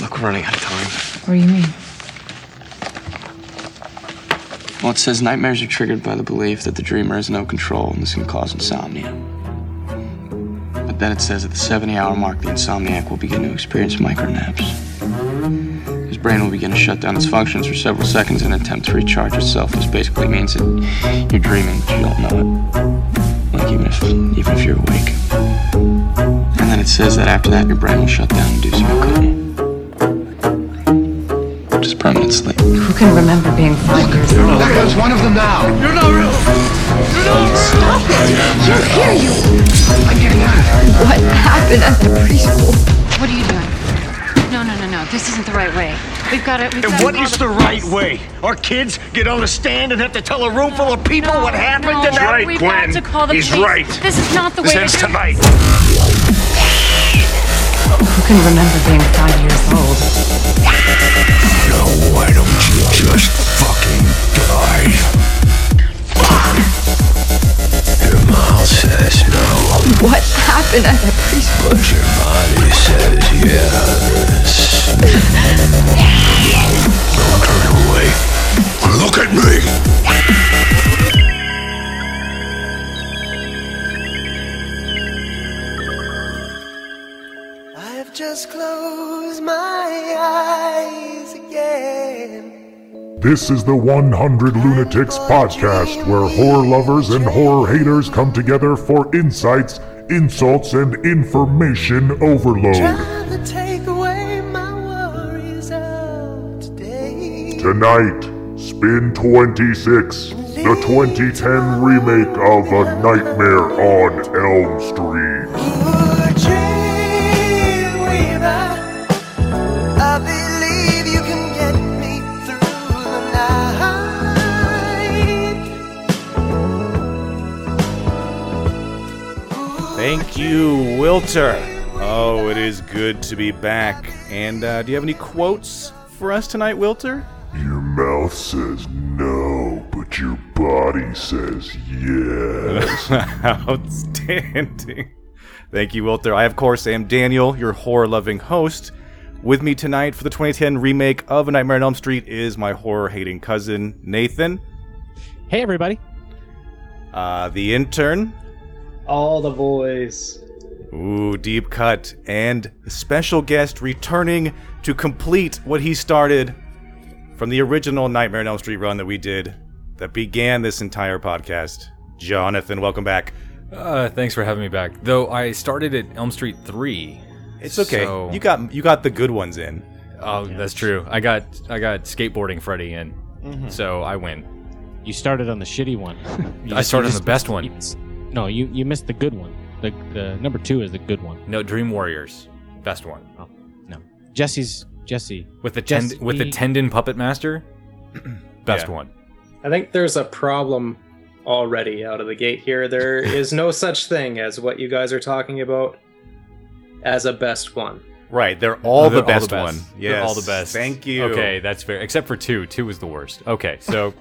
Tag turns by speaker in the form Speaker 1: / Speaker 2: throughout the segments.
Speaker 1: Look, we're running out of time.
Speaker 2: What do you mean?
Speaker 1: Well, it says nightmares are triggered by the belief that the dreamer has no control and this can cause insomnia. But then it says at the 70 hour mark, the insomniac will begin to experience micronaps. His brain will begin to shut down its functions for several seconds in an attempt to recharge itself. This basically means that you're dreaming, but you don't know it. Like, even if, even if you're awake. And then it says that after that, your brain will shut down and do something cool. Which is permanent sleep.
Speaker 2: Who can remember being five years old?
Speaker 3: There's one of them now. You're not real. You're not real.
Speaker 4: Stop it! You're here, you.
Speaker 3: I'm getting out of here.
Speaker 4: What happened at the preschool? What are you doing? No, no, no, no. This isn't the right way. We've got to. We've
Speaker 5: And
Speaker 4: gotta
Speaker 5: what
Speaker 4: call
Speaker 5: is the right way? Our kids get on the stand and have to tell a room full of people
Speaker 4: No,
Speaker 5: what happened
Speaker 4: no.
Speaker 5: to them?
Speaker 4: We've got to call the
Speaker 5: He's
Speaker 4: police.
Speaker 5: right.
Speaker 4: This is not the
Speaker 5: This
Speaker 4: way.
Speaker 5: ends
Speaker 4: to do-
Speaker 5: tonight.
Speaker 2: Who can remember being five years old?
Speaker 6: Why don't you just fucking die? Your mouth says no,
Speaker 4: What happened at the preschool?
Speaker 6: but your body says yes. Don't turn away. Look at me.
Speaker 7: I've just closed my eyes again.
Speaker 8: This is the 100 Lunatics podcast, where horror lovers and horror haters come together for insights, insults, and information overload.
Speaker 7: Trying to take away my worries of today.
Speaker 8: Tonight, Spin 26, the 2010 remake of A Nightmare on Elm Street.
Speaker 7: Ooh, dreamweaver, I believe you can get me through the night.
Speaker 9: Thank you, Wilter. Oh, it is good to be back. And uh, do you have any quotes for us tonight, Wilter?
Speaker 8: Your mouth says no, but your body says yes.
Speaker 9: Outstanding. Thank you, Wilter. I, of course, am Daniel, your horror loving host. With me tonight for the 2010 remake of A Nightmare on Elm Street is my horror hating cousin, Nathan,
Speaker 10: Hey, everybody.
Speaker 9: uh, the intern,
Speaker 11: All the boys.
Speaker 9: Ooh, deep cut. And special guest returning to complete what he started from the original Nightmare on Elm Street run that we did that began this entire podcast. Jonathan, welcome back.
Speaker 10: Uh, thanks for having me back. Though I started at Elm Street 3.
Speaker 9: It's okay.
Speaker 10: So-
Speaker 9: You got you got the good ones in.
Speaker 10: Oh, that's true. I got I got skateboarding Freddy in.
Speaker 9: Mm-hmm.
Speaker 10: So I win.
Speaker 11: You started on the shitty one. You
Speaker 10: I
Speaker 11: just-
Speaker 10: started
Speaker 11: you
Speaker 10: on the
Speaker 11: just-
Speaker 10: best one.
Speaker 11: you- no, you you missed the good one. The the number two is the good one.
Speaker 10: No, Dream Warriors. Best one.
Speaker 11: No, Jesse's Jesse.
Speaker 10: With the tend-
Speaker 11: Just
Speaker 10: with the
Speaker 11: me.
Speaker 10: tendon puppet master. Best
Speaker 9: Yeah.
Speaker 10: one.
Speaker 11: I think there's a problem already out of the gate here. There is no such thing as what you guys are talking about as a best one.
Speaker 9: Right. They're all
Speaker 10: Oh,
Speaker 9: the
Speaker 10: they're
Speaker 9: best
Speaker 10: all
Speaker 9: one.
Speaker 10: They're
Speaker 9: Yes.
Speaker 10: all the best.
Speaker 9: Thank you.
Speaker 10: Okay, that's fair. Except for two. Two was the worst. Okay, so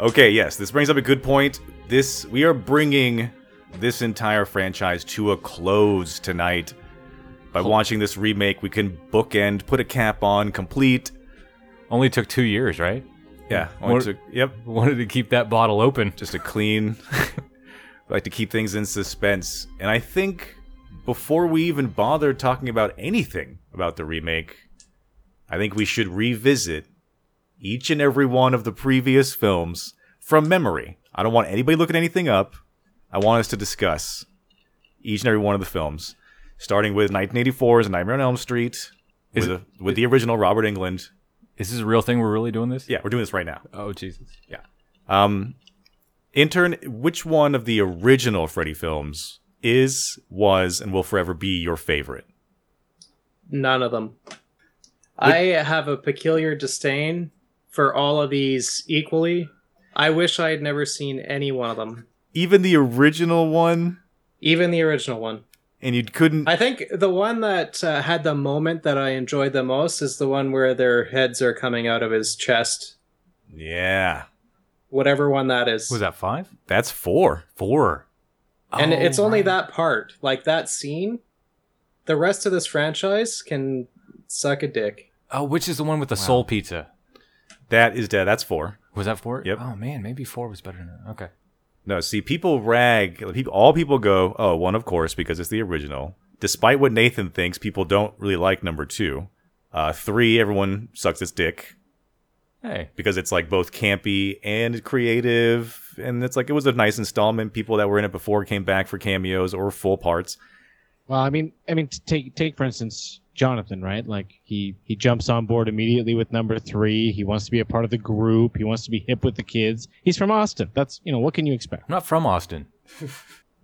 Speaker 9: Okay, yes. This brings up a good point. This we are bringing this entire franchise to a close tonight. By watching this remake, we can bookend, put a cap on, complete.
Speaker 10: only took two years, right?
Speaker 9: Yeah.
Speaker 10: What-
Speaker 9: onto- yep.
Speaker 10: Wanted to keep that bottle open.
Speaker 9: Just a clean. like to keep things in suspense. And I think before we even bother talking about anything about the remake, I think we should revisit each and every one of the previous films from memory. I don't want anybody looking anything up. I want us to discuss each and every one of the films, starting with 1984's Nightmare on Elm Street, with,
Speaker 10: Is
Speaker 9: the- with the original Robert England.
Speaker 10: Is this a real thing? We're really doing this?
Speaker 9: Yeah, we're doing this right now.
Speaker 10: Oh Jesus.
Speaker 9: Um, intern, which one of the original Freddy films is, was, and will forever be your favorite?
Speaker 11: None of them. I have a peculiar disdain for all of these equally. I wish I had never seen any one of them,
Speaker 9: Even the original one,
Speaker 11: even the original one.
Speaker 9: and you couldn't.
Speaker 11: I think the one that uh, had the moment that I enjoyed the most is the one where their heads are coming out of his chest.
Speaker 9: yeah,
Speaker 11: Whatever one that is.
Speaker 10: Was that five?
Speaker 9: that's four.
Speaker 10: Four.
Speaker 11: and
Speaker 10: Oh,
Speaker 11: it's only
Speaker 10: right.
Speaker 11: that part, like that scene the rest of this franchise can suck a dick.
Speaker 10: Oh, which is the one with the soul pizza?
Speaker 9: That is dead. That's four.
Speaker 10: Was that four?
Speaker 9: Yep.
Speaker 10: Oh man, maybe four was better than that. Okay.
Speaker 9: No, see, people rag. People, all people go, oh, one, of course, because it's the original. Despite what Nathan thinks, people don't really like number two. Uh, three, everyone sucks its dick
Speaker 10: Hey.
Speaker 9: because it's like both campy and creative. And it's like it was a nice installment. People that were in it before came back for cameos or full parts.
Speaker 12: Well, I mean, I mean, t- take take for instance Jonathan, right? Like he he jumps on board immediately with number three. He wants to be a part of the group. He wants to be hip with the kids. He's from Austin. That's you know what can you expect?
Speaker 10: I'm not from Austin.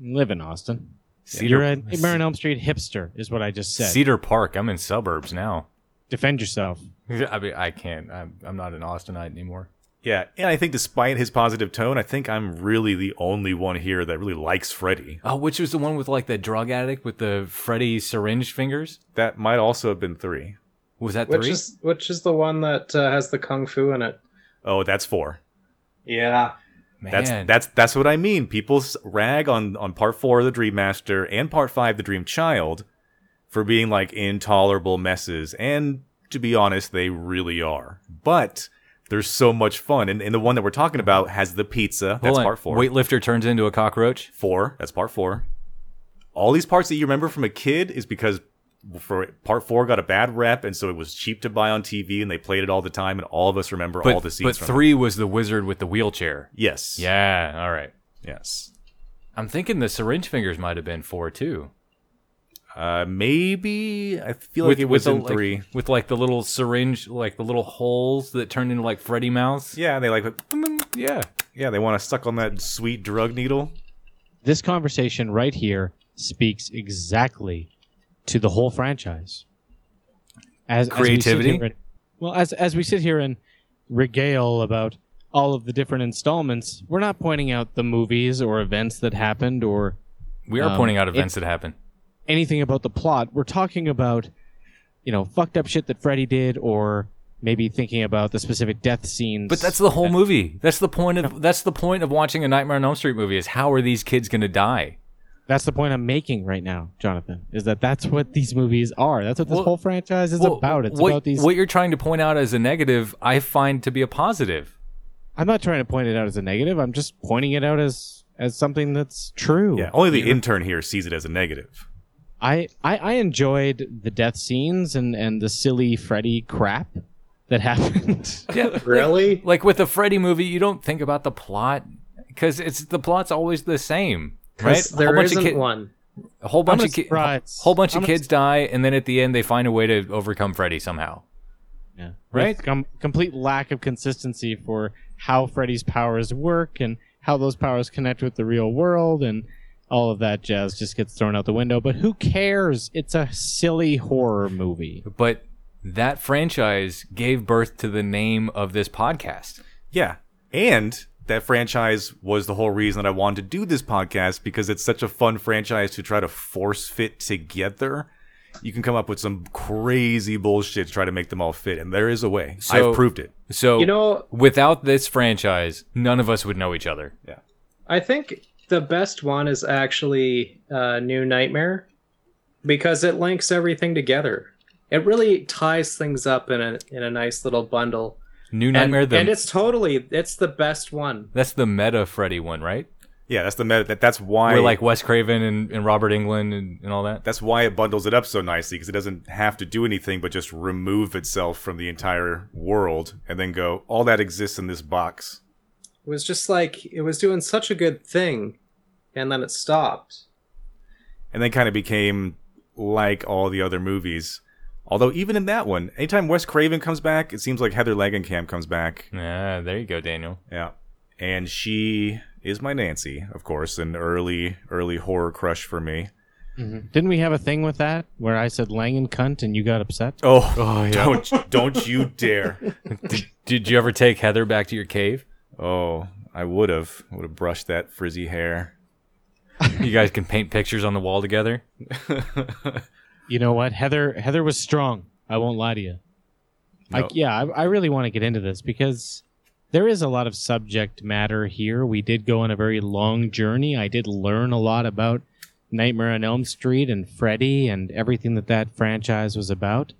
Speaker 12: Live in Austin.
Speaker 10: Cedar-
Speaker 12: You're an Marin Elm Street hipster, is what I just said.
Speaker 10: Cedar Park. I'm in suburbs now.
Speaker 12: Defend yourself.
Speaker 10: I mean, I can't. I'm, I'm not an Austinite anymore.
Speaker 9: Yeah. And I think despite his positive tone, I think I'm really the only one here that really likes Freddy.
Speaker 10: Oh, which was the one with like the drug addict with the Freddy syringe fingers?
Speaker 9: That might also have been three.
Speaker 10: Was that
Speaker 11: Which
Speaker 10: three?
Speaker 11: is which is the one that uh, has the kung fu in it?
Speaker 9: Oh, that's four.
Speaker 11: Yeah.
Speaker 9: That's that's that's what I mean. People s- rag on on part four of the Dream Master and part five the Dream Child for being like intolerable messes, and to be honest, they really are. But they're so much fun, and, and the one that we're talking about has the pizza. That's
Speaker 10: Hold on.
Speaker 9: part four.
Speaker 10: Weightlifter turns into a cockroach.
Speaker 9: four. That's part four. All these parts that you remember from a kid is because for part four got a bad rep, and so it was cheap to buy on TV, and they played it all the time, and all of us remember
Speaker 10: But,
Speaker 9: all the
Speaker 10: but
Speaker 9: scenes. from it.
Speaker 10: three was the wizard with the wheelchair.
Speaker 9: Yes.
Speaker 10: Yeah. All right.
Speaker 9: Yes.
Speaker 10: I'm thinking the syringe fingers might have been four too.
Speaker 9: Uh, maybe I feel like it was
Speaker 10: the,
Speaker 9: in
Speaker 10: like-
Speaker 9: three.
Speaker 10: with like the little syringe, like the little holes that turned into like Freddy mouths.
Speaker 9: Yeah, they like
Speaker 10: Yeah.
Speaker 9: yeah they want to suck on that sweet drug needle.
Speaker 12: This conversation right here speaks exactly to the whole franchise. As as we sit
Speaker 10: Creativity?
Speaker 12: here and- well, as as we sit here and regale about all of the different installments, we're not pointing out the movies or events that happened or
Speaker 10: We are
Speaker 12: Um,
Speaker 10: pointing out
Speaker 12: it-
Speaker 10: events that happen.
Speaker 12: anything about the plot. We're talking about, you know, fucked up shit that Freddy did, or maybe thinking about the specific death scenes.
Speaker 10: But that's the whole movie. That's the point of that's the point of watching a Nightmare on Elm Street movie is how are these kids going to die?
Speaker 12: that's the point I'm making right now, Jonathan. Is that that's what these movies are. That's what this
Speaker 10: Well-
Speaker 12: whole franchise is
Speaker 10: Well,
Speaker 12: about. It's
Speaker 10: what,
Speaker 12: about these.
Speaker 10: what you're trying to point out as a negative, I find to be a positive.
Speaker 12: I'm not trying to point it out as a negative. I'm just pointing it out as as something that's true.
Speaker 9: Yeah, only the intern here sees it as a negative.
Speaker 12: I, I I enjoyed the death scenes and and the silly Freddy crap that happened.
Speaker 10: Yeah,
Speaker 11: Really?
Speaker 10: like with a Freddy movie, you don't think about the plot because it's the plot's always the same, right?
Speaker 11: Because there
Speaker 10: of
Speaker 11: isn't
Speaker 10: kid-
Speaker 11: one.
Speaker 10: a whole bunch
Speaker 12: I'm
Speaker 10: of ki-
Speaker 12: surprised.
Speaker 10: whole bunch of
Speaker 12: I'm
Speaker 10: kids die, and then at the end they find a way to overcome Freddy somehow.
Speaker 12: Yeah.
Speaker 10: Right?
Speaker 12: With com- complete lack of consistency for how Freddy's powers work and how those powers connect with the real world and all of that jazz just gets thrown out the window. But who cares? It's a silly horror movie.
Speaker 10: But that franchise gave birth to the name of this podcast.
Speaker 9: Yeah, and that franchise was the whole reason that I wanted to do this podcast because it's such a fun franchise to try to force fit together. You can come up with some crazy bullshit to try to make them all fit, and there is a way.
Speaker 10: So-
Speaker 9: I've proved it.
Speaker 10: So
Speaker 11: You know,
Speaker 10: without this franchise, none of us would know each other.
Speaker 11: I think the best one is actually uh, New Nightmare because it links everything together. It really ties things up in a in a nice little bundle.
Speaker 10: New
Speaker 11: And-
Speaker 10: Nightmare, the,
Speaker 11: and it's totally it's the best one.
Speaker 10: that's the meta Freddy one, right?
Speaker 9: Yeah, that's the meta. That, that's why.
Speaker 10: Where like Wes Craven and, and Robert England and, and all that.
Speaker 9: that's why it bundles it up so nicely because it doesn't have to do anything but just remove itself from the entire world and then go all that exists in this box
Speaker 11: It was just like it was doing such a good thing, and then it stopped.
Speaker 9: and then kind of became like all the other movies although even in that one anytime wes craven comes back it seems like heather langenkamp comes back
Speaker 12: Hmm.
Speaker 10: Yeah, there you go, Daniel.
Speaker 9: yeah and she is my nancy of course an early early horror crush for me
Speaker 12: Mm-hmm. Didn't we have a thing with that where I said Langen cunt and you got upset?
Speaker 9: oh, don't don't you dare
Speaker 10: did, did you ever take Heather back to your cave?
Speaker 9: oh i would have would have brushed that frizzy hair
Speaker 10: You guys can paint pictures on the wall together.
Speaker 12: You know what? Heather Heather was strong. I won't lie to you. I,
Speaker 9: No.
Speaker 12: yeah, I, I really want to get into this because there is a lot of subject matter here. We did go on a very long journey. I did learn a lot about Nightmare on Elm Street and Freddy and everything that that franchise was about.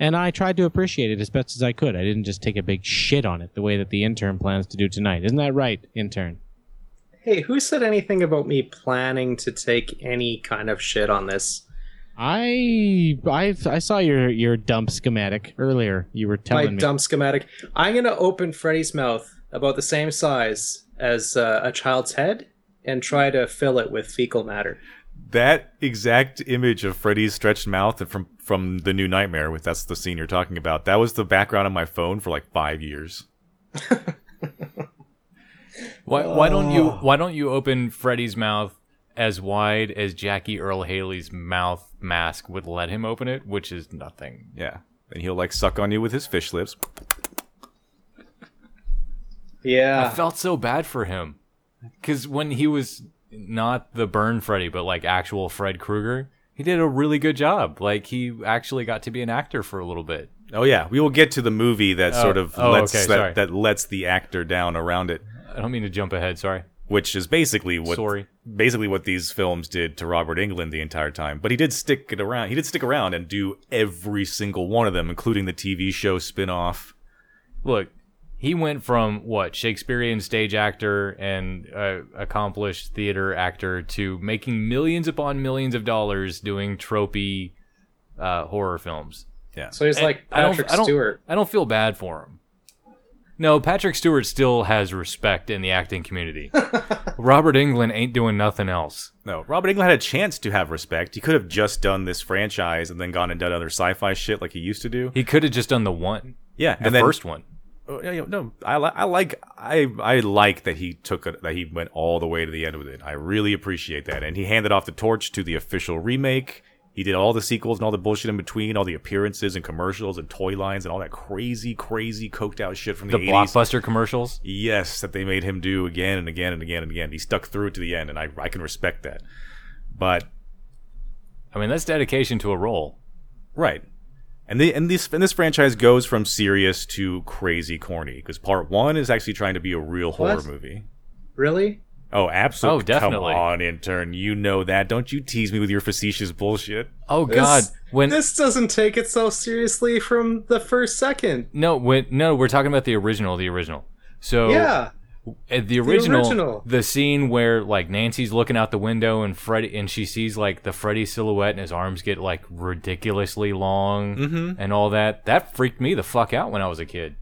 Speaker 12: And I tried to appreciate it as best as I could. I didn't just take a big shit on it the way that the intern plans to do tonight. Isn't that right, intern?
Speaker 11: Hey, who said anything about me planning to take any kind of shit on this?
Speaker 12: I I I saw your your dump schematic earlier. You were telling
Speaker 11: My
Speaker 12: me.
Speaker 11: dumb schematic. I'm gonna open Freddy's mouth about the same size as uh, a child's head and try to fill it with fecal matter.
Speaker 9: That exact image of Freddy's stretched mouth and from from the new Nightmare, with that's the scene you're talking about. That was the background on my phone for like five years.
Speaker 10: Why, why don't you why don't you open Freddy's mouth as wide as Jackie Earl Haley's mouth mask would let him open it, which is nothing.
Speaker 9: Yeah, and he'll like suck on you with his fish lips.
Speaker 11: Yeah.
Speaker 10: I
Speaker 11: Uh,
Speaker 10: felt so bad for him because when he was not the burn Freddy, but like actual Fred Krueger, he did a really good job. Like he actually got to be an actor for a little bit.
Speaker 9: Oh yeah, we will get to the movie that
Speaker 10: Oh,
Speaker 9: sort of
Speaker 10: oh,
Speaker 9: lets
Speaker 10: okay, sorry.
Speaker 9: that, that lets the actor down around it.
Speaker 10: I don't mean to jump ahead. Sorry.
Speaker 9: Which is basically what
Speaker 10: Sorry.
Speaker 9: basically what these films did to Robert England the entire time. But he did stick it around. He did stick around and do every single one of them, including the TV show spin-off.
Speaker 10: Look, he went from what Shakespearean stage actor and uh, accomplished theater actor to making millions upon millions of dollars doing tropey uh, horror films.
Speaker 9: Yeah.
Speaker 11: So he's like Patrick
Speaker 10: I don't,
Speaker 11: Stewart.
Speaker 10: I don't feel bad for him. No, Patrick Stewart still has respect in the acting community. Robert England ain't doing nothing else.
Speaker 9: No, Robert Englund had a chance to have respect. He could have just done this franchise and then gone and done other sci-fi shit like he used to do.
Speaker 10: He could have just done the one.
Speaker 9: Yeah,
Speaker 10: the
Speaker 9: and then-
Speaker 10: first one.
Speaker 9: Oh, yeah, yeah, no, I, li- I like I I like that he took it that he went all the way to the end with it. I really appreciate that, and he handed off the torch to the official remake. He did all the sequels and all the bullshit in between, all the appearances and commercials and toy lines and all that crazy, crazy coked out shit from the,
Speaker 10: The
Speaker 9: 80s.
Speaker 10: blockbuster commercials.
Speaker 9: Yes, that they made him do again and again and again and again. He stuck through it to the end, and I I can respect that. But
Speaker 10: I mean, that's dedication to a role.
Speaker 9: Right. And the and this and this franchise goes from serious to crazy corny because part one is actually trying to be a real horror
Speaker 11: What?
Speaker 9: movie.
Speaker 11: Really?
Speaker 9: Oh, absolutely!
Speaker 10: Oh, definitely.
Speaker 9: Come on, intern, you know that. Don't you tease me with your facetious bullshit.
Speaker 10: Oh God,
Speaker 11: This-
Speaker 10: when
Speaker 11: this doesn't take itself seriously from the first second.
Speaker 10: no, when no, we're talking about the original, the original. So
Speaker 11: yeah.
Speaker 10: at the original, the
Speaker 11: original.
Speaker 10: scene where like Nancy's looking out the window and Freddy and she sees like the Freddy silhouette and his arms get like ridiculously long and all that. That freaked me the fuck out when I was a kid.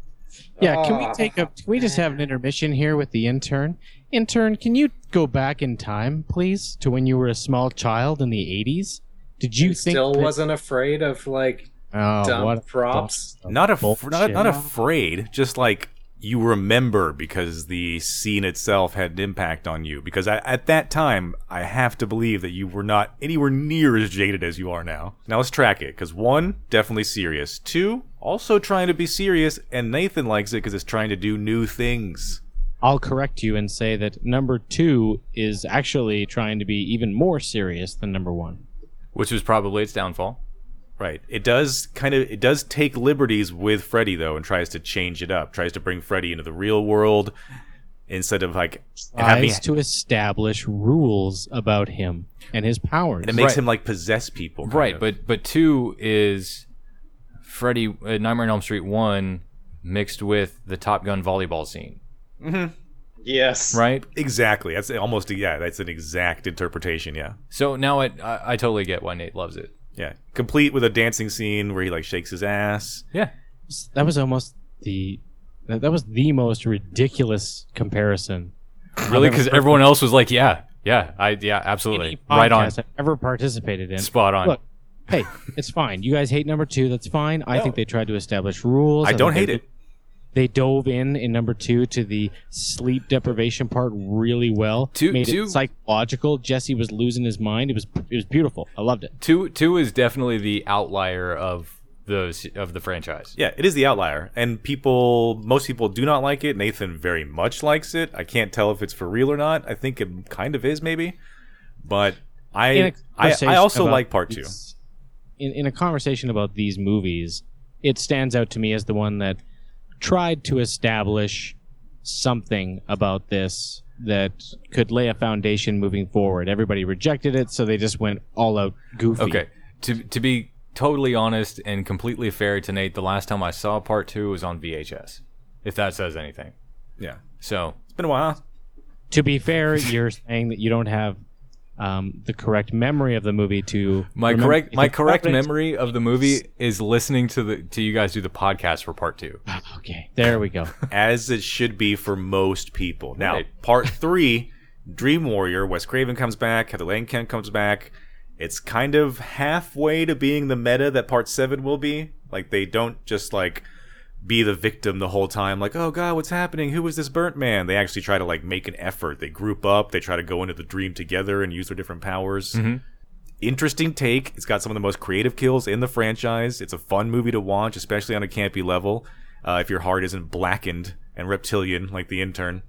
Speaker 12: Yeah, can
Speaker 11: Oh.
Speaker 12: we take a? Can we just have an intermission here with the intern? Intern, can you go back in time, please, to when you were a small child in the '80s? Did you think
Speaker 11: Still
Speaker 12: that-
Speaker 11: wasn't afraid of like
Speaker 12: Oh,
Speaker 11: dumb
Speaker 12: what a-
Speaker 11: props.
Speaker 9: Not a not,
Speaker 12: Bullshit.
Speaker 9: not afraid, just like you remember because the scene itself had an impact on you. Because I, at that time, I have to believe that you were not anywhere near as jaded as you are now. Now let's track it. Because one, definitely serious. Two, also trying to be serious, and Nathan likes it because it's trying to do new things.
Speaker 12: I'll correct you and say that number two is actually trying to be even more serious than number one.
Speaker 10: Which was probably its downfall.
Speaker 9: Right. It does kind of it does take liberties with Freddy though and tries to change it up. Tries to bring Freddy into the real world instead of like having
Speaker 12: Tries to establish rules about him and his powers.
Speaker 9: and it makes
Speaker 10: Right.
Speaker 9: him like possess people. kind
Speaker 10: Right,
Speaker 9: of.
Speaker 10: but but two is Freddy uh, Nightmare on Elm Street one mixed with the Top Gun volleyball scene.
Speaker 11: Yes.
Speaker 10: Right.
Speaker 9: Exactly. That's almost yeah. That's an exact interpretation. Yeah,
Speaker 10: So now it, I I totally get why Nate loves it.
Speaker 9: yeah. Complete with a dancing scene where he like shakes his ass.
Speaker 10: Yeah.
Speaker 12: that was almost the that that was the most ridiculous comparison
Speaker 10: Really? Because everyone else was like, yeah, yeah, I, yeah, absolutely. Right on.
Speaker 12: podcast I've ever participated in.
Speaker 10: Spot on.
Speaker 12: Look, hey, it's fine. You guys hate number two. That's fine. I think they tried to establish rules.
Speaker 9: I don't
Speaker 12: think
Speaker 9: hate
Speaker 12: they-
Speaker 9: it.
Speaker 12: They dove in in number two to the sleep deprivation part really well.
Speaker 10: Two-
Speaker 12: Made
Speaker 10: two-
Speaker 12: it psychological. Jesse was losing his mind. It was it was beautiful. I loved it.
Speaker 10: Two, two is definitely the outlier of the s- of the franchise.
Speaker 9: Yeah, it is the outlier, and people, most people do not like it. Nathan very much likes it. I can't tell if it's for real or not. I think it kind of is, maybe. But
Speaker 12: In a
Speaker 9: I, I, I
Speaker 12: conversation
Speaker 9: also
Speaker 12: about
Speaker 9: like part two.
Speaker 12: these- In in a conversation about these movies, it stands out to me as the one that tried to establish something about this that could lay a foundation moving forward. Everybody rejected it, so they just went all out goofy.
Speaker 10: Okay. To to be totally honest and completely fair to Nate, the last time I saw part two was on VHS. If that says anything.
Speaker 9: Yeah.
Speaker 10: So
Speaker 9: It's been a while.
Speaker 12: To be fair, you're saying that you don't have um, the correct memory of the movie to
Speaker 10: my
Speaker 12: remember-
Speaker 10: correct my
Speaker 12: if it's
Speaker 10: correct
Speaker 12: happening-
Speaker 10: memory of the movie is listening to the to you guys do the podcast for part two.
Speaker 12: Okay. There we go.
Speaker 9: as it should be for most people. Now, part three, Dream Warrior, Wes Craven comes back, Heather Langenkamp comes back. It's kind of halfway to being the meta that part seven will be. Like they don't just like be the victim the whole time, like, oh god, what's happening? Who is this burnt man? They actually try to like make an effort. They group up, they try to go into the dream together and use their different powers
Speaker 10: Mhm.
Speaker 9: interesting take. It's got some of the most creative kills in the franchise. It's a fun movie to watch, especially on a campy level, uh, if your heart isn't blackened and reptilian like the intern.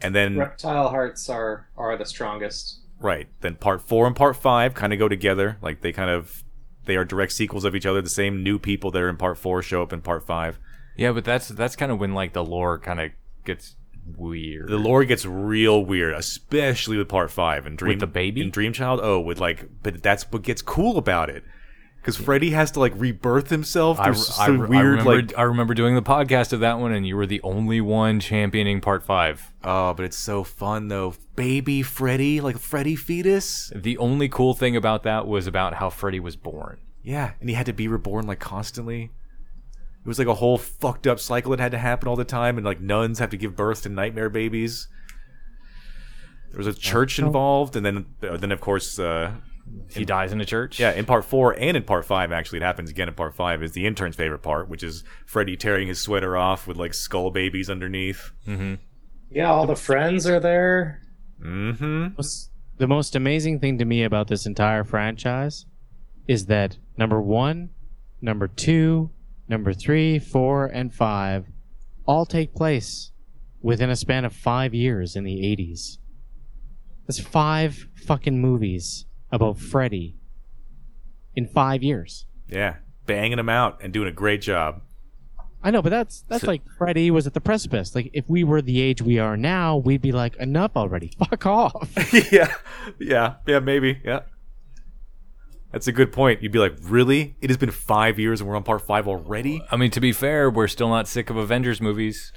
Speaker 9: And then
Speaker 11: Reptile hearts are are the strongest.
Speaker 9: Right. Then part four and part five kind of go together. Like they kind of they are direct sequels of each other. The same new people that are in part four show up in part five.
Speaker 10: Yeah, but that's that's kind of when like the lore kind of gets weird.
Speaker 9: The lore gets real weird, especially with part five and Dream
Speaker 10: With the baby?
Speaker 9: and Dream Child. Oh, with like, but that's what gets cool about it, because Freddy has to like rebirth himself through
Speaker 10: I,
Speaker 9: s-
Speaker 10: I-
Speaker 9: some
Speaker 10: I
Speaker 9: weird
Speaker 10: remember,
Speaker 9: like.
Speaker 10: I remember doing the podcast of that one, and you were the only one championing part five.
Speaker 9: Oh, but it's so fun though, baby Freddy, like Freddy fetus.
Speaker 10: The only cool thing about that was about how Freddy was born.
Speaker 9: Yeah, and he had to be reborn like constantly. It was like a whole fucked up cycle that had to happen all the time, and like nuns have to give birth to nightmare babies. There was a church involved, and then uh, then of course uh,
Speaker 10: He dies in a church.
Speaker 9: Yeah, in part four and in part five, actually, it happens again in part five. Is the intern's favorite part, which is Freddy tearing his sweater off with like skull babies underneath.
Speaker 10: Mm-hmm.
Speaker 11: Yeah, all the friends are there.
Speaker 9: Mm-hmm.
Speaker 12: The most amazing thing to me about this entire franchise is that number one, number two, number three, four, and five all take place within a span of five years in the 80s. That's five fucking movies about Freddy in five years.
Speaker 9: Yeah, banging them out and doing a great job.
Speaker 12: I know, but that's that's
Speaker 9: So-
Speaker 12: like Freddy was at the precipice. Like if we were the age we are now, we'd be like, enough already. Fuck off.
Speaker 9: yeah, yeah, yeah, maybe. Yeah, that's a good point. You'd be like, really? It has been five years and we're on part five already.
Speaker 10: I mean, to be fair, we're still not sick of Avengers movies.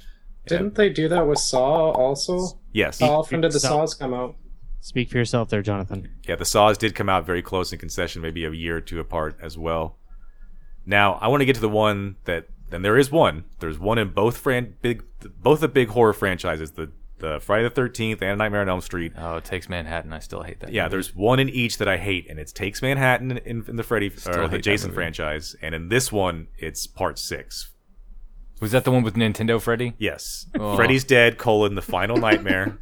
Speaker 11: Didn't they do that with Saw also?
Speaker 9: Yes.
Speaker 11: How often did the
Speaker 12: Saw.
Speaker 11: Saws come out?
Speaker 12: Speak for yourself there, Jonathan.
Speaker 9: Yeah, the saws did come out very close in concession, maybe a year or two apart as well. Now, I want to get to the one that, and there is one. There's one in both fran- big, both the big horror franchises, the the Friday the Thirteenth and Nightmare on Elm Street.
Speaker 10: Oh, it takes Manhattan. I still hate that.
Speaker 9: Yeah, there's one in each that I hate, and it's Takes Manhattan in, in the Freddy
Speaker 10: Still
Speaker 9: or
Speaker 10: hate
Speaker 9: the
Speaker 10: that
Speaker 9: Jason
Speaker 10: movie.
Speaker 9: franchise, and in this one, it's Part Six.
Speaker 10: Was that the one with Nintendo Freddy?
Speaker 9: Yes,
Speaker 10: Oh.
Speaker 9: Freddy's dead: colon the final nightmare.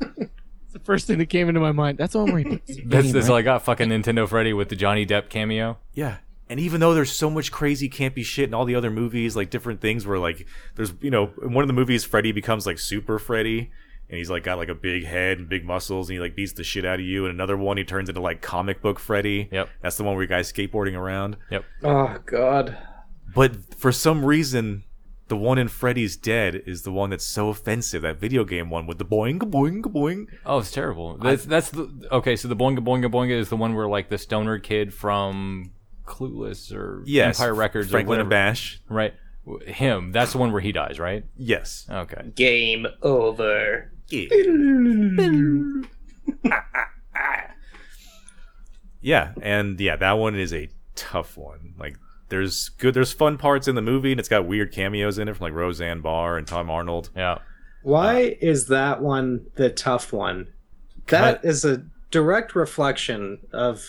Speaker 12: It's the first thing that came into my mind. That's the one where he puts the
Speaker 10: That's,
Speaker 12: game,
Speaker 10: that's
Speaker 12: right?
Speaker 10: all I got. Fucking Nintendo Freddy with the Johnny Depp cameo.
Speaker 9: Yeah. And even though there's so much crazy campy shit in all the other movies, like different things where like there's you know, in one of the movies Freddy becomes like super Freddy and he's like got like a big head and big muscles and he like beats the shit out of you. And another one he turns into like comic book Freddy.
Speaker 10: Yep.
Speaker 9: That's the one where you guys skateboarding around.
Speaker 10: Yep.
Speaker 11: Oh God.
Speaker 9: But for some reason the one in Freddy's Dead is the one that's so offensive, that video game one with the boing boing boing.
Speaker 10: Oh, it's terrible. That's that's the okay. So the boinga boinga boinga is the one where like the stoner kid from Clueless or
Speaker 9: Yes.
Speaker 10: Empire Records or
Speaker 9: Franklin
Speaker 10: whatever,
Speaker 9: and Bash.
Speaker 10: right? W- Him. That's the one where he dies, right?
Speaker 9: Yes.
Speaker 10: Okay.
Speaker 11: Game over.
Speaker 9: Yeah, and yeah, that one is a tough one. Like there's good there's fun parts in the movie and it's got weird cameos in it from like Roseanne Barr and Tom Arnold.
Speaker 10: Yeah.
Speaker 11: Why is that one the tough one? That is a direct reflection of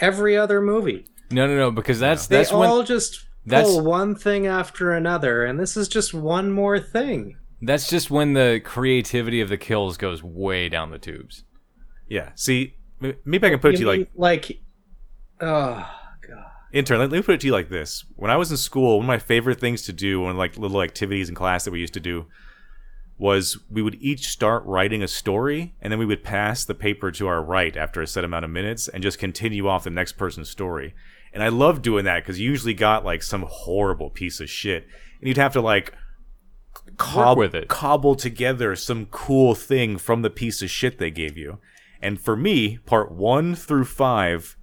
Speaker 11: every other movie.
Speaker 10: No, no, no. Because that's
Speaker 11: They
Speaker 10: that's when
Speaker 11: all just
Speaker 10: that's-
Speaker 11: pull one thing after another, and this is just one more thing.
Speaker 10: that's just when the creativity of the kills goes way down the tubes.
Speaker 9: Yeah. See, m- maybe I can put it to you like
Speaker 11: like, oh god,
Speaker 9: intern, let, let me put it to you like this. When I was in school, one of my favorite things to do and like little activities in class that we used to do was we would each start writing a story and then we would pass the paper to our right after a set amount of minutes and just continue off the next person's story. And I loved doing that because you usually got like some horrible piece of shit. And you'd have to like cob-
Speaker 10: with it.
Speaker 9: cobble together some cool thing from the piece of shit they gave you. And for me, part one through five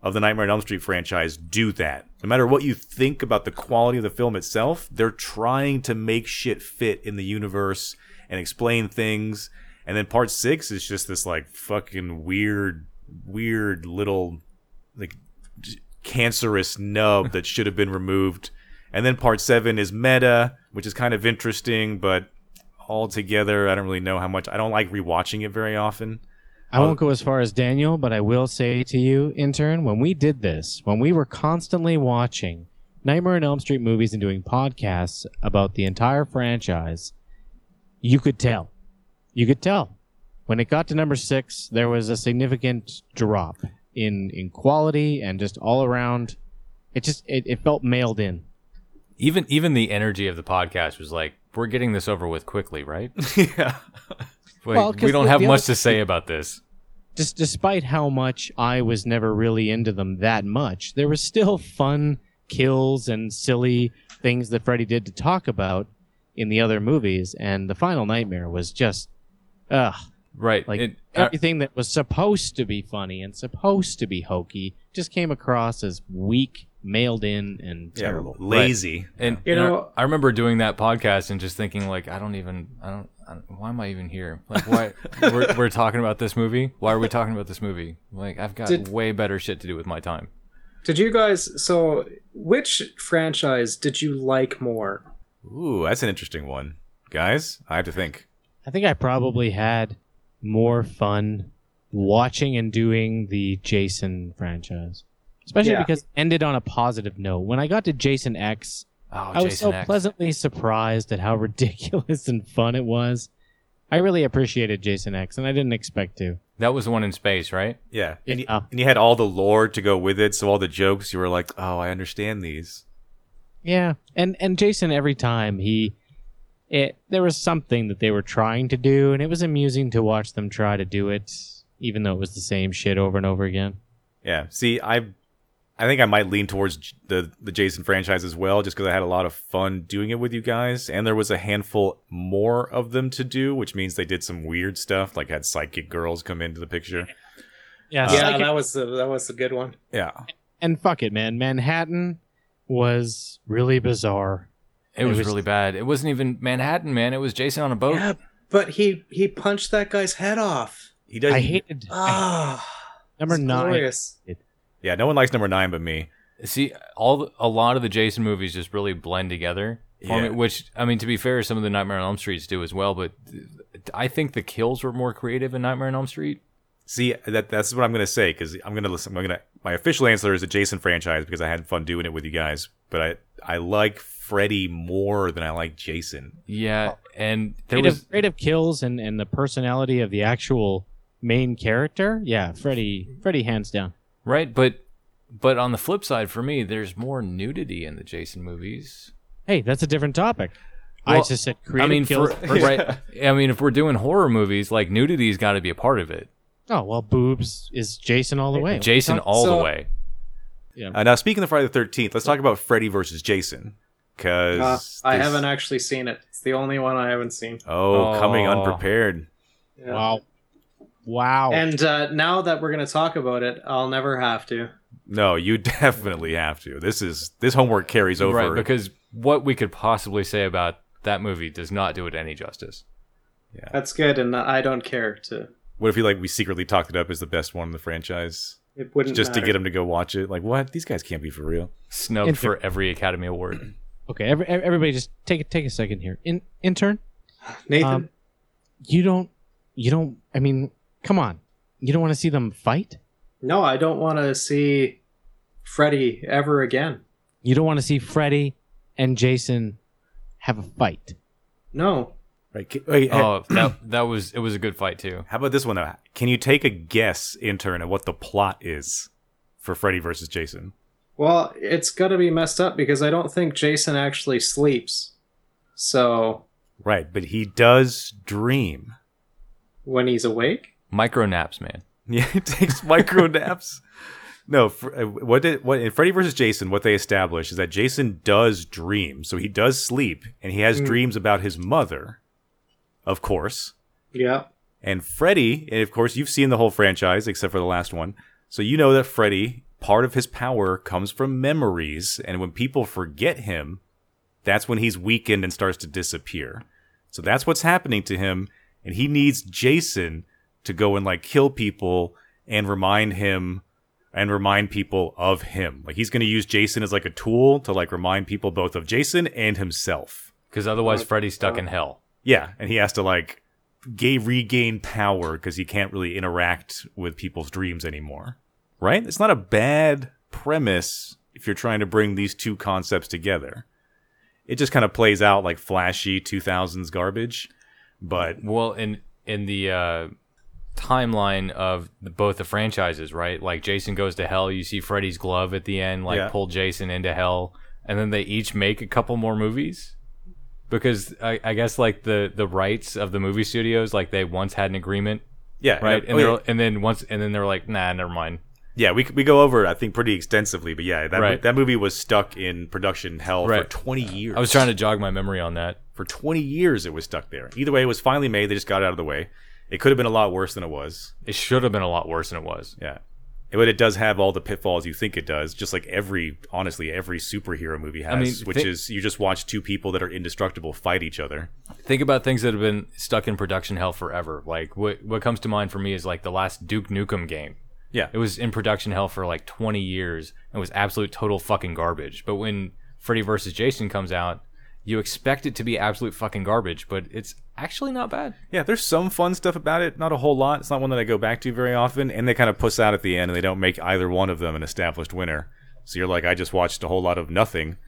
Speaker 9: of the Nightmare on Elm Street franchise do that. No matter what you think about the quality of the film itself, they're trying to make shit fit in the universe and explain things. And then part six is just this like fucking weird, weird little like j- cancerous nub that should have been removed. And then part seven is meta, which is kind of interesting, but altogether, I don't really know how much. I don't like rewatching it very often.
Speaker 12: I won't go as far as Daniel, but I will say to you, intern, when we did this, when we were constantly watching Nightmare on Elm Street movies and doing podcasts about the entire franchise, you could tell. You could tell. When it got to number six, there was a significant drop in, in quality and just all around. It just it, it felt mailed in.
Speaker 10: Even even the energy of the podcast was like, we're getting this over with quickly, right? yeah.
Speaker 12: Well, 'cause
Speaker 10: we don't
Speaker 12: the-
Speaker 10: have
Speaker 12: the
Speaker 10: much
Speaker 12: other-
Speaker 10: to say about this.
Speaker 12: just despite how much I was never really into them that much, there was still fun kills and silly things that Freddy did to talk about in the other movies. And the Final Nightmare was just, ugh,
Speaker 10: right?
Speaker 12: Like uh,
Speaker 10: It- uh,
Speaker 12: everything that was supposed to be funny and supposed to be hokey just came across as weak, mailed in, and terrible,
Speaker 10: Right. And you know, I, remember doing that podcast and just thinking, like, I don't even, I don't, I don't why am I even here? Like, why we're, we're talking about this movie? Why are we talking about this movie? Like, I've got
Speaker 11: Did-
Speaker 10: way better shit to do with my time.
Speaker 11: Did you guys? So, which franchise did you like more?
Speaker 9: Ooh, that's an interesting one. Guys, I have to think.
Speaker 12: I think I probably had more fun watching and doing the Jason franchise, especially
Speaker 11: Yeah.
Speaker 12: because it ended on a positive note. When I got to Jason X,
Speaker 10: I
Speaker 12: was
Speaker 10: Oh, Jason
Speaker 12: so
Speaker 10: X.
Speaker 12: pleasantly surprised at how ridiculous and fun it was. I really appreciated Jason X, and I didn't expect to.
Speaker 10: That was the one in space, right?
Speaker 9: Yeah. And, you,
Speaker 12: Yeah.
Speaker 9: and you had all the lore to go with it, so all the jokes, you were like, oh, I understand these.
Speaker 12: Yeah, and and Jason every time he, it there was something that they were trying to do, and it was amusing to watch them try to do it, even though it was the same shit over and over again.
Speaker 9: Yeah. See, I I think I might lean towards J- the the Jason franchise as well just cuz I had a lot of fun doing it with you guys and there was a handful more of them to do, which means they did some weird stuff like had psychic girls come into the picture. Uh,
Speaker 12: Yeah,
Speaker 11: yeah,
Speaker 12: Psychic-
Speaker 11: that was the, that was a good one.
Speaker 9: Yeah.
Speaker 12: and fuck it, man. Manhattan was really bizarre.
Speaker 10: It was really bad. It wasn't even Manhattan, man. It was Jason on a boat.
Speaker 11: Yeah, but he he punched that guy's head off.
Speaker 9: He
Speaker 12: I hated
Speaker 11: Ah,
Speaker 12: number
Speaker 11: it's
Speaker 12: nine.
Speaker 11: glorious.
Speaker 9: Yeah, no one likes number 9 but me.
Speaker 10: See, all the, a lot of the Jason movies just really blend together. for
Speaker 9: Yeah.
Speaker 10: me, which I mean, to be fair, some of the Nightmare on Elm Streets do as well. But th- I think the kills were more creative in Nightmare on Elm Street.
Speaker 9: See, that that's what I'm gonna say because I'm gonna listen. I'm gonna my official answer is a Jason franchise because I had fun doing it with you guys, but I I like Freddy more than I like Jason.
Speaker 10: Yeah, and there
Speaker 12: creative,
Speaker 10: was
Speaker 12: creative kills and, and the personality of the actual main character. Yeah, Freddy, Freddy, hands down.
Speaker 10: right, but but on the flip side, for me, there's more nudity in the Jason movies.
Speaker 12: Hey, that's a different topic. I
Speaker 10: Well,
Speaker 12: just said creative
Speaker 10: I mean,
Speaker 12: kills.
Speaker 10: for, right? I mean, if we're doing horror movies, like nudity's got to be a part of it.
Speaker 12: Oh well, boobs is Jason all the way.
Speaker 10: Jason all
Speaker 12: So-
Speaker 10: the way.
Speaker 9: Uh, now speaking of Friday the Thirteenth, let's talk about Freddy versus Jason because
Speaker 11: Uh, I haven't actually seen it. It's the only one I haven't seen.
Speaker 9: Oh, coming
Speaker 10: Oh.
Speaker 9: unprepared.
Speaker 11: Yeah.
Speaker 12: Wow,
Speaker 9: Oh.
Speaker 12: wow.
Speaker 11: And uh, now that we're going to talk about it, I'll never have to.
Speaker 9: No, you definitely have to. This is this homework carries over.
Speaker 10: Right, because what we could possibly say about that movie does not do it any justice.
Speaker 11: That's good, and I don't care to.
Speaker 9: what if you like we secretly talked it up as the best one in the franchise?
Speaker 11: It wouldn't
Speaker 9: just to
Speaker 11: matter.
Speaker 9: get him to go watch it. Like what? These guys can't be for real.
Speaker 10: Snubbed
Speaker 12: Inter-
Speaker 10: for every Academy Award.
Speaker 12: okay, every, everybody, just take a- take a second here. In intern,
Speaker 11: Nathan,
Speaker 12: um, you don't, you don't. I mean, come on, you don't want to see them fight.
Speaker 11: no, I don't want to see Freddy ever again.
Speaker 12: You don't want to see Freddy and Jason have a fight.
Speaker 11: No,
Speaker 9: Right? ca- wait, hey,
Speaker 10: Oh, that that was it was a good fight too.
Speaker 9: How about this one though? Can you take a guess, intern, at what the plot is for Freddy versus Jason?
Speaker 11: Well, it's got to be messed up because I don't think Jason actually sleeps. So
Speaker 9: Right, but he does dream.
Speaker 11: when he's awake,
Speaker 10: Micro naps, man.
Speaker 9: Yeah, he takes micro naps. No, fr- uh, what did what in Freddy versus Jason? What they establish is that Jason does dream, so he does sleep, and he has
Speaker 11: Mm.
Speaker 9: dreams about his mother, of course.
Speaker 11: Yeah.
Speaker 9: And Freddy, and of course, you've seen the whole franchise except for the last one. So you know that Freddy, part of his power comes from memories. And when people forget him, that's when he's weakened and starts to disappear. So that's what's happening to him. And he needs Jason to go and like kill people and remind him and remind people of him. Like he's going to use Jason as like a tool to like remind people both of Jason and himself.
Speaker 10: Because otherwise, Freddy's stuck in hell.
Speaker 9: Yeah, and he has to like gay regain power because he can't really interact with people's dreams anymore. Right? It's not a bad premise if you're trying to bring these two concepts together. It just kind of plays out like flashy 2000s garbage, but
Speaker 10: well in in the uh timeline of the, both the franchises right like jason goes to hell you see freddy's glove at the end like
Speaker 9: Yeah.
Speaker 10: pull jason into hell and then they each make a couple more movies because I, I guess like the the rights of the movie studios like they once had an agreement
Speaker 9: Yeah,
Speaker 10: right
Speaker 9: yeah.
Speaker 10: and
Speaker 9: Oh,
Speaker 10: they're,
Speaker 9: yeah.
Speaker 10: and then once and then they're like nah never mind
Speaker 9: yeah, we, we go over it, I think, pretty extensively. But yeah, that,
Speaker 10: Right.
Speaker 9: that movie was stuck in production hell
Speaker 10: Right.
Speaker 9: for 20 years.
Speaker 10: i was trying to jog my memory on that
Speaker 9: for 20 years it was stuck there. Either way, it was finally made. They just got it out of the way. It could have been a lot worse than it was.
Speaker 10: It should have been a lot worse than it was.
Speaker 9: Yeah. But it does have all the pitfalls you think it does, just like every, honestly, every superhero movie has,
Speaker 10: I mean,
Speaker 9: which
Speaker 10: thi-
Speaker 9: is you just watch two people that are indestructible fight each other.
Speaker 10: think about things that have been stuck in production hell forever. Like what what comes to mind for me is like the last Duke Nukem game.
Speaker 9: Yeah.
Speaker 10: It was in production hell for like 20 years and was absolute total fucking garbage. But when Freddy vs. Jason comes out, you expect it to be absolute fucking garbage, but it's actually not bad.
Speaker 9: Yeah, there's some fun stuff about it, not a whole lot. It's not one that I go back to very often, and they kind of puss out at the end and they don't make either one of them an established winner. So you're like, I just watched a whole lot of nothing,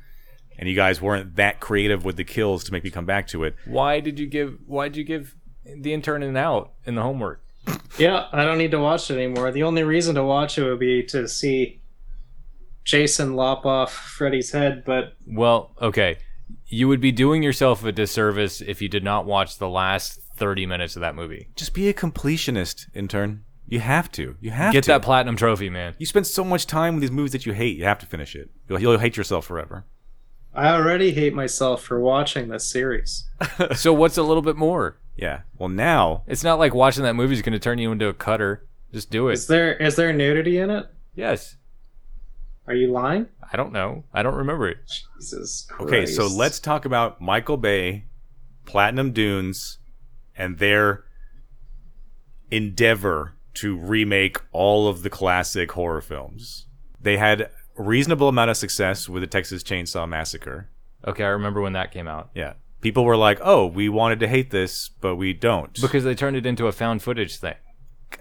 Speaker 9: and you guys weren't that creative with the kills to make me come back to it.
Speaker 10: Why did you give why did you give the intern an out in the homework?
Speaker 11: Yeah, I don't need to watch it anymore. The only reason to watch it would be to see Jason lop off Freddy's head, but
Speaker 10: Well, okay. You would be doing yourself a disservice if you did not watch the last 30 minutes of that movie.
Speaker 9: Just be a completionist, intern. You have to. You have
Speaker 10: Get
Speaker 9: to.
Speaker 10: that platinum trophy, man.
Speaker 9: You spend so much time with these movies that you hate. You have to finish it. You'll, you'll hate yourself forever.
Speaker 11: I already hate myself for watching this series.
Speaker 10: so what's a little bit more?
Speaker 9: Yeah. Well, now
Speaker 10: It's not like watching that movie is going to turn you into a cutter. Just do it.
Speaker 11: Is there is there nudity in it?
Speaker 10: Yes.
Speaker 11: Are you lying?
Speaker 10: I don't know. I don't remember it.
Speaker 11: Jesus Christ.
Speaker 9: Okay, so let's talk about Michael Bay, Platinum Dunes, and their endeavor to remake all of the classic horror films. They had a reasonable amount of success with the Texas Chainsaw Massacre.
Speaker 10: Okay, I remember when that came out.
Speaker 9: Yeah. People were like, "Oh, we wanted to hate this, but we don't."
Speaker 10: Because they turned it into a found footage thing.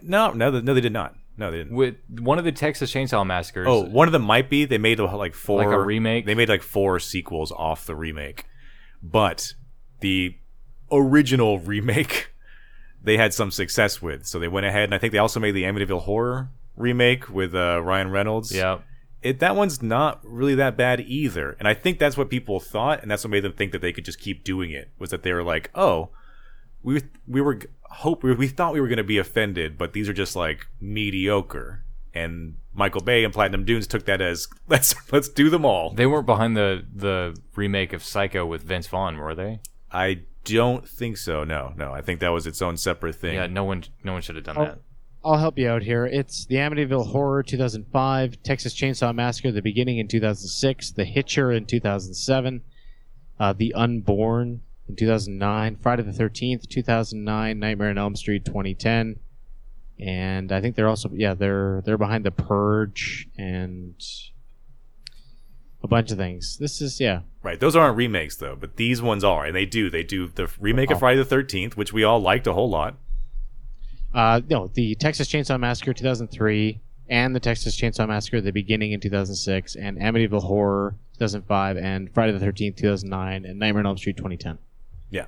Speaker 9: no, no, they- no, they did not. No, they didn't.
Speaker 10: With one of the Texas Chainsaw Massacres.
Speaker 9: Oh, one of them might be. They made uh, like four
Speaker 10: Like a remake?
Speaker 9: They made like four sequels off the remake, but the original remake they had some success with. So they went ahead, and I think they also made the Amityville Horror remake with uh, Ryan Reynolds.
Speaker 10: Yeah.
Speaker 9: It, that one's not really that bad either, and I think that's what people thought, and that's what made them think that they could just keep doing it. Was that they were like, "Oh, we we were hope we, we thought we were going to be offended, but these are just like mediocre. And Michael Bay and Platinum Dunes took that as let's let's do them all.
Speaker 10: They weren't behind the, the remake of Psycho with Vince Vaughn, were they?
Speaker 9: I don't think so. No, no. I think that was its own separate thing.
Speaker 10: Yeah, no one no one should have done
Speaker 12: Oh.
Speaker 10: that.
Speaker 12: I'll help you out here. It's the Amityville Horror 2005, Texas Chainsaw Massacre, The Beginning in 2006, The Hitcher in 2007, uh, The Unborn in 2009, Friday the 13th 2009, Nightmare on Elm Street 2010, and I think they're also yeah they're they're behind The Purge and a bunch of things. This is yeah
Speaker 9: Right. Those aren't remakes though, but these ones are, and they do. They do the remake of Friday the Thirteenth, which we all liked a whole lot.
Speaker 12: Uh, no, the Texas Chainsaw Massacre 2003 and the Texas Chainsaw Massacre The Beginning in 2006 and Amityville Horror 2005 and Friday the 13th 2009 and Nightmare on Elm Street 2010.
Speaker 9: Yeah.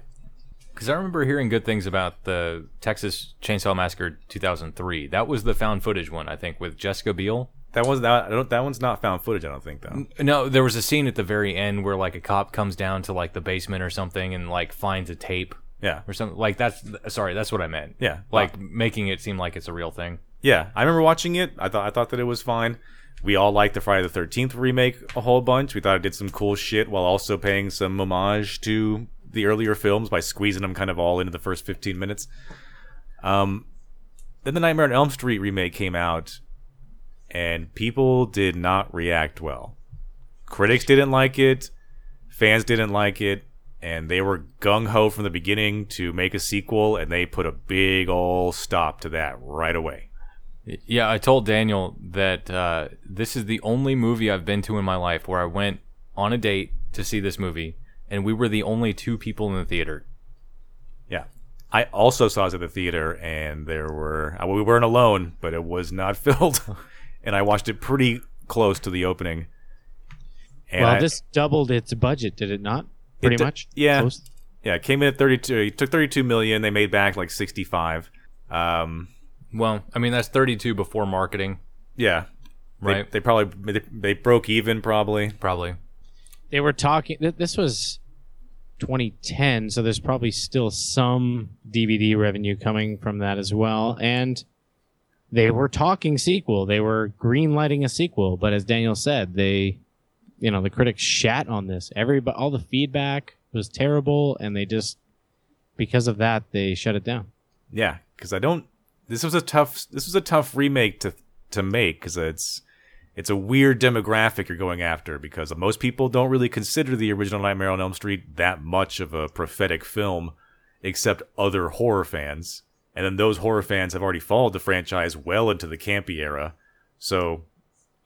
Speaker 10: Because I remember hearing good things about the Texas Chainsaw Massacre 2003. That was the found footage one, I think, with Jessica Biel.
Speaker 9: That one's not. I don't. That one's not found footage. I don't think though.
Speaker 10: No, there was a scene at the very end where like a cop comes down to like the basement or something and like finds a tape.
Speaker 9: Yeah.
Speaker 10: Or something like that's sorry, that's what I meant.
Speaker 9: Yeah.
Speaker 10: Like making it seem like it's a real thing.
Speaker 9: Yeah, I remember watching it. I thought I thought that it was fine. We all liked the Friday the 13th remake a whole bunch. We thought it did some cool shit while also paying some homage to the earlier films by squeezing them kind of all into the first 15 minutes. Um, then the Nightmare on Elm Street remake came out, and people did not react well. Critics didn't like it, fans didn't like it, and they were gung ho from the beginning to make a sequel, and they put a big ol' stop to that right away.
Speaker 10: Yeah, I told Daniel that uh, this is the only movie I've been to in my life where I went on a date to see this movie, and we were the only two people in the theater.
Speaker 9: Yeah. I also saw it at the theater, and there were uh, we weren't alone, but it was not filled, and I watched it pretty close to the opening. And
Speaker 12: well,
Speaker 9: I-
Speaker 12: this doubled its budget, did it not? Pretty
Speaker 9: it d-
Speaker 12: much.
Speaker 9: yeah,
Speaker 12: Close.
Speaker 9: yeah. It came in at thirty-two. It took thirty-two million. They made back like sixty-five. Um,
Speaker 10: Well, I mean that's 32 before marketing,
Speaker 9: yeah, They-
Speaker 10: Right.
Speaker 9: They, probably they, they broke even probably.
Speaker 10: probably.
Speaker 12: They were talking. Th- this was 2010, so there's probably still some DVD revenue coming from that as well. And they were talking sequel. They were green lighting a sequel, but as Daniel said, they, you know, the critics shat on this. Everybody, all the feedback was terrible, and they just because of that they shut it down.
Speaker 9: Yeah, because I don't. This was a tough. This was a tough remake to to make because it's it's a weird demographic you're going after because most people don't really consider the original Nightmare on Elm Street that much of a prophetic film, except other horror fans, and then those horror fans have already followed the franchise well into the campy era, so.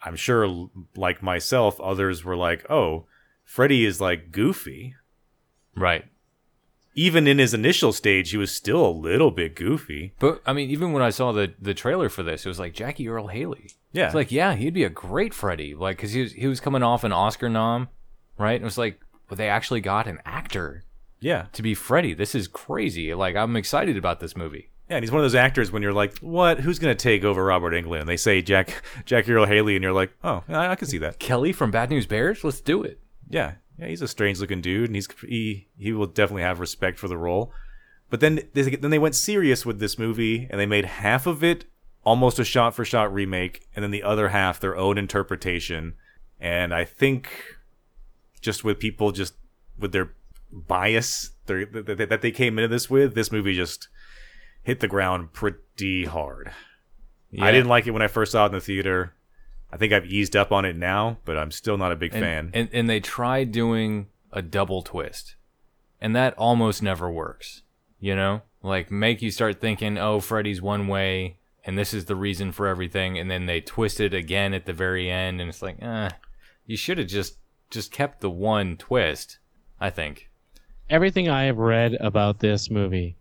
Speaker 9: I'm sure, l- like myself, others were like, "Oh, Freddy is like goofy."
Speaker 10: Right.
Speaker 9: Even in his initial stage, he was still a little bit goofy.
Speaker 10: But I mean, even when I saw the the trailer for this, it was like Jackie Earl Haley.
Speaker 9: Yeah.
Speaker 10: It's like, yeah, he'd be a great Freddy, like, cause he was he was coming off an Oscar nom, right? And it was like, well, they actually got an actor
Speaker 9: Yeah.
Speaker 10: to be Freddy. This is crazy. Like, I'm excited about this movie.
Speaker 9: Yeah, and he's one of those actors when you're like, what? Who's going to take over Robert Englund? And they say Jack Jack Earl Haley, and you're like, oh, I, I can see that.
Speaker 10: Kelly from Bad News Bears, let's do it.
Speaker 9: Yeah. Yeah, he's a strange looking dude, and he's he, he will definitely have respect for the role. But then they, then they went serious with this movie, and they made half of it almost a shot for shot remake, and then the other half their own interpretation. And I think just with people just with their bias their, that that- that they came into this with, this movie just hit the ground pretty hard. I
Speaker 10: Yeah.
Speaker 9: didn't like it when I first saw it in the theater. I think I've eased up on it now, but I'm still not a big
Speaker 10: and,
Speaker 9: fan.
Speaker 10: And and they tried doing a double twist, and that almost never works. You know, like make you start thinking, oh, Freddy's one way, and this is the reason for everything, and then they twist it again at the very end, and it's like, ah, you should have just just kept the one twist. I think.
Speaker 12: everything I have read about this movie,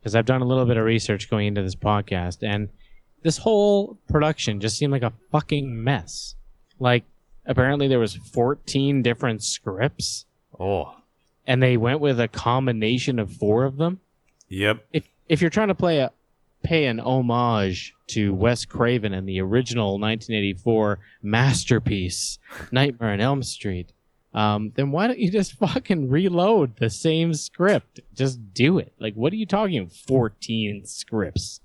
Speaker 12: because I've done a little bit of research going into this podcast, and this whole production just seemed like a fucking mess. Like, apparently there was 14 different scripts,
Speaker 10: Oh,
Speaker 12: and they went with a combination of four of them.
Speaker 9: Yep.
Speaker 12: If if you're trying to play a pay an homage to Wes Craven and the original 1984 masterpiece Nightmare on Elm Street, um, then why don't you just fucking reload the same script? Just do it. Like, what are you talking? 14 scripts.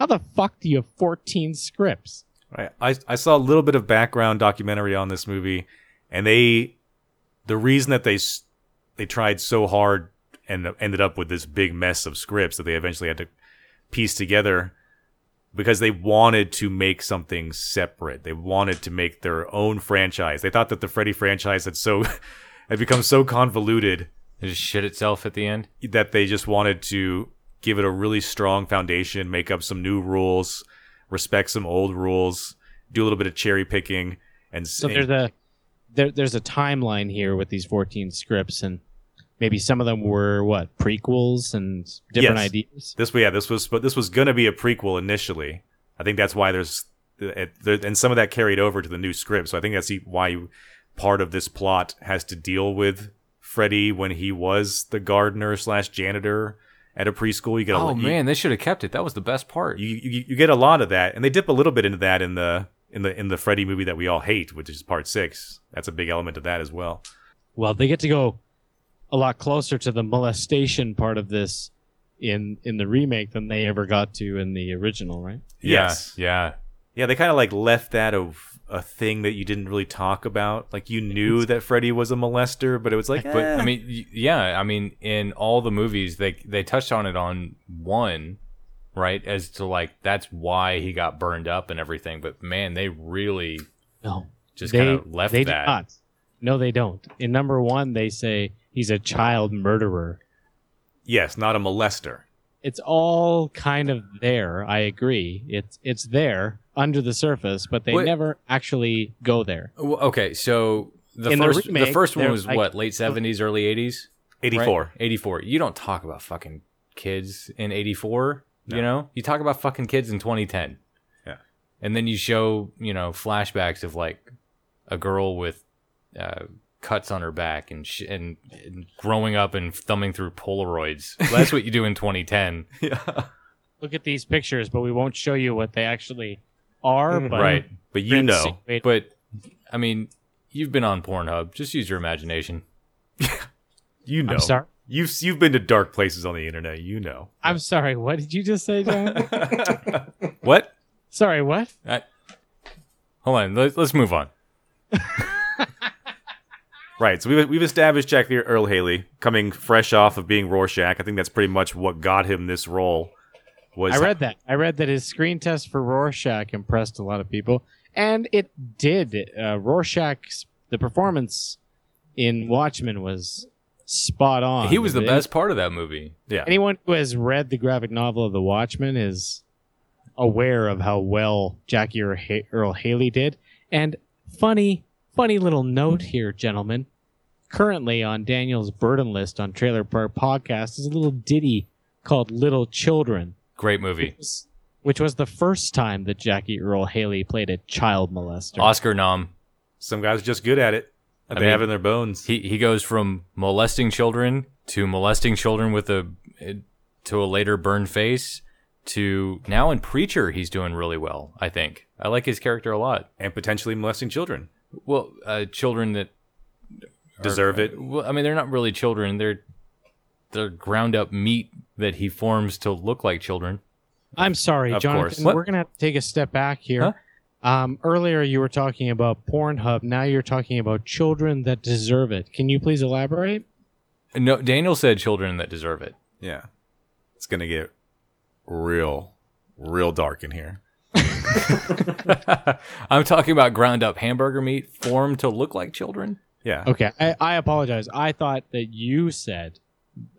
Speaker 12: How the fuck do you have 14 scripts?
Speaker 9: Right. I I saw a little bit of background documentary on this movie, and they, the reason that they s- they tried so hard and ended up with this big mess of scripts that they eventually had to piece together, because they wanted to make something separate. They wanted to make their own franchise. They thought that the Freddy franchise had so had become so convoluted
Speaker 10: it just shit itself at the end.
Speaker 9: that they just wanted to give it a really strong foundation, make up some new rules, respect some old rules, do a little bit of cherry picking, and
Speaker 12: So there's a there, there's a timeline here with these 14 scripts, and maybe some of them were what prequels and different
Speaker 9: Yes.
Speaker 12: ideas.
Speaker 9: this yeah this was but this was gonna be a prequel initially. I think that's why there's it, there, and some of that carried over to the new script. So I think that's e- why you- part of this plot has to deal with Freddy when he was the gardener slash janitor at a preschool. You get a,
Speaker 10: Oh
Speaker 9: you-
Speaker 10: man, they should have kept it. That was the best part.
Speaker 9: you, you you get a lot of that, and they dip a little bit into that in the in the in the Freddy movie that we all hate, which is part six. That's a big element of that as well.
Speaker 12: Well, they get to go a lot closer to the molestation part of this in in the remake than they ever got to in the original, right?
Speaker 10: yeah,
Speaker 9: Yes.
Speaker 10: yeah.
Speaker 9: Yeah, they kind of like left that of a thing that you didn't really talk about. Like you knew that Freddy was a molester, but it was like,
Speaker 10: But
Speaker 12: Uh.
Speaker 10: I mean, y- yeah, I mean, in all the movies, they they touched on it on one, right? As to like that's why he got burned up and everything. But man, they really
Speaker 12: No.
Speaker 10: just
Speaker 12: They-
Speaker 10: kind of left
Speaker 12: they do
Speaker 10: that.
Speaker 12: not. No, they don't. In number one, they say he's a child murderer.
Speaker 9: yes, not a molester.
Speaker 12: It's all kind of there. I agree. It's it's there under the surface, but they
Speaker 10: Wait.
Speaker 12: never actually go there.
Speaker 10: Well, okay, so the
Speaker 12: In the
Speaker 10: first the,
Speaker 12: remake,
Speaker 10: first one
Speaker 12: they're
Speaker 10: was
Speaker 12: like-
Speaker 10: what late seventies, early eighties,
Speaker 9: 84.
Speaker 10: eighty four. You don't talk about fucking kids in eighty four. You know, you talk about fucking kids in twenty ten.
Speaker 9: Yeah.
Speaker 10: and then you show you know flashbacks of like a girl with uh, cuts on her back and, sh- and and growing up and thumbing through Polaroids. That's what you do in twenty ten.
Speaker 9: Yeah,
Speaker 12: Look at these pictures, but we won't show you what they actually are. But
Speaker 10: right.
Speaker 9: But you know,
Speaker 10: But I mean, you've been on Pornhub. Just use your imagination.
Speaker 9: you know.
Speaker 12: sorry?
Speaker 9: You've you've been to dark places on the internet. You know
Speaker 12: I'm sorry. What did you just say, John?
Speaker 9: what?
Speaker 12: sorry, what?
Speaker 10: I, hold on. Let's, let's move on.
Speaker 9: Right. So we've, we've established Jack the Earl Haley coming fresh off of being Rorschach. I think that's pretty much what got him this role. Was
Speaker 12: I read that. I read that his screen test for Rorschach impressed a lot of people, and it did. Uh, Rorschach's the performance in Watchmen was spot on.
Speaker 10: He was the
Speaker 12: Any-
Speaker 10: best part of that movie.
Speaker 9: Yeah.
Speaker 12: Anyone who has read the graphic novel of the Watchmen is aware of how well Jackie Ear- Ha- Earl Haley did. And funny, funny little note here, gentlemen. Currently on Daniel's burden list on Trailer Park Podcast is a little ditty called "Little Children."
Speaker 10: Great movie.
Speaker 12: which was the first time that Jackie Earl Haley played a child molester.
Speaker 10: Oscar nom.
Speaker 9: some guys are just good at it. That
Speaker 10: I
Speaker 9: they
Speaker 10: mean-
Speaker 9: have in their bones.
Speaker 10: He he goes from molesting children to molesting children with a to a later burned face to now in Preacher he's doing really well. I think I like his character a lot.
Speaker 9: and potentially molesting children.
Speaker 10: Well, uh, children that are-
Speaker 9: Deserve it.
Speaker 10: Well, I mean they're not really children. They're they're ground up meat that he forms to look like children.
Speaker 12: I'm sorry,
Speaker 10: Of course.
Speaker 12: Jonathan.
Speaker 10: What?
Speaker 12: We're gonna have to take a step back here. Um, earlier, you were talking about Pornhub. Now you're talking about children that deserve it. Can you please elaborate?
Speaker 10: No, Daniel said children that deserve it.
Speaker 9: Yeah. It's going to get real, real dark in here.
Speaker 10: I'm talking about ground up hamburger meat formed to look like children.
Speaker 9: Yeah.
Speaker 12: Okay, I, I apologize. I thought that you said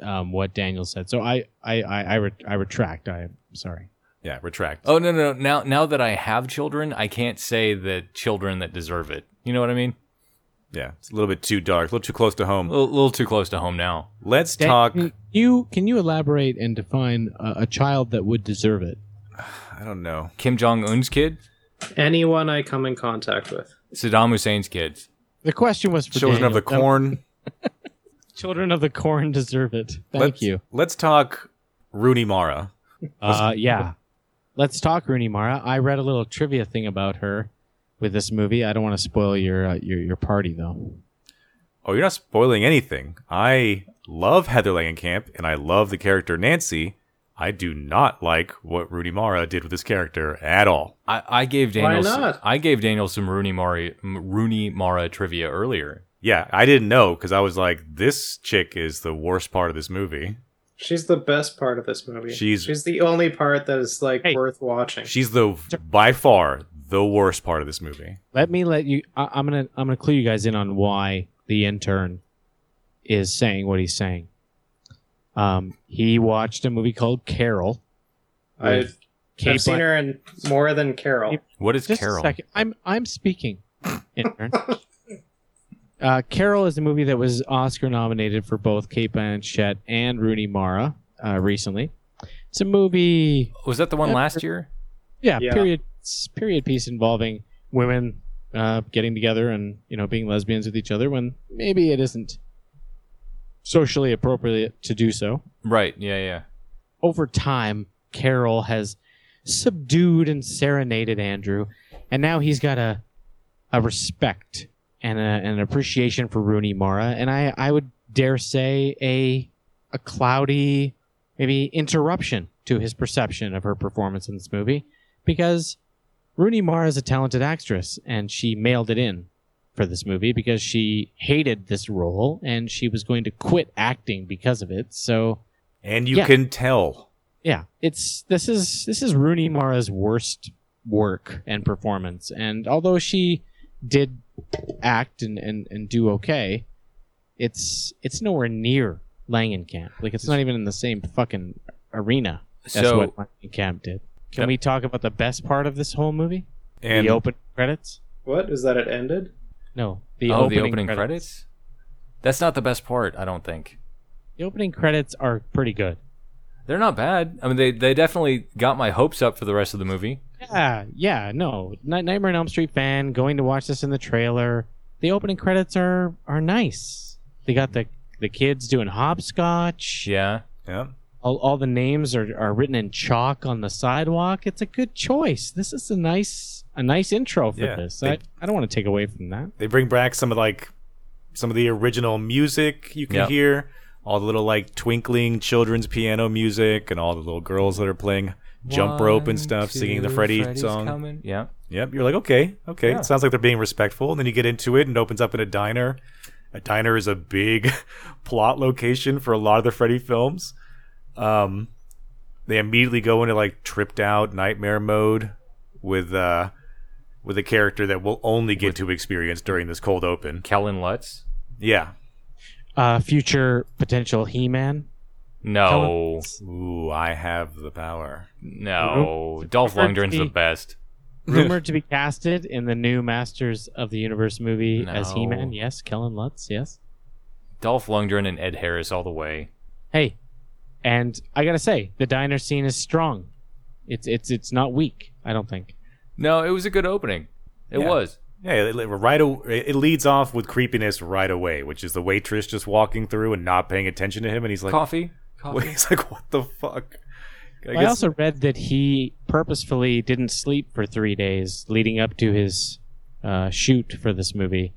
Speaker 12: um, what Daniel said, so I I I, I, re- I retract. I'm sorry.
Speaker 9: Yeah. Retract.
Speaker 10: Oh no, no no now now that I have children, I can't say that children that deserve it. You know what I mean?
Speaker 9: Yeah. It's a little bit too dark, a little too close to
Speaker 10: A
Speaker 9: home.
Speaker 10: little, little too close to home now.
Speaker 9: Let's talk.
Speaker 12: Can Oh, you can you elaborate and define a, a child that would deserve it?
Speaker 9: I don't know.
Speaker 10: Kim Jong Un's kid,
Speaker 11: Anyone I come in contact with.
Speaker 10: Saddam Hussein's kids.
Speaker 12: The question was for
Speaker 9: Children of the
Speaker 12: Daniel. That-
Speaker 9: corn.
Speaker 12: Children of the corn deserve it. Thank
Speaker 9: let's,
Speaker 12: you.
Speaker 9: Let's talk Rooney Mara.
Speaker 12: Uh, yeah. Let's talk Rooney Mara. I read a little trivia thing about her with this movie. I don't want to spoil your uh, your your party though.
Speaker 9: Oh, you're not spoiling anything. I love Heather Langenkamp and I love the character Nancy. I do not like what Rooney Mara did with this character at all.
Speaker 10: I, I gave Daniel. s-
Speaker 11: not?
Speaker 10: I gave Daniel some Rooney Mara M- Rooney Mara trivia earlier.
Speaker 9: Yeah, I didn't know because I was like, this chick is the worst part of this movie.
Speaker 11: She's the best part of this movie.
Speaker 9: She's-
Speaker 11: she's the only part that is like
Speaker 12: Hey.
Speaker 11: worth watching.
Speaker 9: She's the by far the worst part of this movie.
Speaker 12: Let me let you. I, I'm gonna I'm gonna clue you guys in on why the intern is saying what he's saying. Um, he watched a movie called Carol.
Speaker 11: I've,
Speaker 12: Kate
Speaker 11: I've seen
Speaker 12: Blan-
Speaker 11: her in more than Carol.
Speaker 10: What is
Speaker 12: Just
Speaker 10: Carol?
Speaker 12: a second. I'm I'm speaking. intern. uh, Carol is a movie that was Oscar nominated for both Kate Blanchett and Rooney Mara uh, recently. It's a movie,
Speaker 10: Was that the one last year?
Speaker 12: yeah,
Speaker 11: Yeah.
Speaker 12: period period piece involving women uh, getting together and you know being lesbians with each other when maybe it isn't socially appropriate to do so
Speaker 10: Right. Yeah. Yeah.
Speaker 12: over time, Carol has subdued and serenaded Andrew, and now he's got a a respect and a, an appreciation for Rooney Mara, and I I would dare say a a cloudy maybe interruption to his perception of her performance in this movie because Rooney Mara is a talented actress, and she mailed it in for this movie because she hated this role and she was going to quit acting because of it. So,
Speaker 9: and you
Speaker 12: Yeah.
Speaker 9: can tell.
Speaker 12: yeah, it's this is this is Rooney Mara's worst work and performance. And although she did act and and, and do okay, it's it's nowhere near Langenkamp. Like it's not even in the same fucking arena. That's
Speaker 10: So-
Speaker 12: what Langenkamp did. Can we talk about the best part of this whole movie?
Speaker 9: And-
Speaker 12: the open credits?
Speaker 11: What is that? It ended.
Speaker 12: No, the
Speaker 10: The oh,
Speaker 12: opening
Speaker 10: the opening
Speaker 12: credits.
Speaker 10: credits. That's not the best part, I don't think.
Speaker 12: The opening credits are pretty good.
Speaker 10: They're not bad. I mean, they they definitely got my hopes up for the rest of the movie.
Speaker 12: Yeah, yeah, no. Night- Nightmare on Elm Street fan going to watch this in the trailer. The opening credits are are nice. They got the the kids doing hopscotch.
Speaker 10: Yeah.
Speaker 9: Yeah.
Speaker 12: All, all the names are, are written in chalk on the sidewalk. It's a good choice. This is a nice a nice intro for
Speaker 9: Yeah,
Speaker 12: this.
Speaker 9: they-
Speaker 12: I, I don't want to take away from that.
Speaker 9: They bring back some of like some of the original music you can
Speaker 10: Yeah.
Speaker 9: hear, all the little like twinkling children's piano music, and all the little girls that are playing jump rope and stuff, singing the Freddy song.
Speaker 10: Yeah.
Speaker 9: Yep, you're like okay, okay.
Speaker 10: Yeah.
Speaker 9: It sounds like they're being respectful, and then you get into it, and it opens up in a diner. A diner is a big plot location for a lot of the Freddy films. Um, they immediately go into like tripped out nightmare mode with uh with a character that we'll only get to experience during this cold open.
Speaker 10: Kellen Lutz?
Speaker 9: Yeah.
Speaker 12: Uh, future potential He Man.
Speaker 10: No.
Speaker 9: Ooh, I have the power.
Speaker 10: No. Dolph Lundgren's the best.
Speaker 12: Rumored to be casted in the new Masters of the Universe movie as
Speaker 10: No.
Speaker 12: He Man. Yes, Kellen Lutz. Yes.
Speaker 10: Dolph Lundgren and Ed Harris all the way.
Speaker 12: hey and i gotta say the diner scene is strong it's it's it's not weak i don't think
Speaker 10: No, it was a good opening. It
Speaker 9: Yeah.
Speaker 10: was.
Speaker 9: Yeah, it, it- right. aw- It leads off with creepiness right away, which is the waitress just walking through and not paying attention to him, and he's like,
Speaker 10: Coffee? Coffee?
Speaker 9: He's like, what the fuck? I
Speaker 12: i,
Speaker 9: guess-
Speaker 12: also read that he purposefully didn't sleep for three days leading up to his uh, shoot for this movie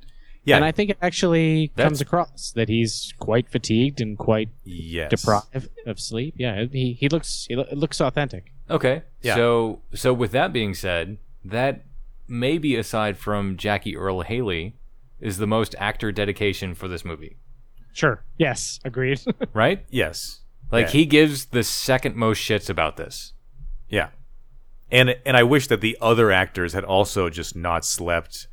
Speaker 9: Yeah.
Speaker 12: and i think it actually
Speaker 9: That's-
Speaker 12: comes across that he's quite fatigued and quite
Speaker 9: Yes.
Speaker 12: deprived of sleep yeah he, he looks he lo- it looks authentic
Speaker 10: Okay.
Speaker 12: Yeah.
Speaker 10: So so with that being said, that maybe aside from Jackie Earl Haley is the most actor dedication for this movie,
Speaker 12: sure yes agreed
Speaker 10: right?
Speaker 9: Yes.
Speaker 10: Like
Speaker 9: Yeah.
Speaker 10: he gives the second most shits about this.
Speaker 9: Yeah. And and I wish that the other actors had also just not slept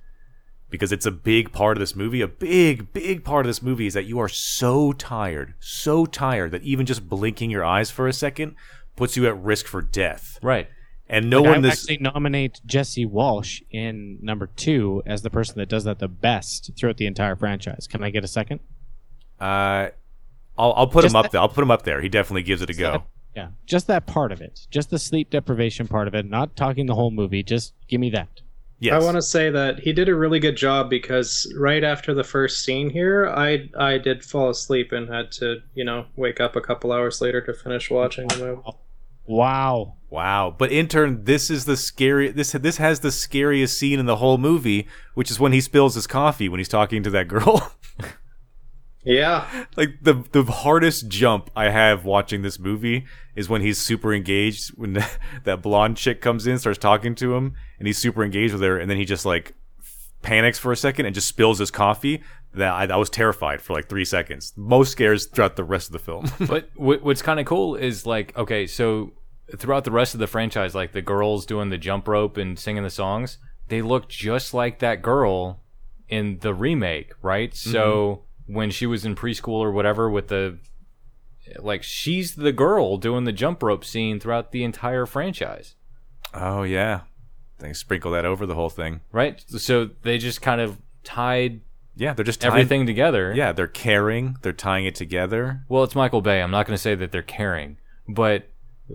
Speaker 9: because it's a big part of this movie. A big, big part of this movie is that you are so tired, so tired that even just blinking your eyes for a second puts you at risk for death.
Speaker 10: Right.
Speaker 9: And no
Speaker 12: Like, I
Speaker 9: one
Speaker 12: would
Speaker 9: this
Speaker 12: actually nominate Jesse Walsh in number two as the person that does that the best throughout the entire franchise. Can I get a second?
Speaker 9: uh I'll, I'll put
Speaker 12: Just
Speaker 9: him up
Speaker 12: that-
Speaker 9: there. I'll put him up there. He definitely gives it a go.
Speaker 12: Yeah, just that part of it, just the sleep deprivation part of it. Not talking the whole movie. Just give me that.
Speaker 9: Yes.
Speaker 11: I want to say that he did a really good job because right after the first scene here, I I did fall asleep and had to you know wake up a couple hours later to finish watching the movie.
Speaker 12: Wow.
Speaker 9: Wow. But in turn, this is the scary this this has the scariest scene in the whole movie, which is when he spills his coffee when he's talking to that girl.
Speaker 11: Yeah,
Speaker 9: like the the hardest jump I have watching this movie is when he's super engaged when that, that blonde chick comes in starts talking to him and he's super engaged with her and then he just like panics for a second and just spills his coffee that I, I was terrified for like three seconds most scares throughout the rest of the film
Speaker 10: but what, what's kind of cool is like okay, so throughout the rest of the franchise, like the girls doing the jump rope and singing the songs, they look just like that girl in the remake, right? So when she was in preschool or whatever with the like she's the girl doing the jump rope scene throughout the entire franchise.
Speaker 9: oh yeah they sprinkle that over the whole thing
Speaker 10: right? So they just kind of tied
Speaker 9: yeah they're just tying-
Speaker 10: everything together.
Speaker 9: yeah they're caring they're tying it together
Speaker 10: Well, it's Michael Bay. I'm not going to say that they're caring, but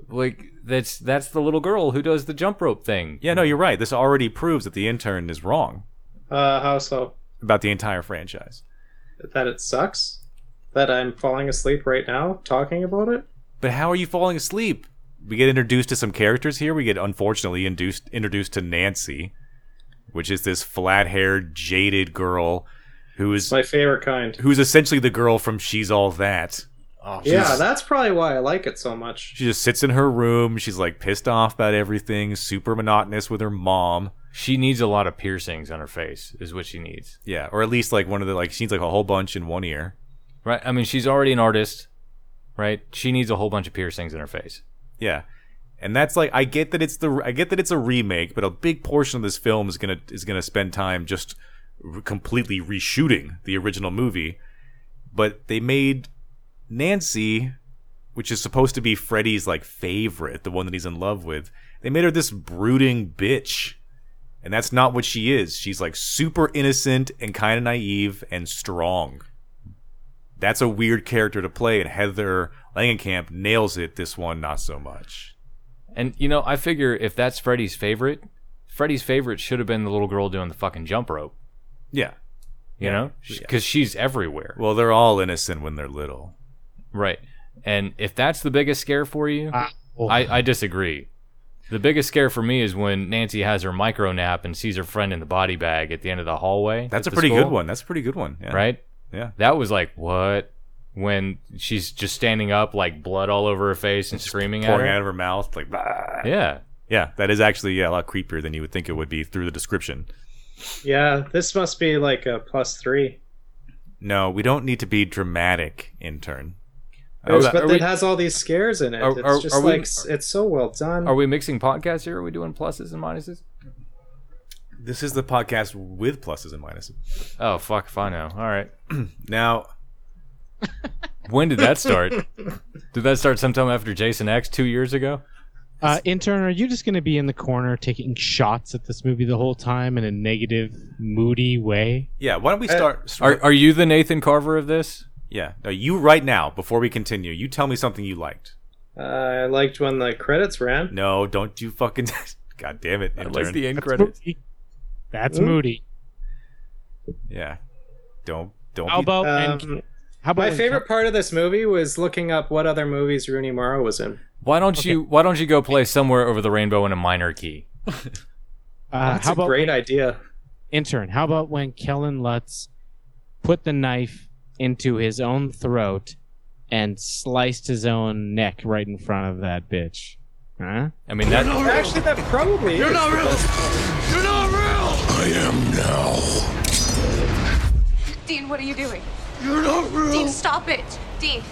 Speaker 10: like that's that's the little girl who does the jump rope thing.
Speaker 9: yeah no you're right this already proves that the intern is wrong
Speaker 11: Uh, how so?
Speaker 9: about the entire franchise
Speaker 11: That it sucks. That I'm falling asleep right now talking about it.
Speaker 9: But how are you falling asleep? We get introduced to some characters here. We get unfortunately induced introduced to Nancy, which is this flat-haired, jaded girl who is
Speaker 11: My favorite kind.
Speaker 9: who's essentially the girl from She's All That Oh, she
Speaker 11: yeah,
Speaker 9: just-
Speaker 11: that's probably why I like it so much.
Speaker 9: She just sits in her room. She's like pissed off about everything, super monotonous with her mom.
Speaker 10: She needs a lot of piercings on her face, is what she needs.
Speaker 9: Yeah, or at least like one of the like she needs like a whole bunch in one ear.
Speaker 10: Right? I mean, she's already an artist, right? She needs a whole bunch of piercings in her face.
Speaker 9: Yeah. And that's like I get that it's the I get that it's a remake, but a big portion of this film is going to is going to spend time just r- completely reshooting the original movie. But they made Nancy, which is supposed to be Freddy's like favorite, the one that he's in love with. They made her this brooding bitch. And that's not what she is. She's like super innocent and kind of naive and strong. That's a weird character to play, and Heather Langenkamp nails it. This one, not so much.
Speaker 10: And you know, I figure if that's Freddy's favorite, Freddy's favorite should have been the little girl doing the fucking jump rope.
Speaker 9: Yeah.
Speaker 10: You know? Because she's everywhere.
Speaker 9: Well, they're all innocent when they're little.
Speaker 10: Right. And if that's the biggest scare for you,
Speaker 9: Ah, oh.
Speaker 10: I, I disagree. The biggest scare for me is when Nancy has her micro nap and sees her friend in the body bag at the end of the hallway.
Speaker 9: That's
Speaker 10: at
Speaker 9: a
Speaker 10: the
Speaker 9: pretty
Speaker 10: school.
Speaker 9: good one. That's a pretty good one. Yeah.
Speaker 10: Right?
Speaker 9: Yeah.
Speaker 10: That was like, what? When she's just standing up, like blood all over her face and screaming at
Speaker 9: Pouring
Speaker 10: her.
Speaker 9: out of her mouth, like. "Bah."
Speaker 10: Yeah.
Speaker 9: Yeah, that is actually yeah a lot creepier than you would think it would be through the description.
Speaker 11: Yeah, this must be like a plus three.
Speaker 9: No, we don't need to be dramatic, intern.
Speaker 11: Oh, but it has all these scares in it.
Speaker 10: are-
Speaker 11: it's
Speaker 10: are-
Speaker 11: just
Speaker 10: are we-
Speaker 11: like s it's so well done.
Speaker 10: Are we mixing podcasts here? Are we doing pluses and minuses?
Speaker 9: This is the podcast with pluses and minuses.
Speaker 10: Oh, fuck if I know. All right.
Speaker 9: Now,
Speaker 10: when did that start? did that start sometime after Jason X two years ago?
Speaker 12: Uh, intern, are you just going to be in the corner taking shots at this movie the whole time in a negative, moody way?
Speaker 9: Yeah, why don't we start?
Speaker 10: Are, are you the Nathan Carver of this?
Speaker 9: yeah, no, you right now before we continue, you tell me something you liked.
Speaker 11: Uh, I liked when the credits ran.
Speaker 9: No, don't you fucking. God damn it, intern.
Speaker 12: That's
Speaker 11: Ooh.
Speaker 12: moody.
Speaker 9: Yeah, don't don't.
Speaker 12: How
Speaker 9: be-
Speaker 12: about
Speaker 11: Um,
Speaker 12: Oh, and how about
Speaker 11: My
Speaker 12: when-
Speaker 11: favorite part of this movie was looking up what other movies Rooney Mara was in.
Speaker 10: Why don't you Why don't you go play somewhere over the rainbow in a minor key?
Speaker 12: Uh,
Speaker 11: That's
Speaker 12: how
Speaker 11: a
Speaker 12: about
Speaker 11: great idea.
Speaker 12: intern? How about when Kellen Lutz put the knife into his own throat and sliced his own neck right in front of that bitch? Huh?
Speaker 10: I mean that.
Speaker 11: Actually, that probably is.
Speaker 6: I am now.
Speaker 4: Dean, what are you doing?
Speaker 3: You're not real.
Speaker 4: Dean, stop it. Dean.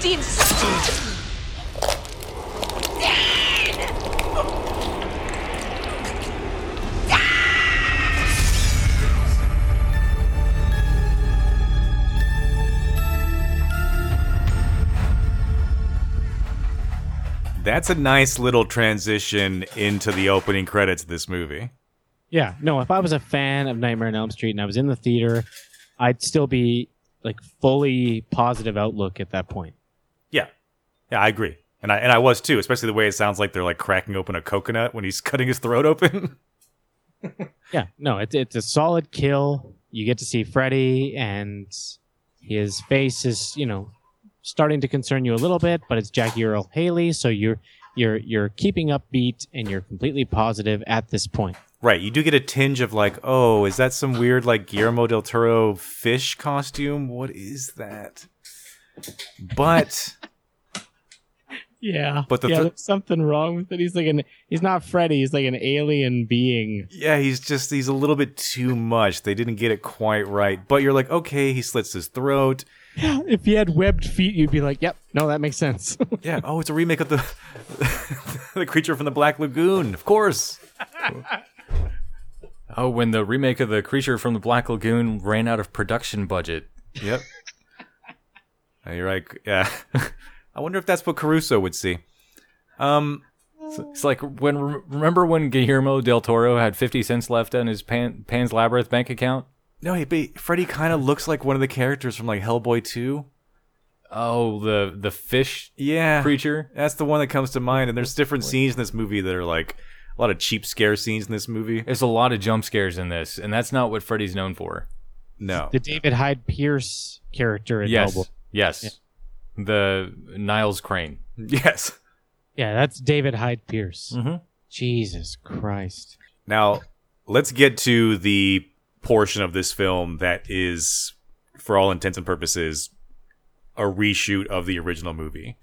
Speaker 4: Dean, stop.
Speaker 9: That's a nice little transition into the opening credits of this movie.
Speaker 12: Yeah, no, if I was a fan of Nightmare on Elm Street and I was in the theater, I'd still be like fully positive outlook at that point.
Speaker 9: Yeah. Yeah, I agree. And I and I was too, especially the way it sounds like they're like cracking open a coconut when he's cutting his throat open.
Speaker 12: Yeah, no, it's it's a solid kill. You get to see Freddy and his face is, you know, starting to concern you a little bit, but it's Jackie Earl Haley, so you're you're you're keeping upbeat and you're completely positive at this point.
Speaker 9: right. You do get a tinge of like, oh, is that some weird like Guillermo del Toro fish costume? What is that? But
Speaker 12: Yeah.
Speaker 9: But the
Speaker 12: yeah,
Speaker 9: th-
Speaker 12: there's something wrong with it. He's like an he's not Freddy, he's like an alien being.
Speaker 9: yeah, he's just he's a little bit too much. They didn't get it quite right. But you're like, okay, he slits his throat.
Speaker 12: If he had webbed feet, you'd be like, "Yep, no, that makes sense."
Speaker 9: Yeah. Oh, it's a remake of the the creature from the Black Lagoon, of course.
Speaker 10: Oh, when the remake of the Creature from the Black Lagoon ran out of production budget.
Speaker 9: Yep. And you're like, yeah. I wonder if that's what Caruso would see. Um,
Speaker 10: It's like when remember when Guillermo del Toro had fifty cents left on his Pan, Pan's Labyrinth bank account.
Speaker 9: no, he, but Freddy kind of looks like one of the characters from like Hellboy 2.
Speaker 10: Oh, the the fish
Speaker 9: Yeah.
Speaker 10: creature.
Speaker 9: That's the one that comes to mind. And there's different scenes in this movie that are like a lot of cheap scare scenes in this movie.
Speaker 10: There's a lot of jump scares in this, and that's not what Freddy's known for.
Speaker 9: No.
Speaker 12: the David Hyde Pierce character in
Speaker 10: yes,
Speaker 12: Hellboy.
Speaker 10: yes, the Niles Crane.
Speaker 9: Yes.
Speaker 12: Yeah, that's David Hyde Pierce.
Speaker 9: Mm-hmm.
Speaker 10: Mhm.
Speaker 12: Jesus Christ.
Speaker 9: Now, let's get to the portion of this film that is, for all intents and purposes, a reshoot of the original movie,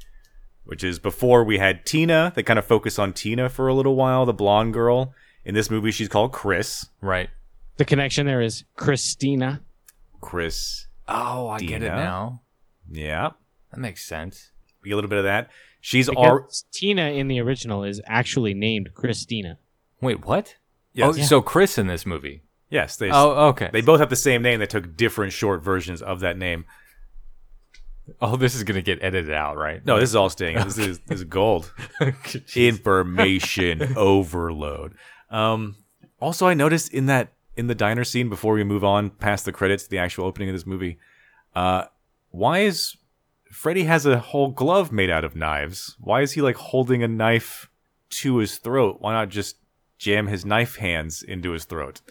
Speaker 9: which is before we had Tina. They kind of focus on Tina for a little while, the blonde girl. In this movie, she's called Chris.
Speaker 10: Right.
Speaker 12: The connection there is Christina.
Speaker 9: Chris.
Speaker 10: Oh, I get it now.
Speaker 9: Yeah.
Speaker 10: That makes sense.
Speaker 9: Be a little bit of that. She's
Speaker 12: Because
Speaker 9: our
Speaker 12: Tina in the original is actually named Christina.
Speaker 10: Wait, what?
Speaker 9: Yes.
Speaker 10: Oh, so Chris in this movie.
Speaker 9: yes. They,
Speaker 10: Oh, okay.
Speaker 9: They both have the same name. They took different short versions of that name.
Speaker 10: Oh, this is gonna get edited out, right?
Speaker 9: No, this is all staying. This is this is gold. Information overload. Um, also, I noticed in that in the diner scene before we move on past the credits, the actual opening of this movie. Uh, why is Freddy has a whole glove made out of knives? Why is he like holding a knife to his throat? Why not just jam his knife hands into his throat?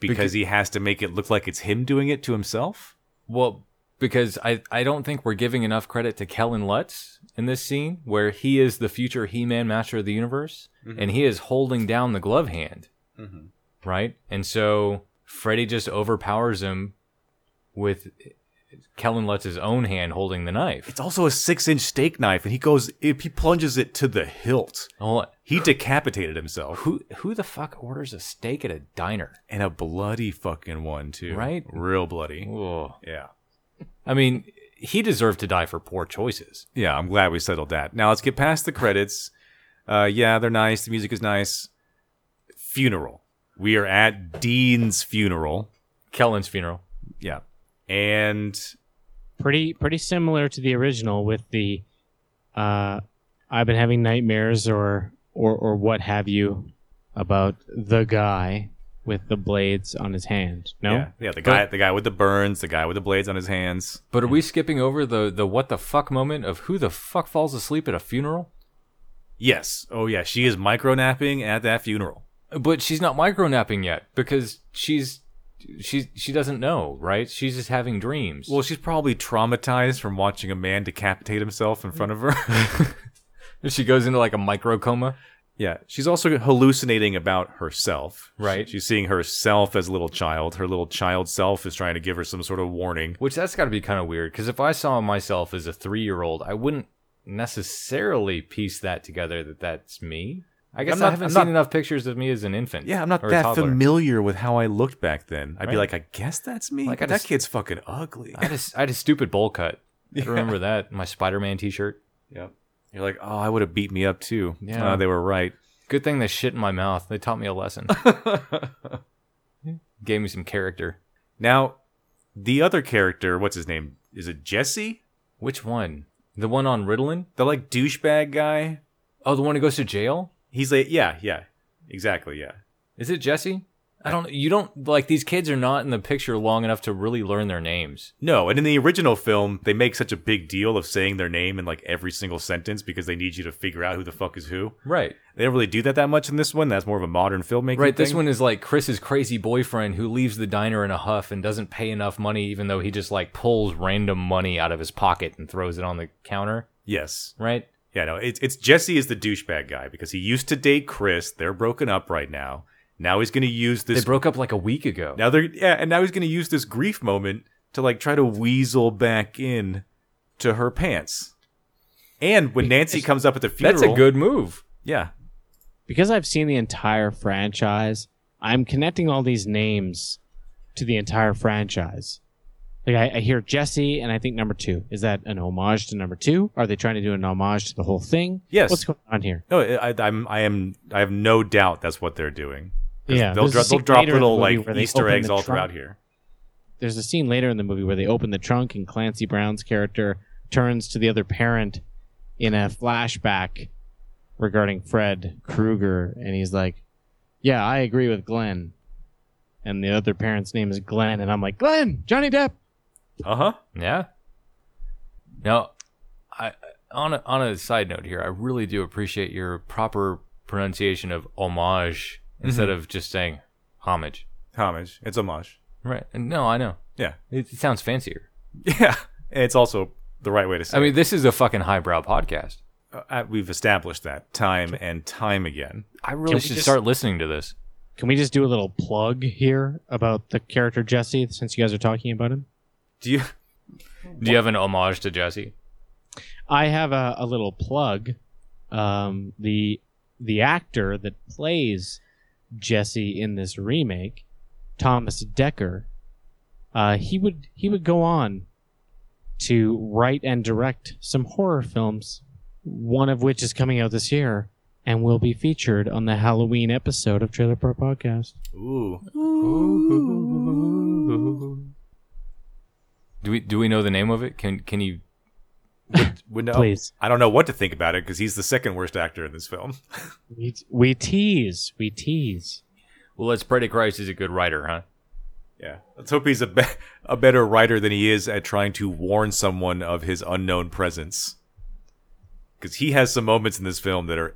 Speaker 9: because
Speaker 10: Because-
Speaker 9: he has to make it look like it's him doing it to himself.
Speaker 10: Well, because I, I don't think we're giving enough credit to Kellen Lutz in this scene, where he is the future He Man Master of the Universe, and he is holding down the glove hand, right? And so Freddy just overpowers him with Kellen Lutz's own hand holding the knife.
Speaker 9: It's also a six-inch steak knife, and he goes, he plunges it to the hilt.
Speaker 10: Oh,
Speaker 9: He decapitated himself.
Speaker 10: who who the fuck orders a steak at a diner,
Speaker 9: And a bloody fucking one, too.
Speaker 10: right?
Speaker 9: Real bloody.
Speaker 10: Ugh.
Speaker 9: Yeah.
Speaker 10: I mean, he deserved to die for poor choices.
Speaker 9: Yeah, I'm glad we settled that. Now let's get past the credits. Uh, yeah, they're nice. The music is nice. Funeral. We are at Dean's funeral.
Speaker 10: Kellen's funeral.
Speaker 9: Yeah. And
Speaker 12: Pretty pretty similar to the original with the uh, I've been having nightmares or or or what have you about the guy with the blades on his hand. No?
Speaker 9: yeah, yeah, the guy, the guy with the burns, the guy with the blades on his hands.
Speaker 10: But are we skipping over the the what the fuck moment of who the fuck falls asleep at a funeral?
Speaker 9: Yes. Oh yeah, she is micro napping at that funeral.
Speaker 10: But she's not micronapping yet because she's she's she doesn't know, right? She's just having dreams.
Speaker 9: Well, she's probably traumatized from watching a man decapitate himself in front of her.
Speaker 10: she goes into like a micro coma.
Speaker 9: yeah, she's also hallucinating about herself.
Speaker 10: Right.
Speaker 9: She's seeing herself as a little child. Her little child self is trying to give her some sort of warning.
Speaker 10: Which that's got to be kind of weird because if I saw myself as a three year old, I wouldn't necessarily piece that together that that's me. I guess
Speaker 9: I'm not-
Speaker 10: I haven't
Speaker 9: I'm
Speaker 10: seen
Speaker 9: not-
Speaker 10: enough pictures of me as an infant.
Speaker 9: Yeah, I'm not
Speaker 10: or a
Speaker 9: that
Speaker 10: toddler.
Speaker 9: familiar with how I looked back then. I'd be
Speaker 10: Right.
Speaker 9: like, I guess that's me.
Speaker 10: Like, I
Speaker 9: that
Speaker 10: just-
Speaker 9: kid's fucking ugly.
Speaker 10: I had, a, I had a stupid bowl cut. I remember that. My Spider Man t shirt.
Speaker 9: yep. You're like, oh, I would have beat me up too.
Speaker 10: Yeah.
Speaker 9: Uh, they were right.
Speaker 10: Good thing they shit in my mouth. They taught me a lesson. Gave me some character.
Speaker 9: Now, the other character, what's his name? Is it Jesse?
Speaker 10: Which one? The one on Ritalin?
Speaker 9: The like douchebag guy.
Speaker 10: Oh, the one who goes to jail?
Speaker 9: He's like, yeah, yeah, exactly, yeah.
Speaker 10: Is it Jesse? I don't. You don't like these kids are not in the picture long enough to really learn their names.
Speaker 9: No, and in the original film, they make such a big deal of saying their name in like every single sentence because they need you to figure out who the fuck is who.
Speaker 10: Right.
Speaker 9: They don't really do that that much in this one. That's more of a modern filmmaking.
Speaker 10: Right. This
Speaker 9: thing.
Speaker 10: one is like Chris's crazy boyfriend who leaves the diner in a huff and doesn't pay enough money, even though he just like pulls random money out of his pocket and throws it on the counter.
Speaker 9: yes,
Speaker 10: Right.
Speaker 9: yeah, no, it's it's Jesse is the douchebag guy because he used to date Chris. They're broken up right now. Now he's gonna use
Speaker 10: They
Speaker 9: this.
Speaker 10: broke up like a week ago.
Speaker 9: now they're yeah, and now he's gonna use this grief moment to like try to weasel back in to her pants. And when Nancy comes up at the funeral,
Speaker 10: That's a good move.
Speaker 9: yeah.
Speaker 12: because I've seen the entire franchise, I'm connecting all these names to the entire franchise. Like I, I hear Jesse, and I think number two is that an homage to number two? Are they trying to do an homage to the whole thing?
Speaker 9: Yes.
Speaker 12: What's going on here?
Speaker 9: No, I, I- I'm. I am. I have no doubt that's what they're doing. 'Cause
Speaker 12: Yeah,
Speaker 9: they'll,
Speaker 12: there's a
Speaker 9: dro- they'll
Speaker 12: scene
Speaker 9: drop
Speaker 12: later in the
Speaker 9: little
Speaker 12: movie
Speaker 9: like
Speaker 12: where they
Speaker 9: Easter
Speaker 12: open
Speaker 9: eggs
Speaker 12: the
Speaker 9: all
Speaker 12: trunk.
Speaker 9: throughout here.
Speaker 12: There's a scene later in the movie where they open the trunk, and Clancy Brown's character turns to the other parent in a flashback regarding Fred Krueger, and he's like, "Yeah, I agree with Glenn." And the other parent's name is Glenn, and I'm like, "Glenn, Johnny Depp."
Speaker 9: Uh huh.
Speaker 10: Yeah. Now, I on a, on a side note here, I really do appreciate your proper pronunciation of homage
Speaker 12: Mm-hmm.
Speaker 10: instead of just saying homage.
Speaker 9: Homage. It's homage.
Speaker 10: Right. And no, I know.
Speaker 9: Yeah.
Speaker 10: It, it sounds fancier.
Speaker 9: Yeah. And it's also the right way to say.
Speaker 10: I mean, this is a fucking highbrow podcast.
Speaker 9: it. Uh, we've established that time and time again.
Speaker 10: I
Speaker 12: Can
Speaker 10: really
Speaker 12: we
Speaker 10: should
Speaker 12: just-
Speaker 10: start listening to this.
Speaker 12: Can we just do a little plug here about the character Jesse since you guys are talking about him?
Speaker 9: Do you
Speaker 10: Do you have an homage to Jesse?
Speaker 12: I have a, a little plug. Um, the the actor that plays Jesse in this remake, Thomas Decker, uh, he would he would go on to write and direct some horror films, one of which is coming out this year and will be featured on the Halloween episode of Trailer Park Podcast.
Speaker 9: Ooh.
Speaker 10: Do we do we know the name of it? Can can you?
Speaker 9: Well, no,
Speaker 12: Please.
Speaker 9: I don't know what to think about it because he's the second worst actor in this film.
Speaker 12: We, we tease, we tease.
Speaker 10: Well, let's pray to Christ he's a good writer, huh?
Speaker 9: Yeah, let's hope he's a be- a better writer than he is at trying to warn someone of his unknown presence. Because he has some moments in this film that are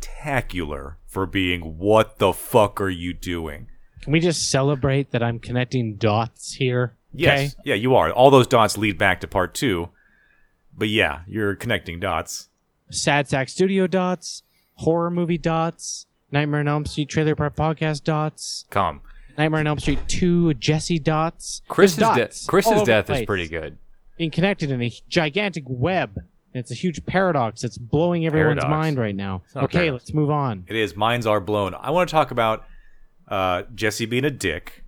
Speaker 9: spectacular for being "What the fuck are you doing?"
Speaker 12: Can we just celebrate that I'm connecting dots here?
Speaker 9: Yes, yeah, you are. All those dots lead back to part two, but yeah, you're connecting dots.
Speaker 12: Sad Sack Studio dots, horror movie dots, Nightmare on Elm Street Trailer Park Podcast dots,
Speaker 10: Calm.
Speaker 12: Nightmare on Elm Street 2 Jesse dots.
Speaker 10: Chris's
Speaker 12: There's
Speaker 10: death.
Speaker 12: dots all
Speaker 10: Chris's
Speaker 12: over
Speaker 10: death
Speaker 12: the
Speaker 10: is
Speaker 12: place.
Speaker 10: pretty good.
Speaker 12: Being connected in a gigantic web. And it's a huge paradox that's blowing everyone's
Speaker 9: Paradox.
Speaker 12: mind right now.
Speaker 9: not a
Speaker 12: Okay,
Speaker 9: paradox.
Speaker 12: let's move on.
Speaker 9: It is. Minds are blown. I want to talk about uh, Jesse being a dick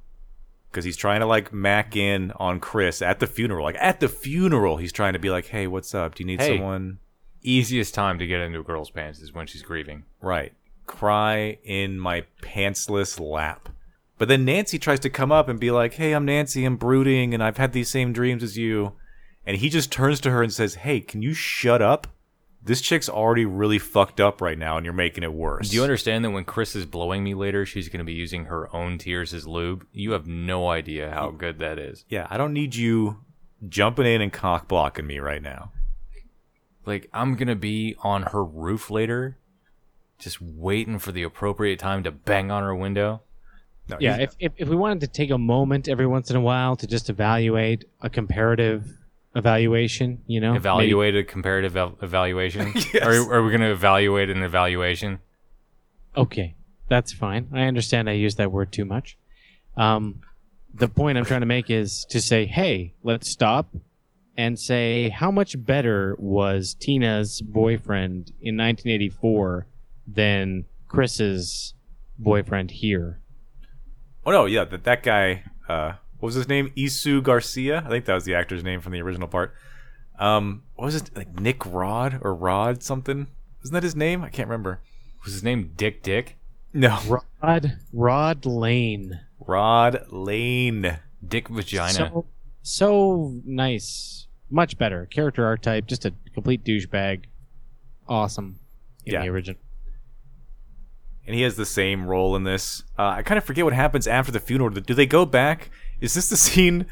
Speaker 9: because he's trying to like mac in on Chris at the funeral. Like at the funeral, he's trying to be like, "Hey, what's up? Do you need
Speaker 10: Hey.
Speaker 9: someone?"
Speaker 10: Easiest time to get into a girl's pants is when she's grieving.
Speaker 9: Right. Cry in my pantsless lap. But then Nancy tries to come up and be like, "Hey, I'm Nancy. I'm brooding, and I've had these same dreams as you." And he just turns to her and says, "Hey, can you shut up? This chick's already really fucked up right now, and you're making it worse."
Speaker 10: Do you understand that when Chris is blowing me later, she's going to be using her own tears as lube? You have no idea how good that is.
Speaker 9: Yeah, I don't need you jumping in and cock blocking me right now.
Speaker 10: Like, I'm going to be on her roof later, just waiting for the appropriate time to bang on her window.
Speaker 9: No,
Speaker 12: Yeah, if, if, if we wanted to take a moment every once in a while to just evaluate a comparative evaluation, you know? maybe-
Speaker 10: Evaluate a comparative ev- evaluation. are, are we going to evaluate an evaluation?
Speaker 12: Okay, that's fine. I understand I use that word too much. Um, the point I'm trying to make is to say, hey, let's stop and say, how much better was Tina's boyfriend in 1984 than Chris's boyfriend here?
Speaker 9: Oh no, yeah, that that guy. Uh, what was his name? Isu Garcia. I think that was the actor's name from the original part. Um, what was it like Nick Rod or Rod something? Isn't that his name? I can't remember.
Speaker 10: Was his name Dick Dick?
Speaker 9: No,
Speaker 12: Rod, Rod Lane.
Speaker 9: Rod Lane.
Speaker 10: Dick Vagina.
Speaker 12: So, so nice. Much better. Character archetype, just a complete douchebag. Awesome in
Speaker 9: Yeah.
Speaker 12: the original.
Speaker 9: and he has the same role in this. Uh, I kind of forget what happens after the funeral. Do they go back? Is this the scene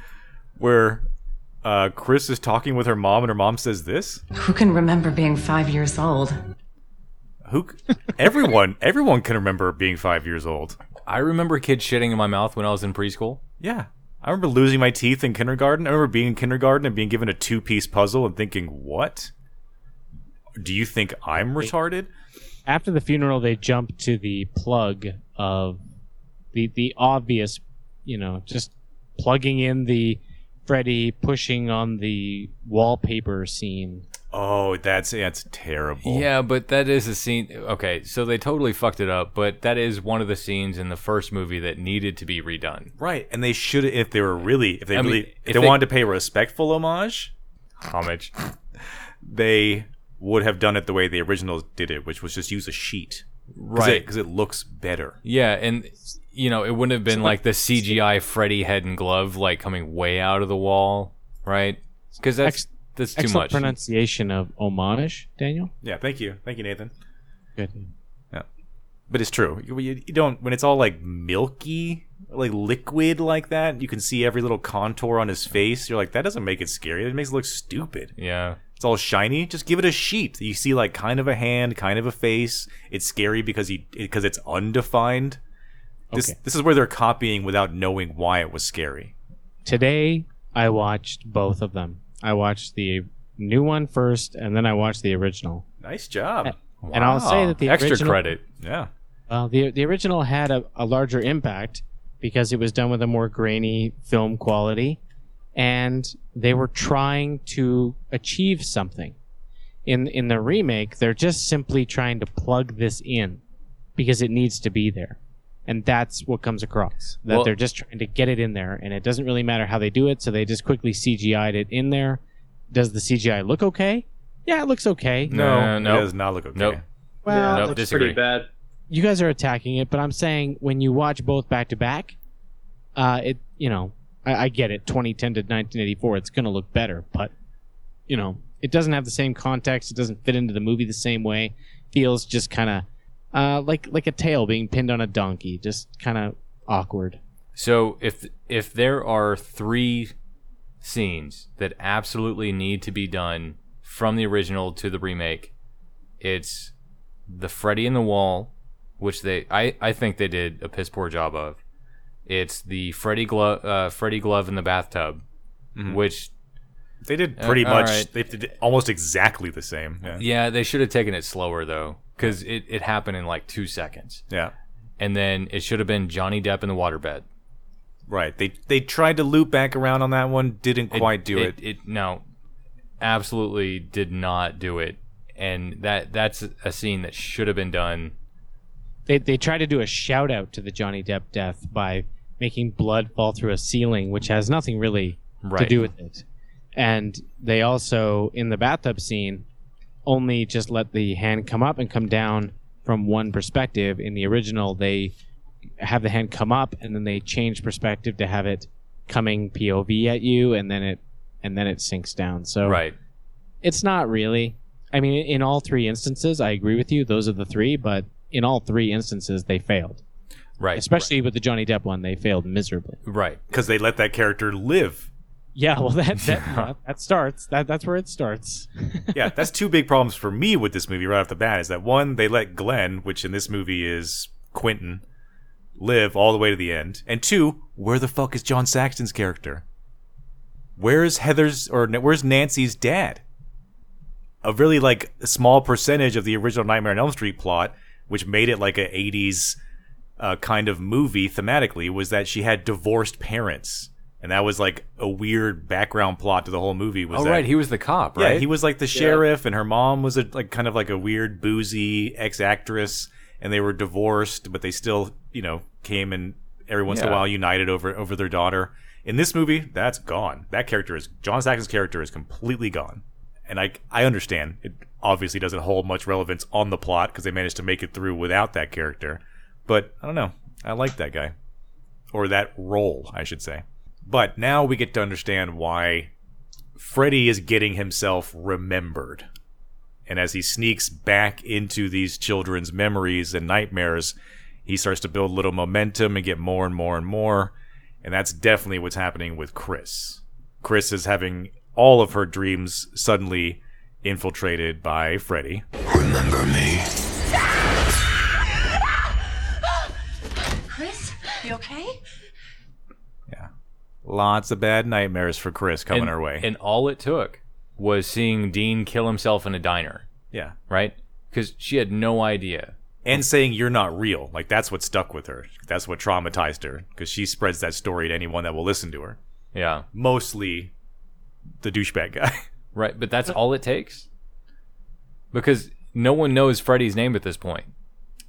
Speaker 9: where uh, Chris is talking with her mom and her mom says this?
Speaker 2: Who can remember being five years old?
Speaker 9: Who? Everyone, everyone can remember being five years old.
Speaker 10: I remember kids shitting in my mouth when I was in preschool.
Speaker 9: Yeah. I remember losing my teeth in kindergarten. I remember being in kindergarten and being given a two piece puzzle and thinking, what? Do you think I'm retarded?
Speaker 12: after the funeral they jump to the plug of the the obvious you know just plugging in the freddy pushing on the wallpaper scene
Speaker 9: Oh, that's that's terrible.
Speaker 10: Yeah, but that is a scene. Okay, so they totally fucked it up, but that is one of the scenes in the first movie that needed to be redone.
Speaker 9: Right. And they should if they were really if they
Speaker 10: I mean,
Speaker 9: really if,
Speaker 10: if
Speaker 9: they,
Speaker 10: they-
Speaker 9: wanted to pay respectful homage,
Speaker 10: Homage.
Speaker 9: they would have done it the way the originals did it, which was just use a sheet.
Speaker 10: Right.
Speaker 9: Because it, looks better.
Speaker 10: Yeah, and you know, it wouldn't have been like the CGI Freddy head and glove like coming way out of the wall, right? Cuz that's
Speaker 12: Ex-
Speaker 10: that's too
Speaker 12: excellent
Speaker 10: much.
Speaker 12: pronunciation of homage daniel
Speaker 9: Yeah, thank you. Thank you, Nathan.
Speaker 12: good
Speaker 9: But it's true. You, you- you don't when it's all like milky, like liquid like that. You can see every little contour on his face. You're like, that doesn't make it scary. It makes it look stupid.
Speaker 10: yeah.
Speaker 9: It's all shiny. Just give it a sheet. You see like kind of a hand, kind of a face. It's scary because he because it's undefined. This
Speaker 12: Okay.
Speaker 9: this is where they're copying without knowing why it was scary.
Speaker 12: today i watched both of them i watched the new one first and then i watched the original
Speaker 9: Nice job.
Speaker 12: and i'll say that the
Speaker 10: extra
Speaker 12: original-
Speaker 10: credit.
Speaker 9: Yeah.
Speaker 12: Well, Uh, the the original had a, a larger impact because it was done with a more grainy film quality, and they were trying to achieve something. In in the remake, they're just simply trying to plug this in because it needs to be there. And that's what comes across. That
Speaker 10: Well-
Speaker 12: they're just trying to get it in there and it doesn't really matter how they do it, so they just quickly CGI'd it in there. Does the CGI look okay? Yeah, it looks okay.
Speaker 9: No,
Speaker 10: No, no.
Speaker 9: it does not look okay.
Speaker 10: Nope.
Speaker 12: Well,
Speaker 10: No,
Speaker 11: looks
Speaker 10: disagree.
Speaker 11: pretty bad.
Speaker 12: you guys are attacking it, but I'm saying when you watch both back to back, uh, it you know I, I get it. 2010 to 1984, it's gonna look better, but you know it doesn't have the same context. It doesn't fit into the movie the same way. Feels just kind of uh, like like a tail being pinned on a donkey, just kind of awkward.
Speaker 10: So if if there are three scenes that absolutely need to be done from the original to the remake, it's the Freddy in the wall, which they I, I think they did a piss poor job of. It's the Freddy glove uh, Freddy glove in the bathtub, which
Speaker 9: They did
Speaker 10: Uh,
Speaker 9: pretty
Speaker 10: all
Speaker 9: much.
Speaker 10: right.
Speaker 9: They did almost exactly the same. Yeah.
Speaker 10: yeah they should have taken it slower though because it, it happened in like two seconds,
Speaker 9: Yeah.
Speaker 10: and then it should have been Johnny Depp in the waterbed.
Speaker 9: Right. They they tried to loop back around on that one. Didn't quite do it.
Speaker 10: it, it no absolutely did not do it and that that's a scene that should have been done
Speaker 12: They they try to do a shout out to the Johnny Depp death by making blood fall through a ceiling, which has nothing really to
Speaker 10: Right.
Speaker 12: do with it. And they also in the bathtub scene only just let the hand come up and come down from one perspective. In the original, they have the hand come up and then they change perspective to have it coming POV at you, and then it and then it sinks down.
Speaker 9: Oh.
Speaker 12: So
Speaker 10: right
Speaker 12: it's not really. I mean, in all three instances, I agree with you. Those are the three, but in all three instances, they failed.
Speaker 10: right
Speaker 12: Especially with the Johnny Depp one, they failed miserably.
Speaker 10: right
Speaker 9: because they let that character live.
Speaker 12: Yeah, well, that that, that starts. That that's where it starts.
Speaker 9: yeah, that's two big problems for me with this movie right off the bat. Is that one, they let Glenn, which in this movie is Quentin, live all the way to the end, and two, where the fuck is John Saxton's character? Where's Heather's or n- where's Nancy's dad? A really like small percentage of the original Nightmare on Elm Street plot, which made it like a '80s uh, kind of movie thematically, was that she had divorced parents. And that was like a weird background plot to the whole movie. Was
Speaker 10: oh
Speaker 9: that
Speaker 10: right he was the cop right
Speaker 9: yeah, he was like the sheriff, and her mom was a, like kind of like a weird boozy ex actress, and they were divorced, but they still you know came and every once in a
Speaker 10: Yeah.
Speaker 9: while united over over their daughter. In this movie, that's gone. That character is John Saxon's character is completely gone, and I I understand it obviously doesn't hold much relevance on the plot because they managed to make it through without that character, but I don't know. I like that guy or that role, I should say. But now we get to understand why Freddy is getting himself remembered. And as he sneaks back into these children's memories and nightmares, he starts to build little momentum and get more and more and more. And that's definitely what's happening with Chris. Chris is having all of her dreams suddenly infiltrated by Freddy.
Speaker 6: Remember me?
Speaker 4: Chris, you okay?
Speaker 9: Lots of bad nightmares for Chris coming
Speaker 10: and,
Speaker 9: her way.
Speaker 10: and all it took was seeing dean kill himself in a diner
Speaker 9: yeah.
Speaker 10: right because she had no idea
Speaker 9: and saying you're not real. Like that's what stuck with her. That's what traumatized her because she spreads that story to anyone that will listen to her.
Speaker 10: yeah
Speaker 9: Mostly the douchebag guy.
Speaker 10: right but that's all it takes because no one knows freddy's name at this point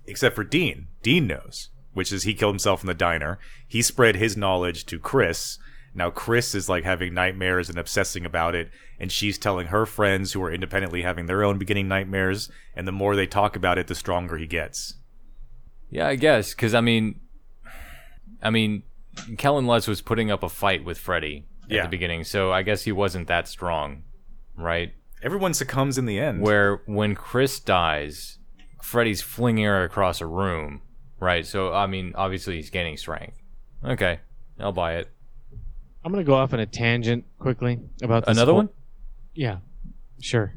Speaker 9: except for Dean. Dean knows, which is he killed himself in the diner. He spread his knowledge to Chris. Now Chris is like having nightmares and obsessing about it, and she's telling her friends who are independently having their own beginning nightmares, and the more they talk about it, the stronger he gets.
Speaker 10: Yeah, I guess because I mean, I mean, Kellen Lutz was putting up a fight with Freddy at
Speaker 9: Yeah.
Speaker 10: the beginning, so I guess he wasn't that strong, right?
Speaker 9: Everyone succumbs in the end.
Speaker 10: Where when Chris dies, Freddy's flinging her across a room, right? So I mean, obviously he's gaining strength. Okay, I'll buy it.
Speaker 12: I'm gonna go off on a tangent quickly about this
Speaker 10: Another
Speaker 12: whole-
Speaker 10: one?
Speaker 12: Yeah, sure.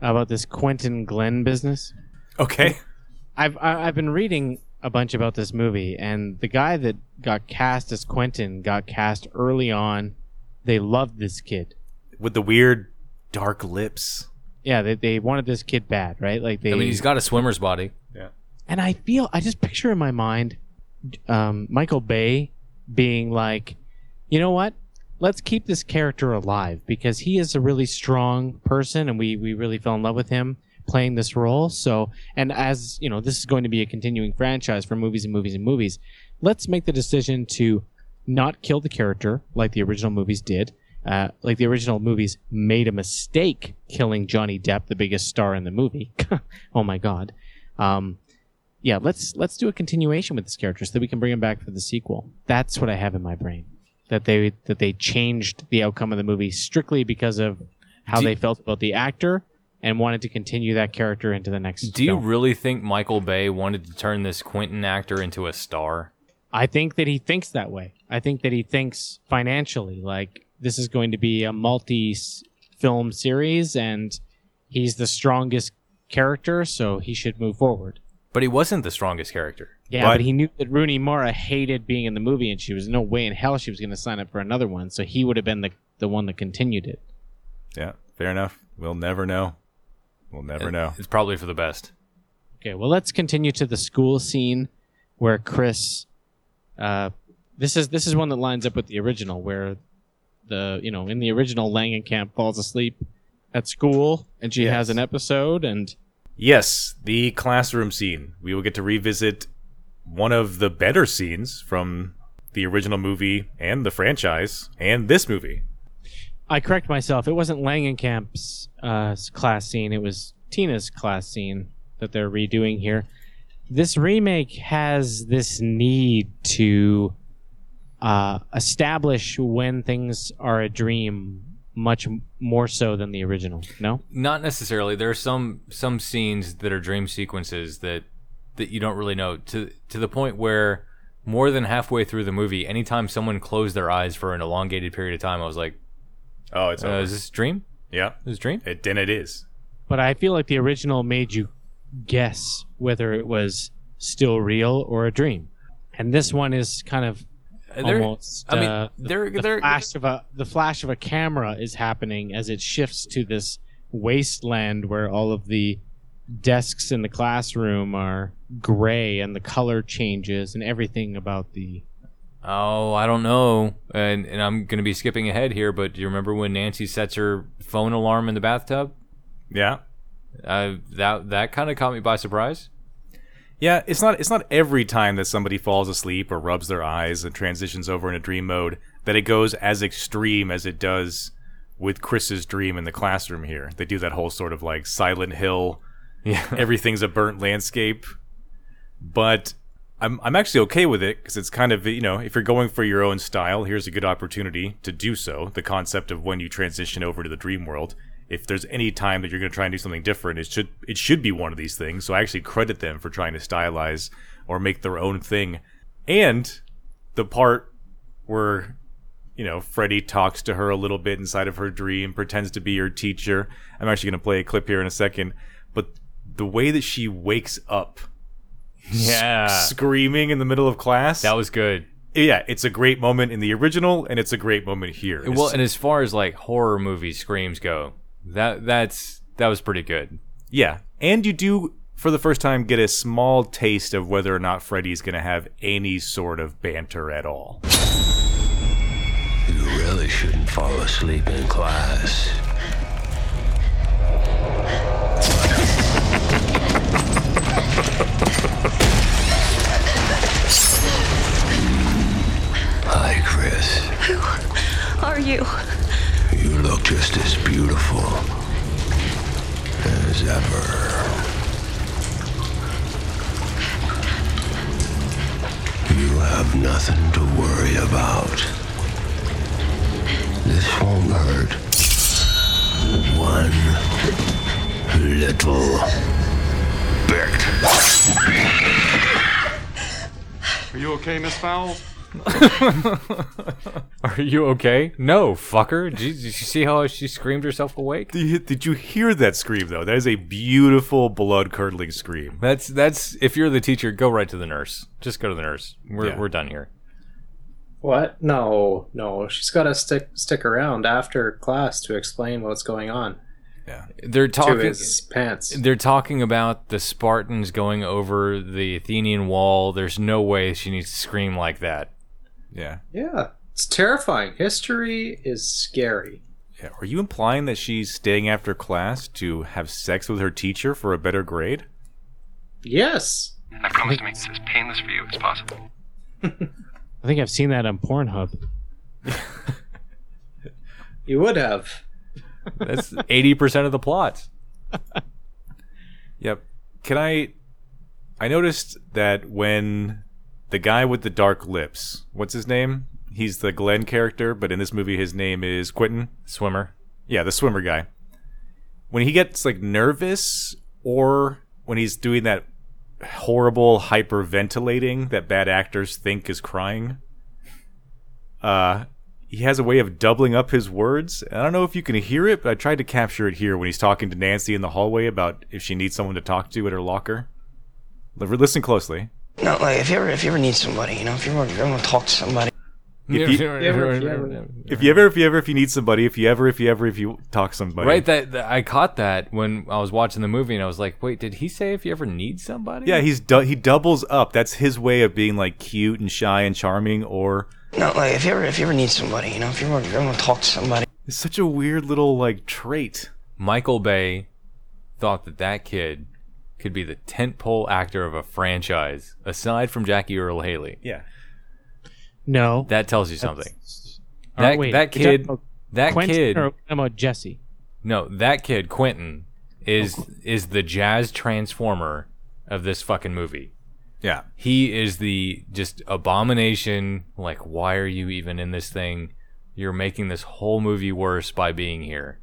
Speaker 12: About this Quentin Glenn business.
Speaker 9: Okay.
Speaker 12: I've I- I've been reading a bunch about this movie, and the guy that got cast as Quentin got cast early on. They loved this kid.
Speaker 9: With the weird dark lips.
Speaker 12: Yeah, they, they wanted this kid bad, right? Like they.
Speaker 10: I mean, he's got a swimmer's body.
Speaker 12: and I feel I just picture in my mind um, Michael Bay being like, you know what? let's keep this character alive because he is a really strong person and we, we really fell in love with him playing this role. So, and as you know, this is going to be a continuing franchise for movies and movies and movies. Let's make the decision to not kill the character like the original movies did. Uh, like the original movies made a mistake killing Johnny Depp, the biggest star in the movie. oh my God. Um, yeah, let's let's do a continuation with this character so that we can bring him back for the sequel. That's what I have in my brain. That they that they changed the outcome of the movie strictly because of how
Speaker 10: Do-
Speaker 12: they felt about the actor and wanted to continue that character into the next.
Speaker 10: Do you
Speaker 12: film.
Speaker 10: really think Michael Bay wanted to turn this Quentin actor into a star?
Speaker 12: I think that he thinks that way. I think that he thinks financially, like this is going to be a multi-film series, and he's the strongest character, so he should move forward.
Speaker 10: But he wasn't the strongest character.
Speaker 12: Yeah, but, he knew that Rooney Mara hated being in the movie, and she was no way in hell she was going to sign up for another one. So he would have been the the one that continued it.
Speaker 9: Yeah, fair enough. We'll never know. We'll never know.
Speaker 10: It's probably for the best.
Speaker 12: Okay, well, let's continue to the school scene where Chris. Uh, this is this is one that lines up with the original, where the you know in the original Langenkamp falls asleep at school, and she has an episode, and
Speaker 9: Yes, the classroom scene. We will get to revisit one of the better scenes from the original movie and the franchise and this movie.
Speaker 12: I correct myself. It wasn't Langenkamp's uh, class scene. It was Tina's class scene that they're redoing here. This remake has this need to uh, establish when things are a dream much m- more so than the original. No?
Speaker 10: Not necessarily. There are some some scenes that are dream sequences that that you don't really know to to the point where more than halfway through the movie, anytime someone closed their eyes for an elongated period of time, I was like,
Speaker 9: "Oh, it's
Speaker 10: uh,
Speaker 9: over.
Speaker 10: is this a dream?
Speaker 9: Yeah.
Speaker 10: Is this a dream?
Speaker 9: It, then it is.
Speaker 12: But I feel like the original made you guess whether it was still real or a dream. And this one is kind of
Speaker 10: Uh, there-
Speaker 12: almost.
Speaker 10: I mean,
Speaker 12: uh, the-
Speaker 10: there-
Speaker 12: the
Speaker 10: there-
Speaker 12: flash of a the flash of a camera is happening as it shifts to this wasteland where all of the desks in the classroom are gray and the color changes and everything about the
Speaker 10: Oh, I don't know. And and I'm gonna be skipping ahead here, but do you remember when Nancy sets her phone alarm in the bathtub?
Speaker 9: Yeah.
Speaker 10: Uh, that that kind of caught me by surprise.
Speaker 9: Yeah, it's not it's not every time that somebody falls asleep or rubs their eyes and transitions over into dream mode that it goes as extreme as it does with Chris's dream in the classroom here. They do that whole sort of like Silent Hill.
Speaker 10: Yeah.
Speaker 9: Everything's a burnt landscape. But I'm I'm actually okay with it cuz it's kind of, you know, if you're going for your own style, here's a good opportunity to do so. The concept of when you transition over to the dream world, if there's any time that you're going to try and do something different, it should it should be one of these things. So I actually credit them for trying to stylize or make their own thing. And the part where you know Freddy talks to her a little bit inside of her dream, pretends to be her teacher. I'm actually going to play a clip here in a second, but the way that she wakes up
Speaker 10: Yeah.
Speaker 9: screaming in the middle of class. That
Speaker 10: Uh, was good.
Speaker 9: Yeah, it's a great moment in the original, and it's a great moment here.
Speaker 10: Well, and as far as like horror movie screams go, that that's that was pretty good.
Speaker 9: yeah, and you do for the first time get a small taste of whether or not Freddy's going to have any sort of banter at all.
Speaker 6: You really shouldn't fall asleep in class. Hi, Chris.
Speaker 13: Who are you?
Speaker 6: You look just as beautiful as ever. You have nothing to worry about. This won't hurt. One little bit.
Speaker 1: Are you okay, Miss Fowles?
Speaker 10: Are you okay? No, fucker. Did you, did you see how she screamed herself awake?
Speaker 9: Did you, did you hear that scream though? That is a beautiful, blood curdling scream.
Speaker 10: That's that's if you're the teacher, go right to the nurse. Just go to the nurse. We're
Speaker 11: Yeah.
Speaker 10: we're done here.
Speaker 11: What? No, no. She's got to stick stick around after class to explain what's going on.
Speaker 9: Yeah,
Speaker 10: They're talking
Speaker 11: to his pants.
Speaker 10: They're talking about the Spartans going over the Athenian wall. There's no way she needs to scream like that.
Speaker 9: Yeah.
Speaker 11: Yeah, It's terrifying. History is scary.
Speaker 9: Yeah, Are you implying that she's staying after class to have sex with her teacher for a better grade?
Speaker 11: Yes.
Speaker 14: I promise to make this as painless for you as possible.
Speaker 12: I think I've seen that on Pornhub.
Speaker 11: you would have.
Speaker 9: That's eighty percent of the plot. yep. Can I? I noticed that when the guy with the dark lips, what's his name? He's the Glenn character, but in this movie, his name is Quentin
Speaker 10: Swimmer.
Speaker 9: Yeah, the swimmer guy. When he gets like nervous, or when he's doing that horrible hyperventilating that bad actors think is crying, uh, he has a way of doubling up his words. And I don't know if you can hear it, but I tried to capture it here when he's talking to Nancy in the hallway about if she needs someone to talk to at her locker. Li- Listen closely.
Speaker 1: No, like if you ever if you ever need somebody, you know, if you ever, if you ever want to talk to somebody.
Speaker 9: If you, if you ever, if you ever, if you need somebody, if you ever, if you ever, if you talk to somebody,
Speaker 10: Right, that, that I caught that when I was watching the movie, and I was like, "Wait, did he say if you ever need somebody?"
Speaker 9: Yeah, he's du- he doubles up. That's his way of being like cute and shy and charming. Or
Speaker 1: No, like if you ever if you ever need somebody, you know, if you ever, if you ever want to talk to somebody.
Speaker 9: it's such a weird little like trait.
Speaker 10: Michael Bay thought that that kid could be the tentpole actor of a franchise, aside from Jackie Earl Haley.
Speaker 9: Yeah.
Speaker 12: No.
Speaker 10: That tells you something.
Speaker 12: Oh,
Speaker 10: That,
Speaker 12: wait,
Speaker 10: that
Speaker 12: you're talking
Speaker 10: kid,
Speaker 12: about
Speaker 10: that
Speaker 12: Quentin
Speaker 10: kid,
Speaker 12: Or I'm about Jesse.
Speaker 10: no, that kid, Quentin, is is the jazz transformer of this fucking movie.
Speaker 9: Yeah.
Speaker 10: He is the just abomination. Like, why are you even in this thing? You're making this whole movie worse by being here.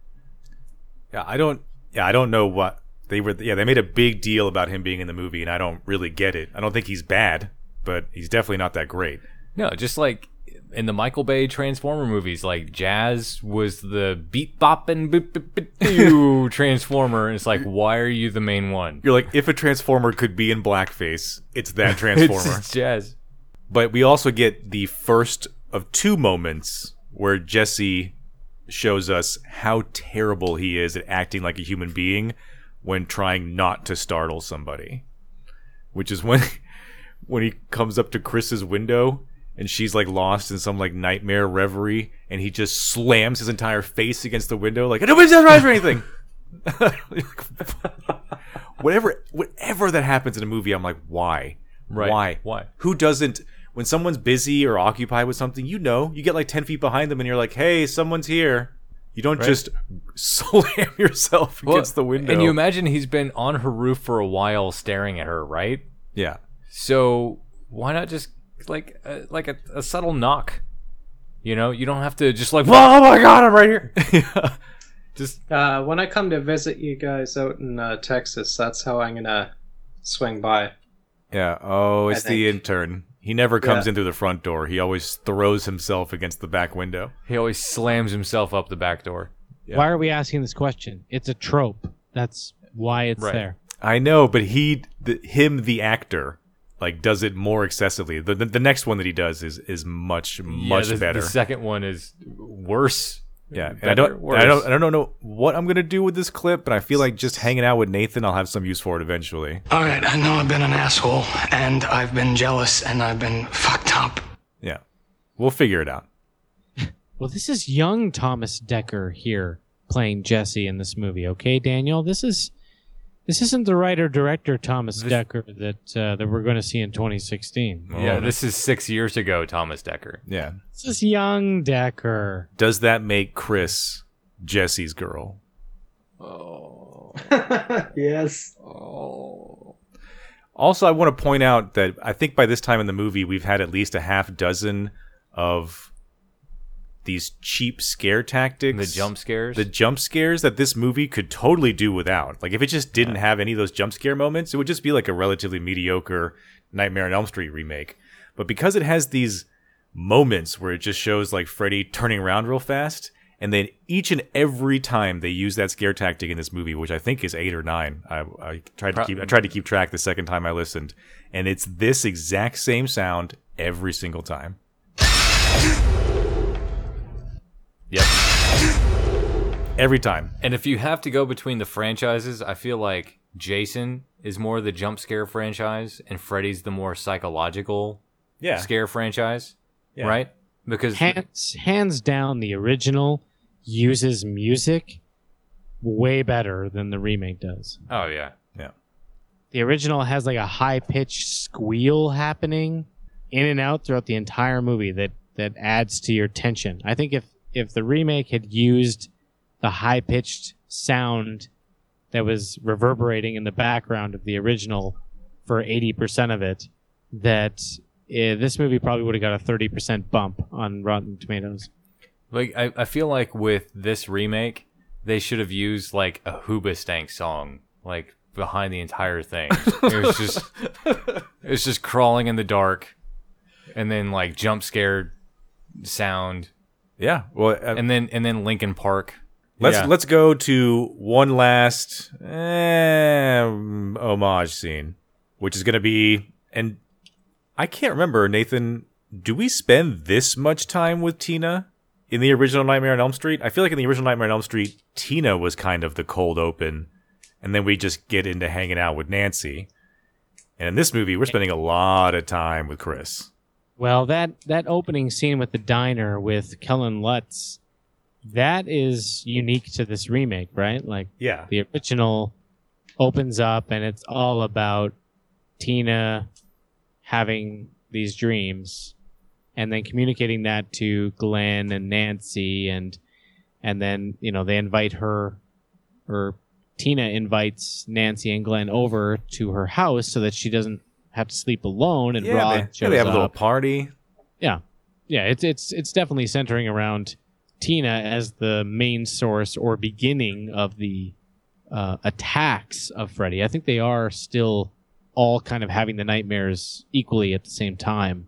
Speaker 9: Yeah, I don't. Yeah, I don't know what they were. Yeah, they made a big deal about him being in the movie, and I don't really get it. I don't think he's bad, but he's definitely not that great.
Speaker 10: No, just like in the Michael Bay Transformer movies, like jazz was the beat bop and boop boop boop doo Transformer. And it's like, why are you the main one?
Speaker 9: You're like, if a transformer could be in blackface, it's that transformer.
Speaker 10: It's jazz.
Speaker 9: But we also get the first of two moments where Jesse shows us how terrible he is at acting like a human being when trying not to startle somebody. Which is when when he comes up to Chris's window and she's like lost in some like nightmare reverie and he just slams his entire face against the window like nobody's right for anything. whatever whatever that happens in a movie, I'm like, why?
Speaker 10: Right.
Speaker 9: Why?
Speaker 10: Why?
Speaker 9: Who doesn't? When someone's busy or occupied with something, you know, you get like ten feet behind them, and you're like, "Hey, someone's here." You don't
Speaker 10: Right.
Speaker 9: just slam yourself
Speaker 10: Well,
Speaker 9: against the window.
Speaker 10: And you imagine he's been on her roof for a while staring at her, right?
Speaker 9: Yeah.
Speaker 10: So why not just like uh, like a, a subtle knock? You know, you don't have to just like, oh my god, I'm right here. Just
Speaker 11: uh, when I come to visit you guys out in uh, Texas, that's how I'm gonna swing by.
Speaker 9: yeah. Oh,
Speaker 11: I
Speaker 9: it's the intern. He never comes
Speaker 11: Yeah.
Speaker 9: in through the front door. He always throws himself against the back window.
Speaker 10: He always slams himself up the back door.
Speaker 12: Why are we asking this question? It's a trope. That's why it's
Speaker 9: Right.
Speaker 12: there.
Speaker 9: I know, but he, the, him, the actor, like does it more excessively. The, the the next one that he does is is much much
Speaker 10: Yeah, the-
Speaker 9: better.
Speaker 10: The second one is worse.
Speaker 9: Yeah, and
Speaker 10: Better,
Speaker 9: I don't,
Speaker 10: worse.
Speaker 9: I don't, I don't know what I'm gonna do with this clip, but I feel like just hanging out with Nathan, I'll have some use for it eventually.
Speaker 1: All right, I know I've been an asshole, and I've been jealous, and I've been fucked up.
Speaker 9: Yeah, we'll figure it out.
Speaker 12: Well, this is young Thomas Decker here playing Jesse in this movie. Okay, Daniel, this is this isn't the writer director Thomas Decker that uh, that we're going to see in 2016.
Speaker 10: Yeah, this is six years ago, Thomas Decker.
Speaker 9: Yeah.
Speaker 12: this is young Decker.
Speaker 9: Does that make Chris Jesse's girl?
Speaker 11: yes.
Speaker 9: Oh. Also, I want to point out that I think by this time in the movie, we've had at least a half dozen of these cheap scare tactics,
Speaker 10: The jump scares?
Speaker 9: the jump scares that this movie could totally do without. Like, if it just didn't have any of those jump scare moments, it would just be like a relatively mediocre Nightmare on Elm Street remake. But because it has these moments where it just shows like Freddy turning around real fast. And then each and every time they use that scare tactic in this movie, which I think is eight or nine, I, I tried to
Speaker 10: Pro-
Speaker 9: keep I tried to keep track the second time I listened, and it's this exact same sound every single time.
Speaker 10: Yep.
Speaker 9: Every time.
Speaker 10: And if you have to go between the franchises, I feel like Jason is more the jump scare franchise, and Freddy's the more psychological
Speaker 9: Yeah.
Speaker 10: scare franchise,
Speaker 9: Yeah.
Speaker 10: right? because
Speaker 12: hands hands down the original uses music way better than the remake does.
Speaker 10: Oh yeah, yeah.
Speaker 12: The original has like a high pitched squeal happening in and out throughout the entire movie that that adds to your tension. I think if if the remake had used the high pitched sound that was reverberating in the background of the original for 80% of it, that eh, this movie probably would have got a 30% bump on Rotten Tomatoes.
Speaker 10: Like I, I feel like with this remake, they should have used like a Hoobastank song, like behind the entire thing. it was just it was just crawling in the dark, and then like jump scared sound.
Speaker 9: Yeah, well, uh,
Speaker 10: and then and then Lincoln Park.
Speaker 9: Let's
Speaker 10: Yeah.
Speaker 9: let's go to one last eh, homage scene, which is going to be and I can't remember Nathan. Do we spend this much time with Tina in the original Nightmare on Elm Street? I feel like in the original Nightmare on Elm Street, Tina was kind of the cold open, and then we just get into hanging out with Nancy. And in this movie, we're spending a lot of time with Chris.
Speaker 12: Well, that that opening scene with the diner with Kellen Lutz, that is unique to this remake, right? Like,
Speaker 9: Yeah.
Speaker 12: the original opens up and it's all about Tina having these dreams, and then communicating that to Glenn and Nancy, and and then you know they invite her, or Tina invites Nancy and Glenn over to her house so that she doesn't have to sleep alone. And
Speaker 9: Yeah,
Speaker 12: Rod
Speaker 9: they- yeah,
Speaker 12: shows
Speaker 9: they have a
Speaker 12: up.
Speaker 9: little party.
Speaker 12: Yeah, yeah. It's it's it's definitely centering around Tina as the main source or beginning of the uh, attacks of Freddy. I think they are still all kind of having the nightmares equally at the same time,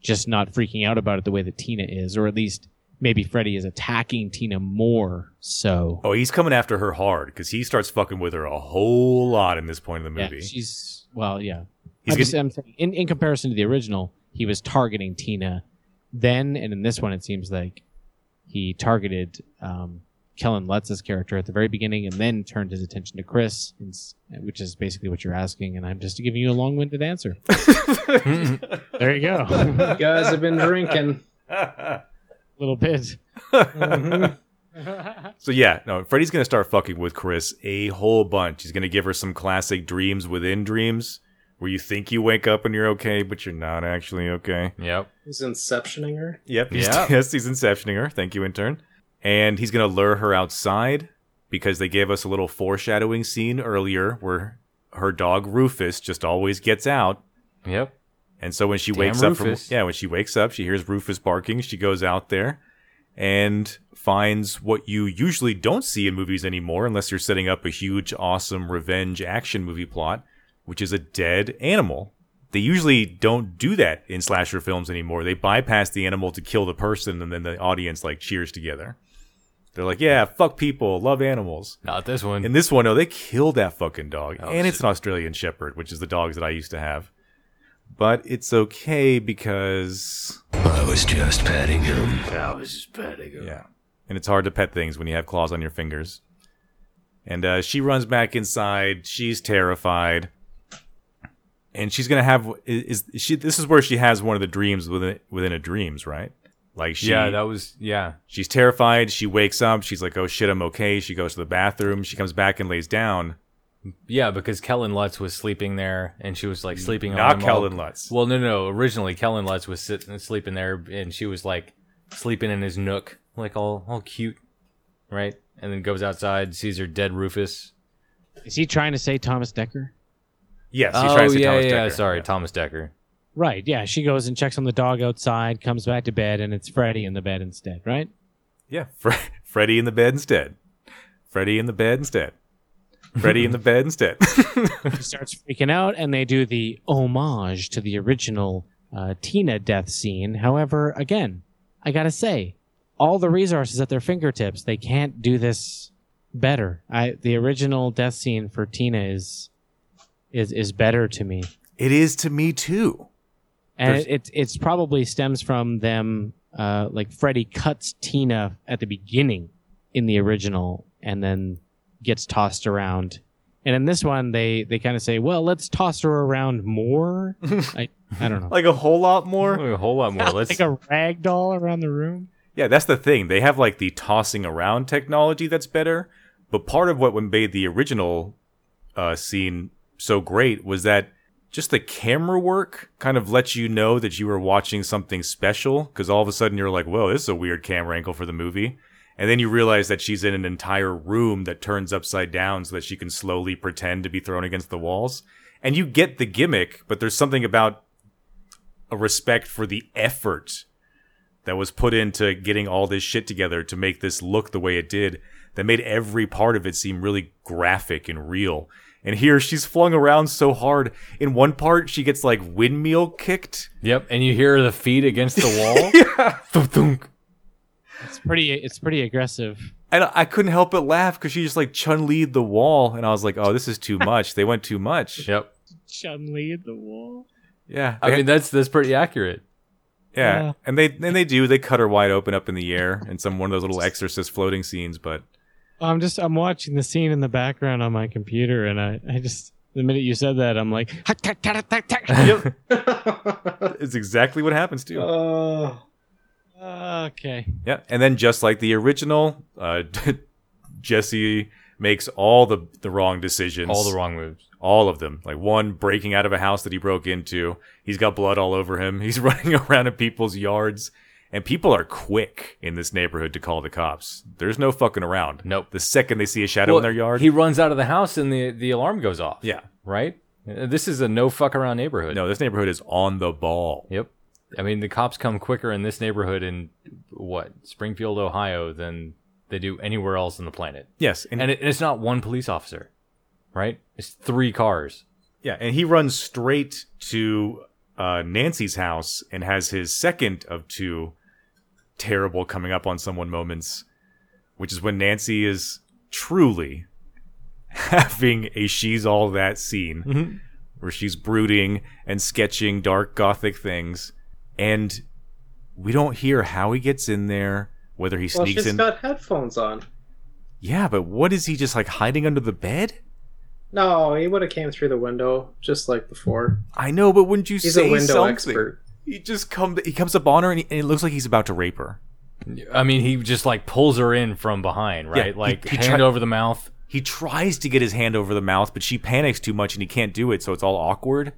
Speaker 12: just not freaking out about it the way that Tina is, or at least maybe Freddy is attacking Tina more. So
Speaker 9: Oh, he's coming after her hard because he starts fucking with her a whole lot in this point of the movie.
Speaker 12: Yeah, she's well, yeah.
Speaker 9: He's
Speaker 12: I'm just- I'm saying, in in comparison to the original, he was targeting Tina then, and in this one, it seems like he targeted um, Kellen Lutz's character at the very beginning, and then turned his attention to Chris, and s- which is basically what you're asking. And I'm just giving you a long-winded answer. there you go.
Speaker 11: You guys have been drinking.
Speaker 12: little bit.
Speaker 9: So yeah, no, Freddy's gonna start fucking with Chris a whole bunch. He's gonna give her some classic dreams within dreams, where you think you wake up and you're okay, but you're not actually okay.
Speaker 10: Yep.
Speaker 11: He's inceptioning her.
Speaker 9: Yep. He's,
Speaker 10: Yeah.
Speaker 9: yes, he's inceptioning her. Thank you, intern. And he's gonna lure her outside because they gave us a little foreshadowing scene earlier where her dog Rufus just always gets out.
Speaker 10: Yep.
Speaker 9: And so when she
Speaker 10: Damn
Speaker 9: wakes up
Speaker 10: Rufus.
Speaker 9: from yeah, when she wakes up, she hears Rufus barking. She goes out there and finds what you usually don't see in movies anymore, unless you're setting up a huge, awesome revenge action movie plot, which is a dead animal. They usually don't do that in slasher films anymore. They bypass the animal to kill the person, and then the audience like cheers together. They're like, "Yeah, fuck people, love animals."
Speaker 10: Not this one.
Speaker 9: In this one, no, they killed that fucking dog.
Speaker 10: Oh,
Speaker 9: and it's an Australian Shepherd, which is the dogs that I used to have. But it's okay because.
Speaker 6: I was just petting him.
Speaker 14: I was just petting him.
Speaker 9: Yeah. And it's hard to pet things when you have claws on your fingers. And uh, she runs back inside. She's terrified. And she's going to have. Is, is she? This is where she has one of the dreams within, within a dreams, right? Like she.
Speaker 10: yeah, that was yeah.
Speaker 9: She's terrified. She wakes up. She's like, oh shit, I'm okay. She goes to the bathroom. She comes back and lays down.
Speaker 10: Yeah, because Kellen Lutz was sleeping there, and she was like sleeping on
Speaker 9: Not
Speaker 10: him
Speaker 9: Kellen
Speaker 10: all-
Speaker 9: Lutz.
Speaker 10: Well, no, no. Originally, Kellen Lutz was sitting sleeping there, and she was like sleeping in his nook, like all all cute, right? And then goes outside, sees her dead Rufus.
Speaker 12: Is he trying to say Thomas Decker?
Speaker 9: Yes,
Speaker 10: oh
Speaker 9: he's trying to say
Speaker 10: yeah,
Speaker 9: Thomas
Speaker 10: yeah.
Speaker 9: Decker.
Speaker 10: Sorry, Thomas Decker.
Speaker 12: Right. Yeah. She goes and checks on the dog outside, comes back to bed, and it's Freddy in the bed instead. Right.
Speaker 9: Yeah, Fre- Freddy in the bed instead. Freddy in the bed instead. Freddy in the bed instead.
Speaker 12: He starts freaking out, and they do the homage to the original uh, Tina death scene. However, again, I gotta say, all the resources at their fingertips, they can't do this better. I the original death scene for Tina is is is better to me,
Speaker 9: it is to me too.
Speaker 12: and
Speaker 9: There's-
Speaker 12: it, it it's probably stems from them uh, like Freddy cuts Tina at the beginning in the original, and then gets tossed around And in this one, they they kind of say, "Well, let's toss her around more." I I don't know,
Speaker 9: like a whole lot more,
Speaker 10: a whole lot more. Let's
Speaker 12: like a rag doll around the room.
Speaker 9: Yeah, that's the thing. They have like the tossing around technology that's better. But part of what made the original uh, scene so great was that just the camera work kind of lets you know that you were watching something special because all of a sudden you're like, whoa, this is a weird camera angle for the movie. And then you realize that she's in an entire room that turns upside down so that she can slowly pretend to be thrown against the walls. And you get the gimmick, but there's something about a respect for the effort that was put into getting all this shit together to make this look the way it did that made every part of it seem really graphic and real. And here she's flung around so hard. In one part, she gets like windmill kicked.
Speaker 10: Yep, and you hear the feet against the wall. yeah. Thunk, thunk.
Speaker 12: It's pretty. It's pretty aggressive.
Speaker 9: And I couldn't help but laugh because she just like Chun Li the wall, and I was like, "Oh, this is too much." they went too much.
Speaker 10: Yep.
Speaker 12: Chun Li the wall.
Speaker 9: Yeah,
Speaker 10: I mean that's that's pretty accurate.
Speaker 9: Yeah. yeah, and they and they do. They cut her wide open up in the air in some one of those little exorcist floating scenes, but
Speaker 12: I'm just I'm watching the scene in the background on my computer, and I I just the minute you said that I'm like,
Speaker 9: it's exactly what happens too.
Speaker 11: Uh,
Speaker 12: Oh, okay.
Speaker 9: Yeah, and then just like the original, uh, Jesse makes all the the wrong decisions,
Speaker 10: all the wrong moves,
Speaker 9: all of them. Like one breaking out of a house that he broke into. He's got blood all over him. He's running around in people's yards. And people are quick in this neighborhood to call the cops. There's no fucking around.
Speaker 10: Nope.
Speaker 9: The second they see a shadow
Speaker 10: Well,
Speaker 9: in their yard,
Speaker 10: He runs out of the house and the, the alarm goes off.
Speaker 9: Yeah.
Speaker 10: Right? Uh, This is a no fuck around neighborhood.
Speaker 9: no, this neighborhood is on the ball.
Speaker 10: Yep. I mean, the cops come quicker in this neighborhood in what? Springfield, Ohio than they do anywhere else on the planet.
Speaker 9: Yes, and,
Speaker 10: And it, it's not one police officer, right? It's three cars.
Speaker 9: yeah, and he runs straight to uh, Nancy's house and has his second of two terrible coming up on someone moments, which is when Nancy is truly having a she's all that scene
Speaker 11: Mm-hmm.
Speaker 9: where she's brooding and sketching dark gothic things, and we don't hear how he gets in there, whether he
Speaker 11: Well,
Speaker 9: sneaks
Speaker 11: she's
Speaker 9: in.
Speaker 11: got headphones on.
Speaker 9: yeah, but what is he just like hiding under the bed?
Speaker 11: No, he would have came through the window just like before.
Speaker 9: I know, but wouldn't you
Speaker 11: He's a
Speaker 9: say
Speaker 11: window
Speaker 9: something?
Speaker 11: expert.
Speaker 9: He just comes. He comes up on her, and, he, and it looks like he's about to rape her.
Speaker 10: I mean, he just like pulls her in from behind,
Speaker 9: Yeah,
Speaker 10: right?
Speaker 9: he-
Speaker 10: like
Speaker 9: he
Speaker 10: hand
Speaker 9: tri-
Speaker 10: over the mouth.
Speaker 9: He tries to get his hand over the mouth, but she panics too much, and he can't do it. So it's all awkward.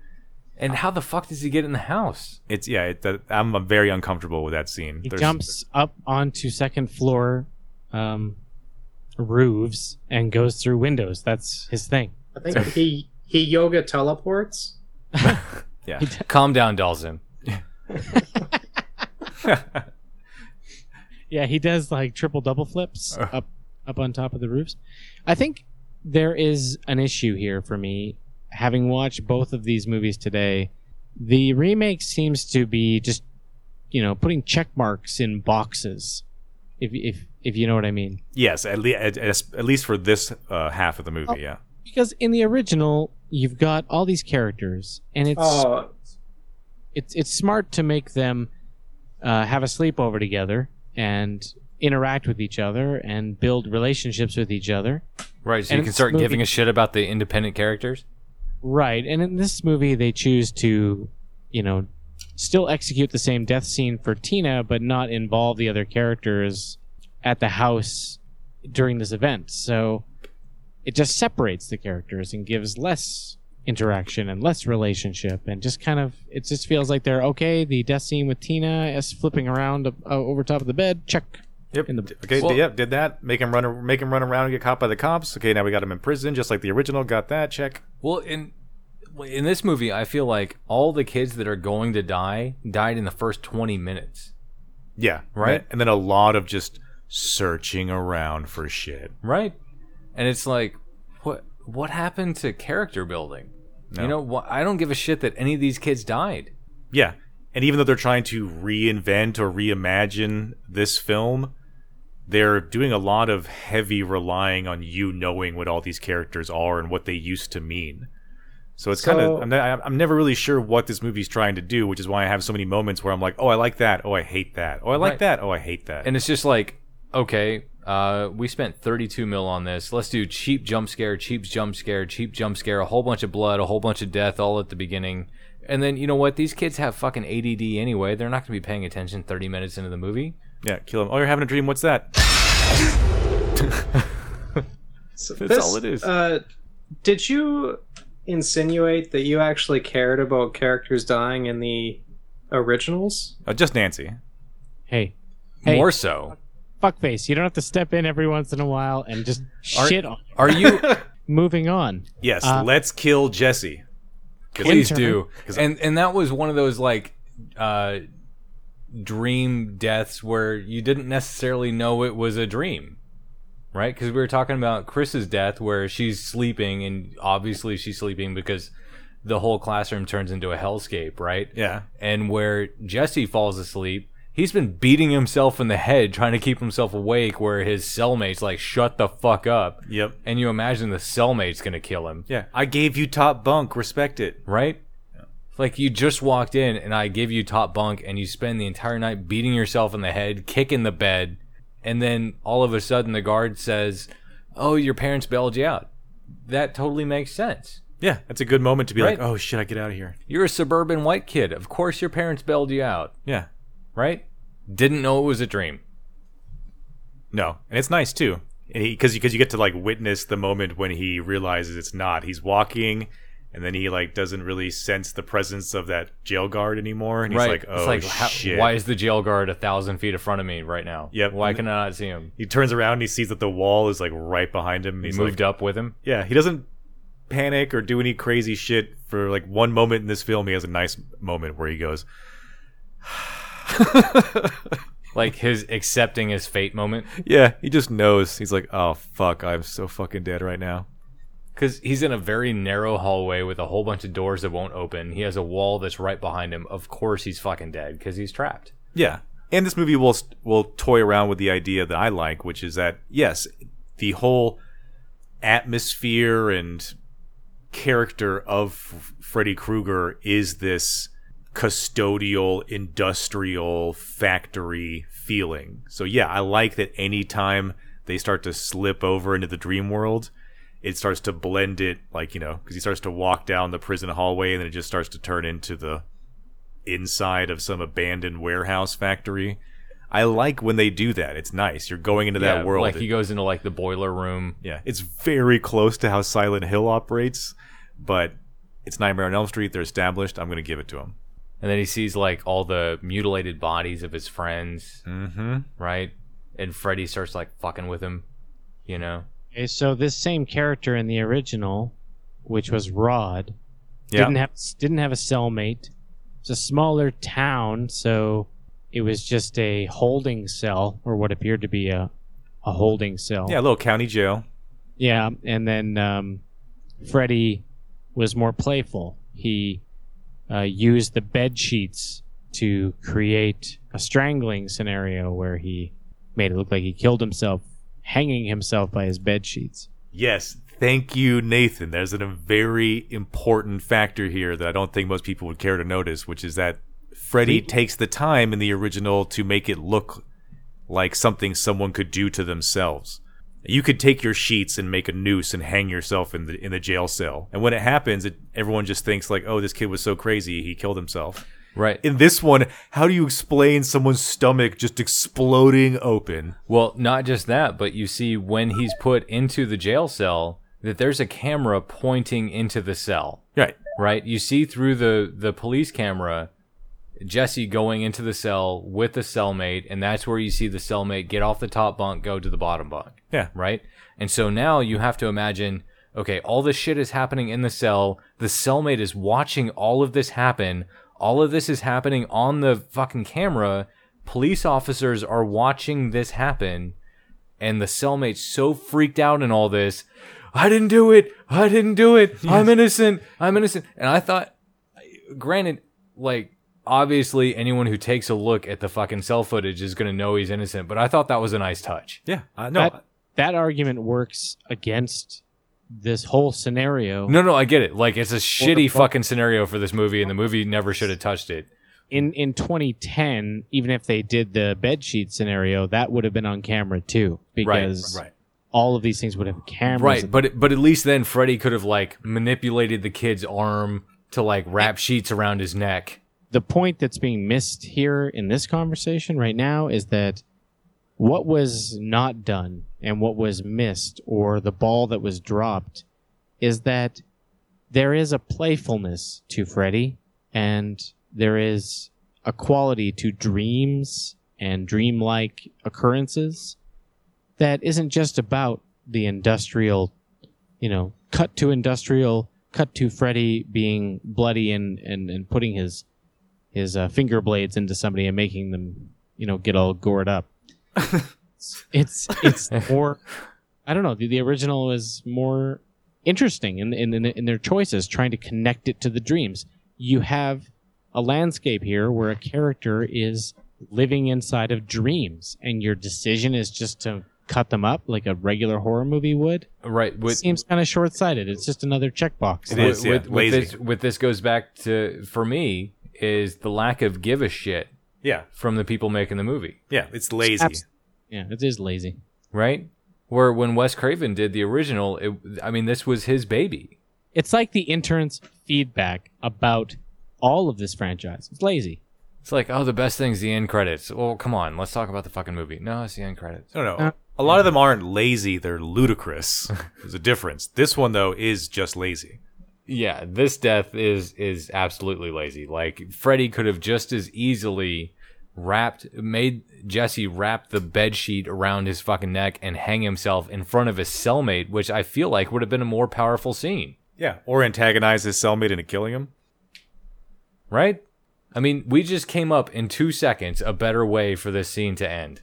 Speaker 10: And how the fuck does he get in the house?
Speaker 9: It's yeah. It, that, I'm very uncomfortable with that scene.
Speaker 12: He
Speaker 9: There's-
Speaker 12: jumps up onto second floor um, roofs and goes through windows. That's his thing.
Speaker 11: I think he he yoga teleports.
Speaker 9: Yeah.
Speaker 10: Calm down, Dalzim.
Speaker 12: Yeah, he does like triple double flips up up on top of the roofs. I think there is an issue here for me having watched both of these movies today. The remake seems to be just you know, putting check marks in boxes. If if if you know what I mean.
Speaker 9: Yes, at, le- at, at at least for this uh, half of the movie.
Speaker 12: Oh.
Speaker 9: Yeah.
Speaker 12: Because in the original, you've got all these characters and it's
Speaker 11: Oh,
Speaker 12: it's it's smart to make them uh, have a sleepover together and interact with each other and build relationships with each other.
Speaker 10: Right, so
Speaker 12: And
Speaker 10: you can
Speaker 12: it's
Speaker 10: start
Speaker 12: movie-
Speaker 10: giving a shit about the independent characters.
Speaker 12: Right, and in this movie, they choose to, you know, still execute the same death scene for Tina, but not involve the other characters at the house during this event. So it just separates the characters and gives less interaction and less relationship, and just kind of it just feels like they're okay. The death scene with Tina is flipping around uh, over top of the bed. Check.
Speaker 9: Yep.
Speaker 12: In the-
Speaker 9: okay.
Speaker 10: Well-
Speaker 9: yep. Did that. Make him run. Make him run around and get caught by the cops. Okay. Now we got him in prison, just like the original. Got that. Check.
Speaker 10: Well, in in this movie, I feel like all the kids that are going to die died in the first twenty minutes.
Speaker 9: Yeah.
Speaker 10: Right.
Speaker 9: And then a lot of just searching around for shit.
Speaker 10: Right. And it's like, what what happened to character building?
Speaker 9: No.
Speaker 10: You know, wh- I don't give a shit that any of these kids died.
Speaker 9: Yeah. And even though they're trying to reinvent or reimagine this film, they're doing a lot of heavy relying on you knowing what all these characters are and what they used to mean. So it's kind
Speaker 11: So-
Speaker 9: of I'm, ne- I'm never really sure what this movie's trying to do, which is why I have so many moments where I'm like, "Oh, I like that. Oh, I hate that. Oh, I like
Speaker 10: Right.
Speaker 9: that. Oh, I hate that."
Speaker 10: And it's just like, okay, Uh, we spent 32 mil on this. Let's do cheap jump scare, cheap jump scare, cheap jump scare, a whole bunch of blood, a whole bunch of death, all at the beginning. And then you know what? These kids have fucking ADD anyway. They're not going to be paying attention 30 minutes into the movie.
Speaker 9: Yeah, kill him. Oh, you're having a dream. What's that?
Speaker 11: So
Speaker 9: That's
Speaker 11: this,
Speaker 9: all it is.
Speaker 11: Uh, did you insinuate that you actually cared about characters dying in the originals?
Speaker 9: Uh, just Nancy.
Speaker 12: Hey. Hey.
Speaker 10: More so.
Speaker 12: Fuckface, you don't have to step in every once in a while and just
Speaker 9: Are-
Speaker 12: shit on.
Speaker 10: Are you?
Speaker 12: Moving on.
Speaker 9: Yes,
Speaker 12: Uh,
Speaker 9: let's kill Jesse. 'Cause-
Speaker 10: Please
Speaker 12: Intern.
Speaker 10: do. And and that was one of those like uh dream deaths where you didn't necessarily know it was a dream. Right? Cuz we were talking about Chris's death where she's sleeping and obviously she's sleeping because the whole classroom turns into a hellscape, right?
Speaker 9: Yeah.
Speaker 10: And where Jesse falls asleep, he's been beating himself in the head trying to keep himself awake where his cellmate's like shut the fuck up.
Speaker 9: Yep.
Speaker 10: And you imagine the cellmate's going to kill him
Speaker 9: Yeah, I gave you top bunk. Respect it.
Speaker 10: right? Like you just walked in and I give you top bunk and you spend the entire night beating yourself in the head, kicking the bed, and then all of a sudden the guard says, "Oh, your parents bailed you out." That totally makes sense.
Speaker 9: Yeah, that's a good moment to be
Speaker 10: Right.
Speaker 9: like, oh shit, I get out of here.
Speaker 10: You're a suburban white kid. Of course your parents bailed you out,
Speaker 9: Yeah,
Speaker 10: right? Didn't know it was a dream.
Speaker 9: no, and it's nice too, because because you get to like witness the moment when he realizes it's not. He's walking, and then he like doesn't really sense the presence of that jail guard anymore, and he's
Speaker 10: right?
Speaker 9: like, oh
Speaker 10: it's like, how-
Speaker 9: shit.
Speaker 10: why is the jail guard a thousand feet in front of me right now?
Speaker 9: Yep.
Speaker 10: Why can I not see him?
Speaker 9: he turns around and he sees that the wall is like right behind him. And
Speaker 10: He
Speaker 9: he's
Speaker 10: moved
Speaker 9: like,
Speaker 10: up with him.
Speaker 9: Yeah, he doesn't panic or do any crazy shit for like one moment in this film. He has a nice moment where he goes,
Speaker 10: Like his accepting his fate moment.
Speaker 9: yeah, he just knows. He's like, oh fuck, I'm so fucking dead right now.
Speaker 10: Because he's in a very narrow hallway with a whole bunch of doors that won't open. He has a wall that's right behind him. Of course, he's fucking dead because he's trapped.
Speaker 9: Yeah, and this movie will will toy around with the idea that I like, which is that yes, the whole atmosphere and character of F- Freddy Krueger is this custodial, industrial, factory feeling. So yeah, I like that anytime they start to slip over into the dream world, it starts to blend it like, you know, cuz he starts to walk down the prison hallway and then it just starts to turn into the inside of some abandoned warehouse factory. I like when they do that. It's nice. You're going into that
Speaker 10: Yeah,
Speaker 9: world.
Speaker 10: Like he goes into like the boiler room.
Speaker 9: Yeah, it's very close to how Silent Hill operates, but it's Nightmare on Elm Street. They're established. I'm going to give it to them.
Speaker 10: And then he sees like all the mutilated bodies of his friends,
Speaker 9: Mm-hmm.
Speaker 10: right? And Freddy starts like fucking with him, you know?
Speaker 12: Okay, so this same character in the original, which was Rod,
Speaker 9: Yeah.
Speaker 12: didn't have didn't have a cellmate. It's a smaller town, so it was just a holding cell or what appeared to be a a holding cell.
Speaker 9: Yeah, a little county jail.
Speaker 12: Yeah, and then um, Freddy was more playful. He uh, used the bed sheets to create a strangling scenario where he made it look like he killed himself, hanging himself by his bed sheets.
Speaker 9: Yes, thank you, Nathan. There's a very important factor here that I don't think most people would care to notice, which is that Freddy takes the time in the original to make it look like something someone could do to themselves. You could take your sheets and make a noose and hang yourself in the in the jail cell. And when it happens, it, everyone just thinks like, "Oh, this kid was so crazy, he killed himself."
Speaker 10: Right.
Speaker 9: In this one, how do you explain someone's stomach just exploding open?
Speaker 10: Well, not just that, but you see when he's put into the jail cell that there's a camera pointing into the cell.
Speaker 9: Right.
Speaker 10: right? You see through the the police camera Jesse going into the cell with the cellmate, and that's where you see the cellmate get off the top bunk, go to the bottom bunk,
Speaker 9: Yeah.
Speaker 10: right? And so now you have to imagine, okay, all this shit is happening in the cell. The cellmate is watching all of this happen. All of this is happening on the fucking camera. Police officers are watching this happen and the cellmate's so freaked out in all this. I didn't do it. I didn't do it. I'm innocent. I'm innocent. And I thought, granted, like, obviously anyone who takes a look at the fucking cell footage is going to know he's innocent, but I thought that was a nice touch.
Speaker 9: Yeah. Uh, no.
Speaker 12: That, that argument works against this whole scenario.
Speaker 10: No, no, I get it. Like, it's a shitty
Speaker 12: fuck?
Speaker 10: fucking scenario for this movie, and the movie never should have touched it.
Speaker 12: in in 2010, even if they did the bed sheet scenario, that would have been on camera too because
Speaker 10: right.
Speaker 12: all of these things would have cameras.
Speaker 10: Right, but but at least then Freddy could have like manipulated the kid's arm to like wrap sheets around his neck.
Speaker 12: the point that's being missed here in this conversation right now is that what was not done and what was missed or the ball that was dropped is that there is a playfulness to Freddy and there is a quality to dreams and dreamlike occurrences that isn't just about the industrial, you know, cut to industrial, cut to Freddy being bloody and, and, and putting his his uh, finger blades into somebody and making them, you know, get all gored up. it's it's more. I don't know. The, the original is more interesting in, in in in their choices, trying to connect it to the dreams. You have a landscape here where a character is living inside of dreams, and your decision is just to cut them up like a regular horror movie would.
Speaker 10: Right. With,
Speaker 12: Seems kind of short sighted. It's just another checkbox.
Speaker 10: with, with- with this, with this goes back to for me is the lack of give a shit.
Speaker 9: Yeah.
Speaker 10: From the people making the movie.
Speaker 9: Yeah, it's lazy.
Speaker 12: Abs- yeah, it is lazy.
Speaker 10: Right. Where when Wes Craven did the original, it, I mean, this was his baby.
Speaker 12: It's like the intern's feedback about all of this franchise. It's lazy.
Speaker 10: It's like, oh, the best thing's the end credits. Well, come on, let's talk about the fucking movie. No, it's the end credits.
Speaker 9: No, no. a lot of them aren't lazy; they're ludicrous. There's a difference. This one though is just lazy.
Speaker 10: yeah this death is is absolutely lazy like freddy could have just as easily wrapped made jesse wrap the bed sheet around his fucking neck and hang himself in front of his cellmate which i feel like would have been a more powerful scene
Speaker 9: Yeah, or antagonize his cellmate into killing him.
Speaker 10: right i mean we just came up in two seconds a better way for this scene to end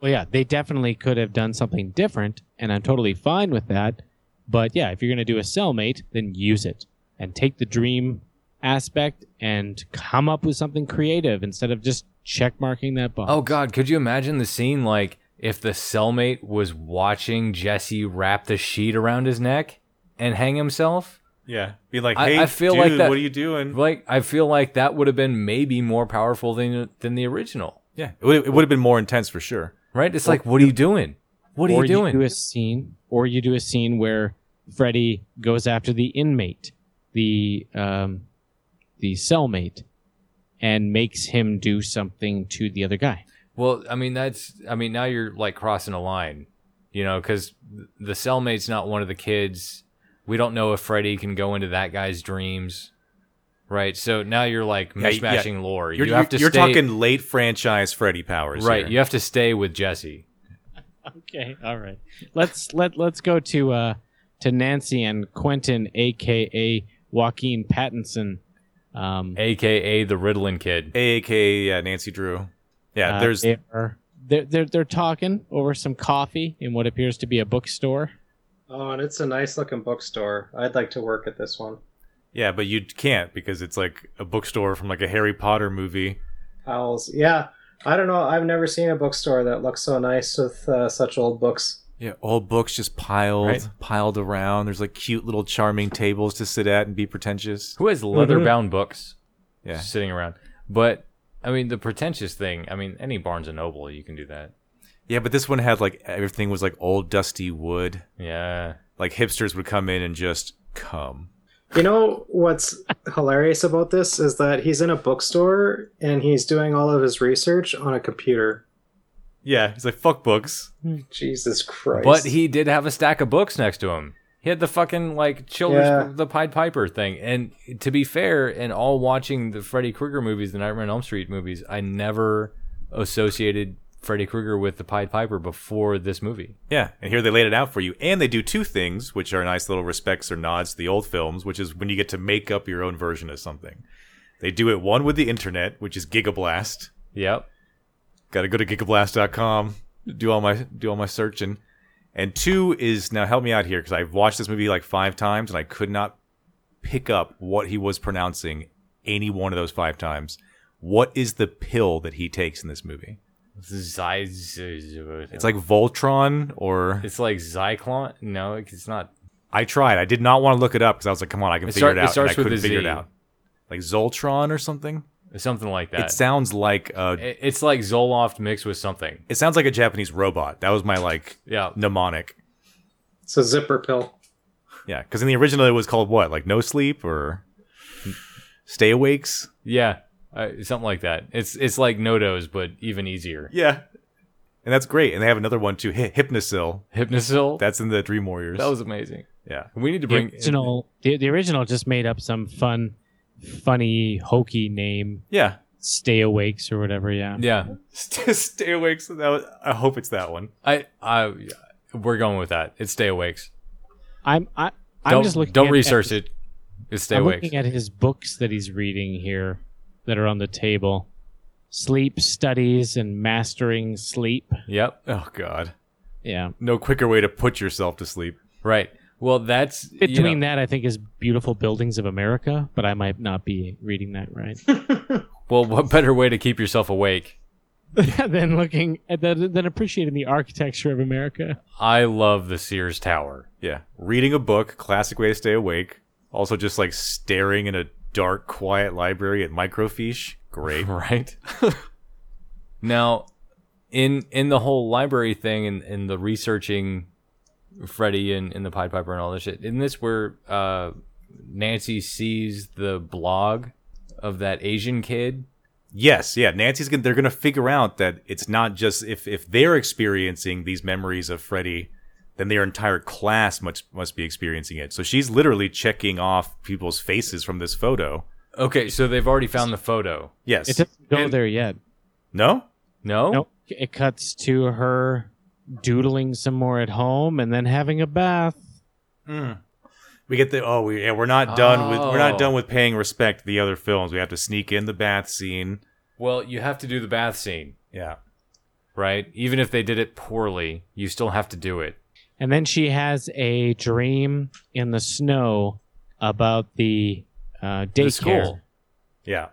Speaker 12: Well, yeah, they definitely could have done something different, and I'm totally fine with that. But yeah, if you're going to do a cellmate, then use it and take the dream aspect and come up with something creative instead of just checkmarking that box.
Speaker 10: oh god could you imagine the scene like if the cellmate was watching jesse wrap the sheet around his neck and hang himself
Speaker 9: Yeah, be like,
Speaker 10: I-
Speaker 9: hey,
Speaker 10: I, feel
Speaker 9: dude,
Speaker 10: like that,
Speaker 9: what are you doing?
Speaker 10: Like I feel like that would have been maybe more powerful than than the original,
Speaker 9: Yeah, it would, it would have been more intense for sure.
Speaker 10: right? It's like, what are you doing? What are
Speaker 12: or
Speaker 10: you doing?
Speaker 12: You do a scene, or you do a scene where Freddy goes after the inmate, the um, the cellmate, and makes him do something to the other guy.
Speaker 10: well, I mean that's I mean now you're like crossing a line, you know, because the cellmate's not one of the kids. We don't know if Freddy can go into that guy's dreams, right? So now you're like
Speaker 9: Yeah,
Speaker 10: mishmashing
Speaker 9: yeah.
Speaker 10: lore.
Speaker 9: You're,
Speaker 10: you have to
Speaker 9: you're
Speaker 10: stay,
Speaker 9: talking late franchise Freddy Powers,
Speaker 10: right.
Speaker 9: here.
Speaker 10: You have to stay with Jesse.
Speaker 12: Okay, all right. Let's let let's go to uh, to Nancy and Quentin, aka Joaquin Pattinson. Um,
Speaker 10: aka the Riddlin kid,
Speaker 9: aka yeah, Nancy Drew. Yeah,
Speaker 12: uh,
Speaker 9: there's
Speaker 12: they are- they're, they're they're talking over some coffee in what appears to be a bookstore.
Speaker 11: Oh, and it's a nice looking bookstore. I'd like to work at this one.
Speaker 9: yeah, but you can't because it's like a bookstore from like a Harry Potter movie.
Speaker 11: Owls. Yeah, I don't know. I've never seen a bookstore that looks so nice with uh, such old books.
Speaker 9: Yeah, old books just piled
Speaker 11: Right.
Speaker 9: piled around. There's like cute little charming tables to sit at and be pretentious.
Speaker 10: Who has leather bound books?
Speaker 9: Yeah.
Speaker 10: Sitting around. But I mean the pretentious thing, I mean any Barnes and Noble you can do that.
Speaker 9: Yeah, but this one had like everything was like old dusty wood.
Speaker 10: Yeah.
Speaker 9: Like hipsters would come in and just come.
Speaker 11: You know what's hilarious about this is that he's in a bookstore and he's doing all of his research on a computer.
Speaker 9: Yeah, he's like fuck books.
Speaker 12: Hmm.
Speaker 11: Jesus Christ.
Speaker 10: But he did have a stack of books next to him. He had the fucking like children's
Speaker 11: Yeah.
Speaker 10: the Pied Piper thing. And to be fair, in all watching the Freddy Krueger movies, the Nightmare on Elm Street movies, I never associated Freddy Krueger with the Pied Piper before this movie.
Speaker 9: Yeah, and here they laid it out for you. And they do two things, which are nice little respects or nods to the old films, which is when you get to make up your own version of something. They do it one with the internet, which is Gigablast.
Speaker 10: Yep.
Speaker 9: Got to go to gigablast.com, do all my do all my searching. And two is now help me out here because I've watched this movie like five times and I could not pick up what he was pronouncing any one of those five times. What is the pill that he takes in this movie? It's
Speaker 10: It's
Speaker 9: like Voltron or
Speaker 10: it's like Zyklon. No, it's not
Speaker 9: I tried. I did not want to look it up because I was like, come on, I can
Speaker 10: It
Speaker 9: figure
Speaker 10: start-
Speaker 9: it
Speaker 10: it
Speaker 9: out. and
Speaker 10: starts
Speaker 9: I
Speaker 10: with
Speaker 9: couldn't
Speaker 10: a
Speaker 9: figure it
Speaker 10: Z.
Speaker 9: out. Like Zoltron or something?
Speaker 10: something like that.
Speaker 9: It sounds like a.
Speaker 10: It- It's like Zoloft mixed with something.
Speaker 9: It sounds like a Japanese robot. That was my like
Speaker 10: yeah.
Speaker 9: mnemonic.
Speaker 11: It's a zipper pill.
Speaker 9: Yeah, because in the original it was called what? Like no sleep or stay awakes.
Speaker 10: Yeah, uh, something like that. It's it's like Nodos, but even easier.
Speaker 9: Yeah, and that's great. And they have another one too, Hy- Hypnosil.
Speaker 10: Hypnosil?
Speaker 9: That's in the Dream Warriors.
Speaker 10: That was amazing.
Speaker 9: Yeah,
Speaker 10: We need to
Speaker 12: The
Speaker 10: bring
Speaker 12: original, the, the original just made up some fun, funny, hokey name.
Speaker 9: Yeah.
Speaker 12: Stay Awakes or whatever, yeah.
Speaker 10: Yeah,
Speaker 9: stay awakes. That was, I hope it's that one.
Speaker 10: I I we're going with that. It's stay awakes.
Speaker 12: I'm I, I'm
Speaker 10: don't
Speaker 12: just looking
Speaker 10: don't
Speaker 12: at-
Speaker 10: research
Speaker 12: at,
Speaker 10: it. It's stay
Speaker 12: I'm
Speaker 10: awakes.
Speaker 12: looking at his books that he's reading here that are on the table. Sleep Studies and Mastering Sleep.
Speaker 10: Yep.
Speaker 9: Oh God.
Speaker 12: Yeah.
Speaker 9: No quicker way to put yourself to sleep.
Speaker 10: Right. Well, that's you
Speaker 12: Between
Speaker 10: know-
Speaker 12: that, I think is Beautiful Buildings of America, but I might not be reading that right.
Speaker 10: Well, what better way to keep yourself awake?
Speaker 12: than looking at the, than appreciating the architecture of America.
Speaker 10: I love the Sears Tower.
Speaker 9: Yeah, reading a book, classic way to stay awake. Also, just like staring in a dark, quiet library at microfiche. Great.
Speaker 10: right? now, in in the whole library thing and, and the researching Freddy and, and the Pied Piper and all this shit, isn't this where uh, Nancy sees the blog of that Asian kid?
Speaker 9: Yes, yeah. Nancy's gonna they're gonna figure out that it's not just if if they're experiencing these memories of Freddy, then their entire class must must be experiencing it. So she's literally checking off people's faces from this photo.
Speaker 10: Okay, so they've already found the photo.
Speaker 9: Yes.
Speaker 12: It doesn't go
Speaker 9: And-
Speaker 12: there yet.
Speaker 9: No?
Speaker 10: No?
Speaker 12: Nope. It cuts to her doodling some more at home and then having a bath.
Speaker 9: We get the oh we yeah, we're not done with we're
Speaker 10: Oh.
Speaker 9: not done with paying respect to the other films. We have to sneak in the bath scene.
Speaker 10: Well, you have to do the bath scene,
Speaker 9: Yeah.
Speaker 10: right? Even if they did it poorly, you still have to do it.
Speaker 12: And then she has a dream in the snow about the uh, daycare,
Speaker 10: school.
Speaker 9: Yeah.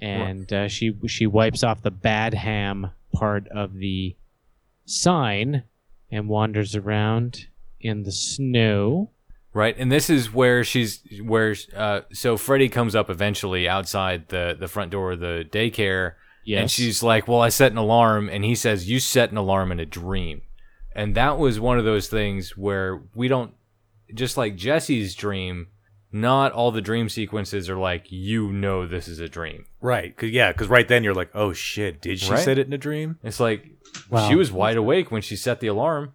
Speaker 12: and uh, she she wipes off the bad ham part of the sign and wanders around in the snow.
Speaker 10: Right, and this is where she's where uh, so Freddie comes up eventually outside the the front door of the daycare, and
Speaker 12: Yes.
Speaker 10: she's like, "Well, I set an alarm," and he says, "You set an alarm in a dream," and that was one of those things where we don't just like Jesse's dream. Not all the dream sequences are like you know this is a dream.
Speaker 9: Right. Cause yeah, because right then you're like, oh shit, did she
Speaker 10: Right.
Speaker 9: said it in a dream?
Speaker 10: It's like
Speaker 12: Wow.
Speaker 10: she was wide awake when she set the alarm.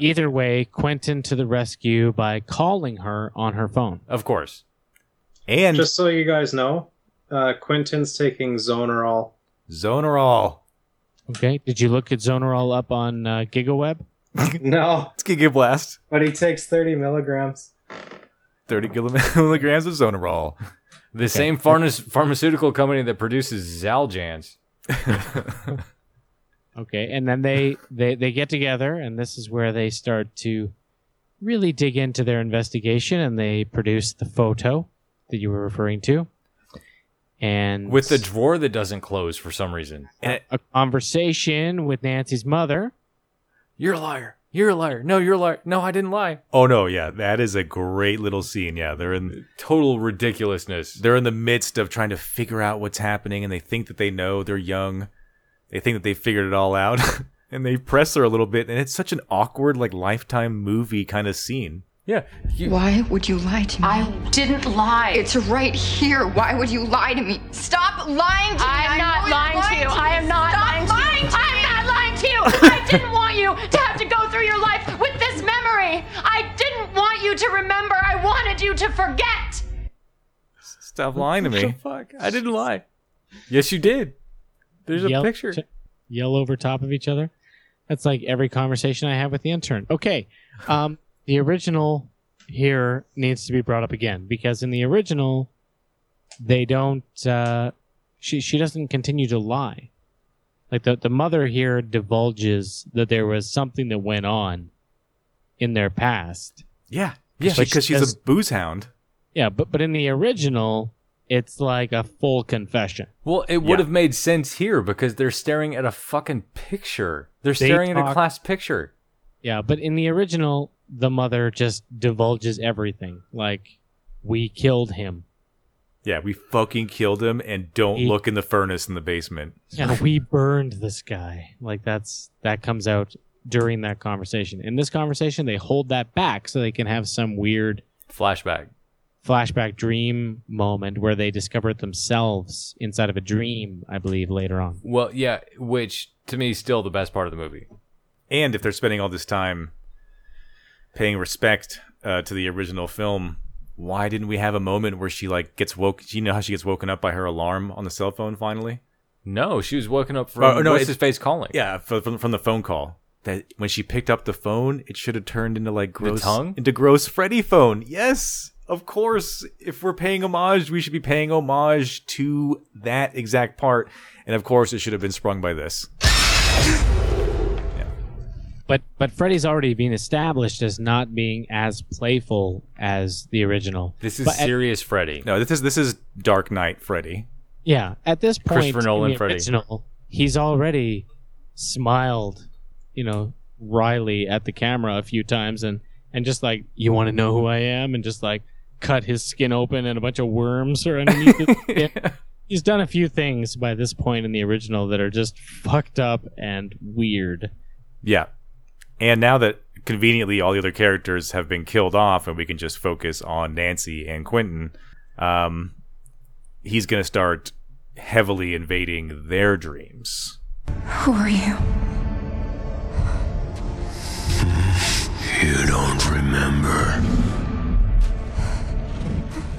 Speaker 12: Either way, Quentin to the rescue by calling her on her phone.
Speaker 10: Of course,
Speaker 9: And
Speaker 11: Just so you guys know, uh, Quentin's taking Zonerol.
Speaker 9: Zonerol.
Speaker 12: Okay, did you look at Zonerol up on uh, GigaWeb?
Speaker 11: No,
Speaker 9: It's Giga Blast.
Speaker 11: but he takes 30 milligrams.
Speaker 9: 30 milligrams of Zonerol.
Speaker 10: the same pharma- pharmaceutical company that produces Zaljans.
Speaker 12: Okay, and then they, they they get together, and this is where they start to really dig into their investigation, and they produce the photo that you were referring to, and
Speaker 10: with the drawer that doesn't close for some reason.
Speaker 12: a conversation with Nancy's mother.
Speaker 10: You're a liar. You're a liar. No, you're a liar. No, I didn't lie.
Speaker 9: Oh no, yeah, that is a great little scene. Yeah, they're in
Speaker 10: Total ridiculousness.
Speaker 9: they're in the midst of trying to figure out what's happening, and they think that they know. They're young, they think that they figured it all out, and they press her a little bit, and it's such an awkward, like lifetime movie kind of scene.
Speaker 10: Yeah. You-
Speaker 13: Why would you lie to me?
Speaker 4: I didn't lie.
Speaker 13: It's right here. Why would you lie to me? Stop lying to me.
Speaker 15: I'm not lying to you. I am not lying to you. I'm not lying to you. I didn't want you to have to go through your life with this memory. I didn't want you to remember. I wanted you to forget.
Speaker 9: Stop lying to me.
Speaker 10: fuck? I didn't lie. Yes, you did. There's a
Speaker 12: Yell-
Speaker 10: picture.
Speaker 12: ch- yell over top of each other. That's like every conversation I have with the intern. Okay, um, the original here needs to be brought up again because in the original, they don't. Uh, she she doesn't continue to lie. Like the the mother here divulges that there was something that went on in their past.
Speaker 9: Yeah,
Speaker 12: Yeah,
Speaker 9: yeah,
Speaker 12: but
Speaker 9: because
Speaker 12: she
Speaker 9: she's
Speaker 12: does-
Speaker 9: a booze hound.
Speaker 12: Yeah, but but in the original, it's like a full confession.
Speaker 10: Well, it would have made sense here because they're staring at a fucking picture. They're
Speaker 12: They
Speaker 10: staring at a
Speaker 12: talk-
Speaker 10: class picture.
Speaker 12: Yeah, but in the original, the mother just divulges everything. Like, we killed him.
Speaker 9: Yeah, we fucking killed him and don't
Speaker 12: He-
Speaker 9: look in the furnace in the basement.
Speaker 12: Yeah, we burned this guy. Like that's that comes out during that conversation. In this conversation, they hold that back so they can have some weird
Speaker 10: flashback,
Speaker 12: flashback dream moment where they discover it themselves inside of a dream. I believe later on.
Speaker 10: Well, yeah, which to me is still the best part of the movie.
Speaker 9: And if they're spending all this time paying respect uh, to the original film, why didn't we have a moment where she like gets woke? Do you know how she gets woken up by her alarm on the cell phone finally?
Speaker 10: No, she was woken up from
Speaker 9: Oh, no,
Speaker 10: what's
Speaker 9: it-
Speaker 10: his face calling.
Speaker 9: Yeah, fro- from from the phone call. That when she picked up the phone, it should have turned into like gross
Speaker 10: tongue?
Speaker 9: into gross Freddy phone. Yes, of course. If we're paying homage, we should be paying homage to that exact part. And of course, it should have been sprung by this.
Speaker 12: But but Freddy's already been established as not being as playful as the original.
Speaker 10: This is
Speaker 12: But at-
Speaker 10: serious Freddy.
Speaker 9: No, this is this is Dark Knight Freddy.
Speaker 12: Yeah, at this point,
Speaker 10: Christopher Nolan
Speaker 12: in the
Speaker 10: Freddy.
Speaker 12: original, he's already smiled, you know, wryly at the camera a few times, and and just like, you want to know who I am, and just like cut his skin open, and a bunch of worms are underneath his skin. He's done a few things by this point in the original that are just fucked up and weird.
Speaker 9: Yeah. And now that conveniently all the other characters have been killed off and we can just focus on Nancy and Quentin, um, he's going to start heavily invading their dreams.
Speaker 13: Who are you?
Speaker 6: You don't remember.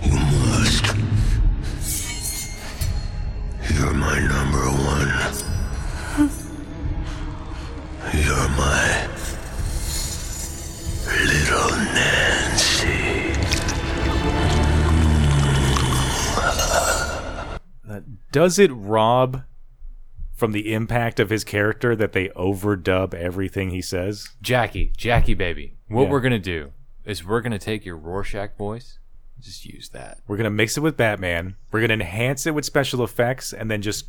Speaker 6: You must. You're my number one. You're my little Nancy.
Speaker 9: Uh, Does it rob from the impact of his character that they overdub everything he says?
Speaker 10: Jackie, Jackie baby. What
Speaker 9: Yeah.
Speaker 10: we're gonna do is we're gonna take your Rorschach voice, just use that.
Speaker 9: We're going to mix it with Batman. We're going to enhance it with special effects and then just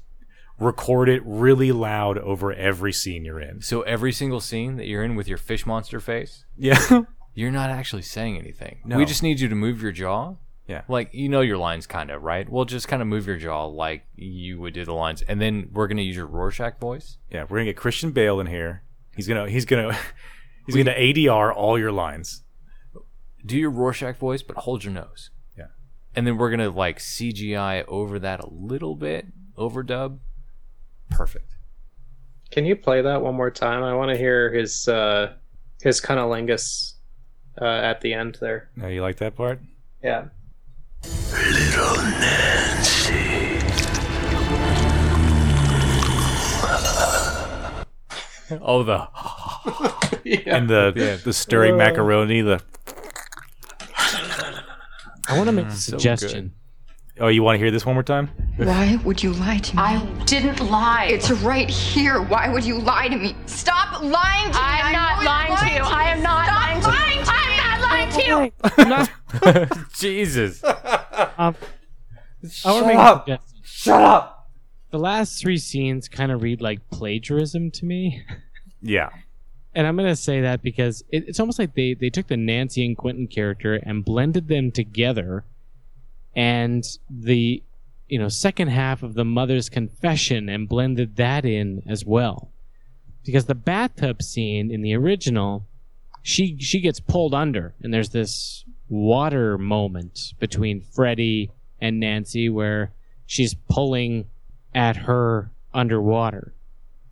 Speaker 9: record it really loud over every scene you're in.
Speaker 10: So every single scene that you're in with your fish monster face,
Speaker 9: Yeah.
Speaker 10: you're not actually saying anything.
Speaker 9: No.
Speaker 10: We just need you to move your jaw.
Speaker 9: Yeah.
Speaker 10: Like you know your lines kind of, right? Well, just kind of move your jaw like you would do the lines and then we're going to use your Rorschach voice.
Speaker 9: Yeah, we're gonna get Christian Bale in here. He's gonna he's gonna he's gonna ADR all your lines.
Speaker 10: Do your Rorschach voice but hold your nose.
Speaker 9: Yeah.
Speaker 10: And then we're going to like CGI over that a little bit, overdub. Perfect.
Speaker 11: Can you play that one more time? I want to hear his uh, his cunnilingus uh, at the end there.
Speaker 9: Now you like that part?
Speaker 11: Yeah.
Speaker 6: Little Nancy.
Speaker 10: Oh the
Speaker 9: And the
Speaker 10: Yeah.
Speaker 9: the stirring
Speaker 10: Uh.
Speaker 9: macaroni, the
Speaker 12: I want to make a
Speaker 9: So
Speaker 12: suggestion.
Speaker 9: Oh, you wanna hear this one more time?
Speaker 13: Why would you lie to me? I
Speaker 15: Didn't lie.
Speaker 13: It's right here. Why would you lie to me? Stop lying to me.
Speaker 15: I'm not lying to you. I am not lying to you. I'm not lying to you.
Speaker 10: Jesus.
Speaker 12: Um, I
Speaker 10: Shut
Speaker 12: wanna make a
Speaker 10: up.
Speaker 12: suggestion.
Speaker 10: Shut up.
Speaker 12: The last three scenes kind of read like plagiarism to me.
Speaker 9: Yeah.
Speaker 12: And I'm gonna say that because it, it's almost like they they took the Nancy and Quentin character and blended them together, and the you know second half of the mother's confession and blended that in as well, because the bathtub scene in the original, she she gets pulled under and there's this water moment between Freddy and Nancy where she's pulling at her underwater.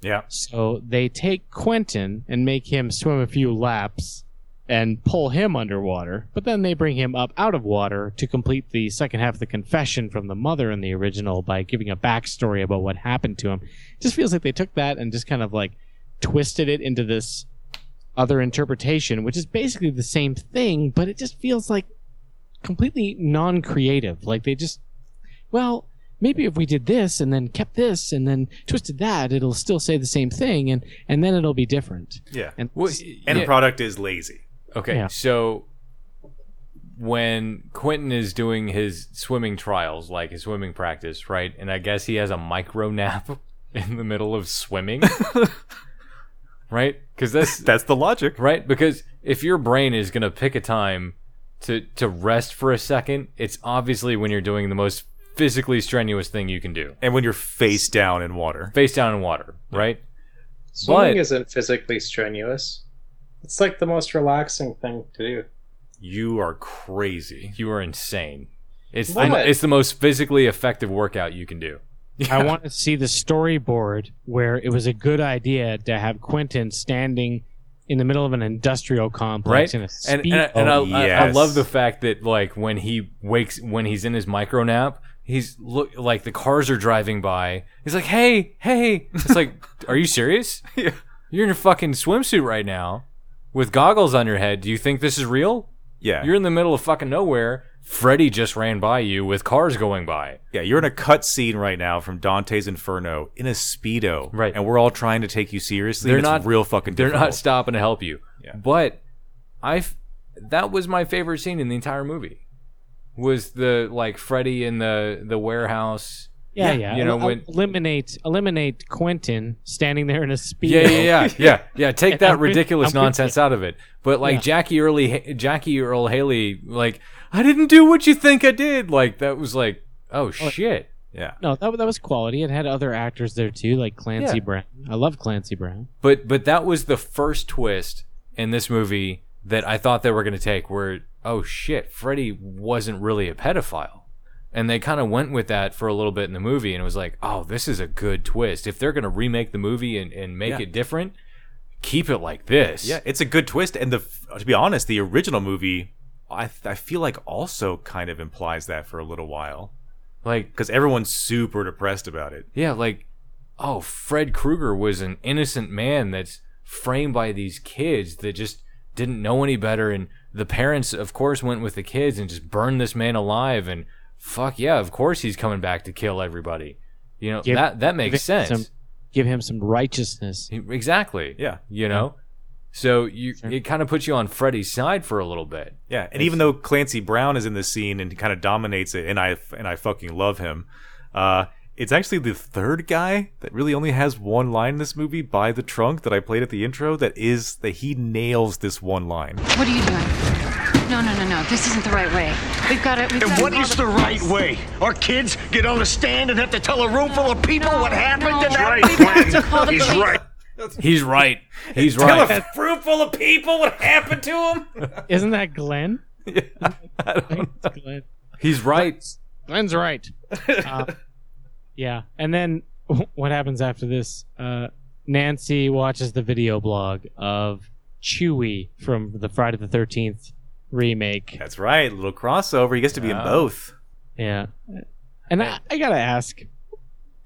Speaker 9: Yeah.
Speaker 12: So they take Quentin and make him swim a few laps and pull him underwater, but then they bring him up out of water to complete the second half of the confession from the mother in the original by giving a backstory about what happened to him. It just feels like they took that and just kind of like twisted it into this other interpretation, which is basically the same thing, but it just feels like completely non creative. Like they just well, maybe if we did this and then kept this and then twisted that, it'll still say the same thing and and then it'll be different.
Speaker 9: Yeah.
Speaker 12: And
Speaker 9: End
Speaker 10: yeah.
Speaker 9: product is lazy.
Speaker 10: Okay,
Speaker 12: Yeah.
Speaker 10: so when Quentin is doing his swimming trials, like his swimming practice, right? And I guess he has a micro nap in the middle of swimming. right? Cuz that's
Speaker 9: that's the logic.
Speaker 10: Right? Because if your brain is going to pick a time to to rest for a second, it's obviously when you're doing the most physically strenuous thing you can do.
Speaker 9: And when you're face down in water.
Speaker 10: Face down in water, right?
Speaker 11: Swimming isn't physically strenuous. It's like the most relaxing thing to do.
Speaker 9: You are crazy.
Speaker 10: You are insane. It's
Speaker 11: What?
Speaker 10: the, it's the most physically effective workout you can do.
Speaker 12: I want to see the storyboard where it was a good idea to have Quentin standing in the middle of an industrial
Speaker 10: right?
Speaker 12: complex in a
Speaker 10: and uh, and,
Speaker 12: speed
Speaker 10: and, I,
Speaker 12: boat.
Speaker 10: I- I, love the fact that like when he wakes when he's in his micro nap, he's look like the cars are driving by. He's like, "Hey, hey!" It's like, "Are you serious? You're in a fucking swimsuit right now with goggles on your head. Do you think this is real?
Speaker 9: Yeah.
Speaker 10: You're in the middle of fucking nowhere. Freddy just ran by you with cars going by.
Speaker 9: Yeah, you're in a cutscene right now from Dante's Inferno in a speedo,
Speaker 10: Right.
Speaker 9: And we're all trying to take you seriously.
Speaker 10: They're
Speaker 9: and
Speaker 10: not
Speaker 9: it's real fucking.
Speaker 10: They're
Speaker 9: difficult.
Speaker 10: not stopping to help you. But I, f- that was my favorite scene in the entire movie. Was the like Freddy in the the warehouse?
Speaker 12: yeah, yeah.
Speaker 10: You know
Speaker 12: El-
Speaker 10: when?
Speaker 12: eliminate eliminate Quentin standing there in a speed.
Speaker 10: Yeah, yeah, yeah, yeah, yeah. Take
Speaker 12: And
Speaker 10: that
Speaker 12: I'm with-
Speaker 10: ridiculous
Speaker 12: I'm with
Speaker 10: nonsense out of it. But like
Speaker 12: Yeah.
Speaker 10: Jackie Early, Jackie Earl Haley, like I didn't do what you think I did. Like that was like, oh shit. Yeah.
Speaker 12: No, that, that was quality. It had other actors there too, like Clancy
Speaker 10: Yeah.
Speaker 12: Brown. I love Clancy Brown.
Speaker 10: But but that was the first twist in this movie that I thought they were going to take where oh shit, Freddy wasn't really a pedophile. And they kind of went with that for a little bit in the movie and it was like, "Oh, this is a good twist. If they're going to remake the movie and and make
Speaker 9: Yeah.
Speaker 10: it different, keep it like this."
Speaker 9: Yeah, it's a good twist, and the to be honest, the original movie, I I feel like also kind of implies that for a little while,
Speaker 10: like
Speaker 9: because everyone's super depressed about it.
Speaker 10: Yeah, like, oh, Fred Krueger was an innocent man that's framed by these kids that just didn't know any better. And the parents, of course, went with the kids and just burned this man alive. And fuck yeah, of course he's coming back to kill everybody. You know,
Speaker 12: Give-
Speaker 10: that, that makes
Speaker 12: give him
Speaker 10: sense.
Speaker 12: some- give him some righteousness.
Speaker 10: Exactly. Yeah. You know? So you it kind of puts you on Freddy's side for a little bit.
Speaker 9: Yeah, and even though Clancy Brown is in this scene and kind of dominates it, and I and I fucking love him, uh, it's actually the third guy that really only has one line in this movie by the trunk that I played at the intro. That is that he nails this one line.
Speaker 4: What are you doing? No, no, no, no. This isn't the right way. We've got to. We've
Speaker 5: And
Speaker 4: gotta
Speaker 5: what
Speaker 4: call
Speaker 5: is the right way? Our kids get on the stand and have to tell a room full of people what happened to that man. He's right.
Speaker 10: He's right. He's
Speaker 9: Tell
Speaker 10: right.
Speaker 9: a room full of people what happened to him.
Speaker 12: Isn't that Glenn?
Speaker 9: I don't
Speaker 12: know. Glenn.
Speaker 10: He's right.
Speaker 12: Glenn's right. Uh, yeah, and then what happens after this? Uh, Nancy watches the video blog of Chewie from the Friday the Thirteenth remake.
Speaker 9: That's right, little crossover. He gets to be in
Speaker 12: Yeah.
Speaker 9: both.
Speaker 12: Yeah, and I, I gotta ask,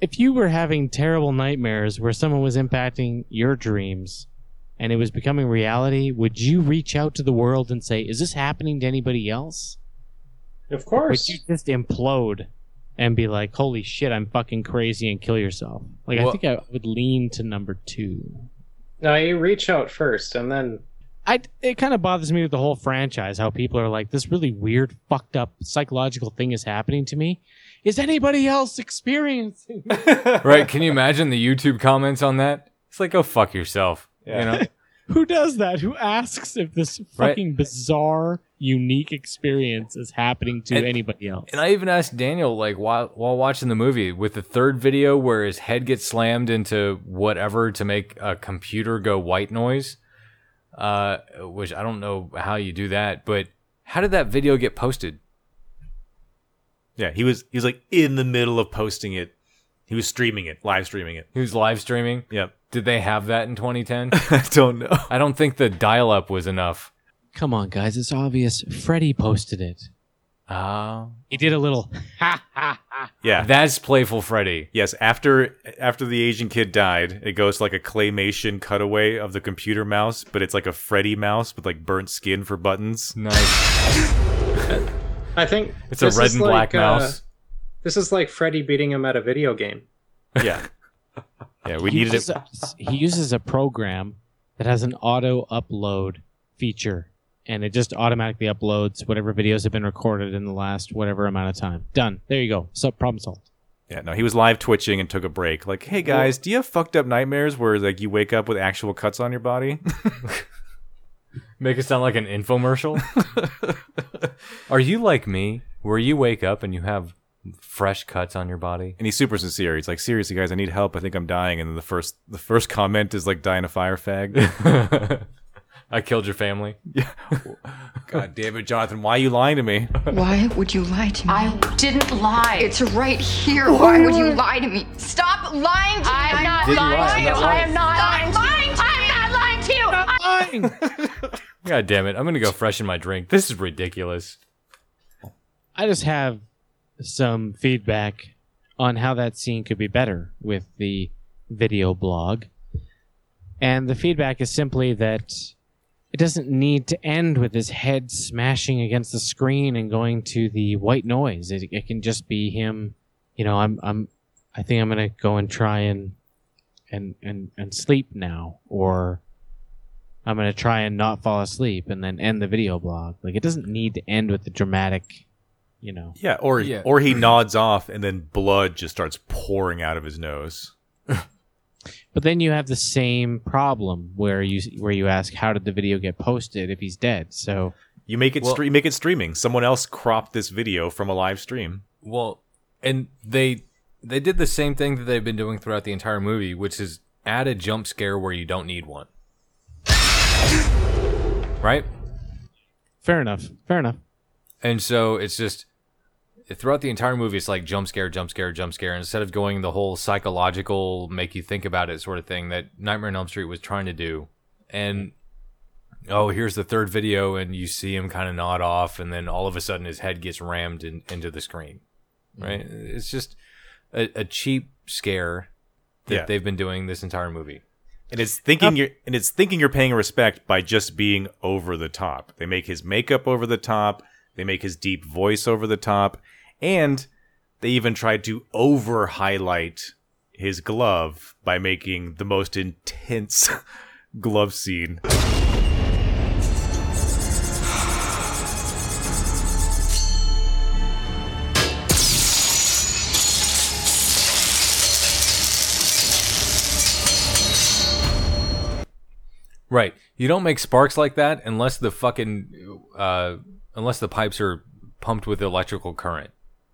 Speaker 12: if you were having terrible nightmares where someone was impacting your dreams, and it was becoming reality, would you reach out to the world and say, "Is this happening to anybody else?"
Speaker 11: Of
Speaker 12: Or
Speaker 11: course.
Speaker 12: Would you just implode and be like, "Holy shit, I'm fucking crazy," and kill yourself? Like,
Speaker 11: Well-
Speaker 12: I think I would lean to number two.
Speaker 11: No, you reach out first and then
Speaker 12: I it kind of bothers me with the whole franchise how people are like, "This really weird, fucked up psychological thing is happening to me." Is anybody else experiencing?
Speaker 10: right. Can you imagine the YouTube comments on that? It's like, go fuck yourself. You know?
Speaker 12: Who does that? Who asks if this
Speaker 10: Right.
Speaker 12: fucking bizarre, unique experience is happening to
Speaker 10: And-
Speaker 12: anybody else?
Speaker 10: And I even asked Daniel, like, while while watching the movie, with the third video where his head gets slammed into whatever to make a computer go white noise, uh, which I don't know how you do that, but how did that video get posted?
Speaker 9: Yeah, he was he was like in the middle of posting it. He was streaming it, live streaming it.
Speaker 10: He was live streaming.
Speaker 9: Yep.
Speaker 10: Did they have that in 2010?
Speaker 9: I don't know.
Speaker 10: I don't think the dial up was enough.
Speaker 12: Come on, guys, it's obvious. Freddy posted it.
Speaker 10: Oh.
Speaker 12: he did a little. Ha ha ha.
Speaker 9: Yeah.
Speaker 10: That's playful Freddy.
Speaker 9: Yes, after after the Asian kid died, it goes to like a claymation cutaway of the computer mouse, but it's like a Freddy mouse with like burnt skin for buttons.
Speaker 10: Nice.
Speaker 11: I think
Speaker 9: It's a
Speaker 11: this
Speaker 9: red
Speaker 11: is
Speaker 9: and black
Speaker 11: uh,
Speaker 9: mouse.
Speaker 11: this is like Freddy beating him at a video game.
Speaker 9: yeah. Yeah, we
Speaker 12: He
Speaker 9: needed
Speaker 12: uses
Speaker 9: it.
Speaker 12: a- he uses a program that has an auto upload feature, and it just automatically uploads whatever videos have been recorded in the last whatever amount of time. Done. There you go. So problem solved.
Speaker 9: Yeah, no, he was live twitching and took a break. Like, hey guys, do you have fucked up nightmares where like you wake up with actual cuts on your body?
Speaker 10: Make it sound like an infomercial. Are you like me, where you wake up and you have fresh cuts on your body.
Speaker 9: And he's super sincere. He's like, seriously, guys, I need help. I think I'm dying. And then the first the first comment is like, die in a fire fag.
Speaker 10: I killed your family.
Speaker 9: Yeah. God damn it, Jonathan. Why are you lying to me?
Speaker 13: Why would you lie to me?
Speaker 15: I didn't lie.
Speaker 13: It's right here. Why would you lie to me? Stop lying to me.
Speaker 15: I'm not
Speaker 9: Didn't lie,
Speaker 15: lying to you.
Speaker 9: not
Speaker 15: I am not
Speaker 13: lying.
Speaker 15: lying to you. I'm not lying to you. I-
Speaker 10: God damn it. I'm going to go freshen my drink. This is ridiculous.
Speaker 12: I just have some feedback on how that scene could be better with the video blog. And the feedback is simply that it doesn't need to end with his head smashing against the screen and going to the white noise. It, it can just be him, you know, I'm I'm I think I'm going to go and try and and and and sleep now or I'm going to try and not fall asleep and then end the video blog. Like it doesn't need to end with the dramatic, you know.
Speaker 9: Yeah, or
Speaker 12: Yeah.
Speaker 9: or he nods off and then blood just starts pouring out of his nose.
Speaker 12: But then you have the same problem where you where you ask how did the video get posted if he's dead. So
Speaker 9: You make it
Speaker 10: Well-
Speaker 9: stre- make it streaming. Someone else cropped this video from a live stream.
Speaker 10: Well, and they they did the same thing that they've been doing throughout the entire movie, which is add a jump scare where you don't need one. Right?
Speaker 12: fair enough. Fair enough.
Speaker 10: And so it's just throughout the entire movie, it's like jump scare, jump scare, jump scare. And instead of going the whole psychological, make you think about it sort of thing that Nightmare on Elm Street was trying to do. And oh, here's the third video, and you see him kind of nod off, and then all of a sudden his head gets rammed in, into the screen. Right? It's just a, a cheap scare that
Speaker 9: Yeah.
Speaker 10: they've been doing this entire movie.
Speaker 9: And it's thinking you're and it's thinking you're paying respect by just being over the top. They make his makeup over the top. They make his deep voice over the top, and they even tried to over highlight his glove by making the most intense glove scene.
Speaker 10: Right. You don't make sparks like that unless the fucking uh, unless the pipes are pumped with electrical current.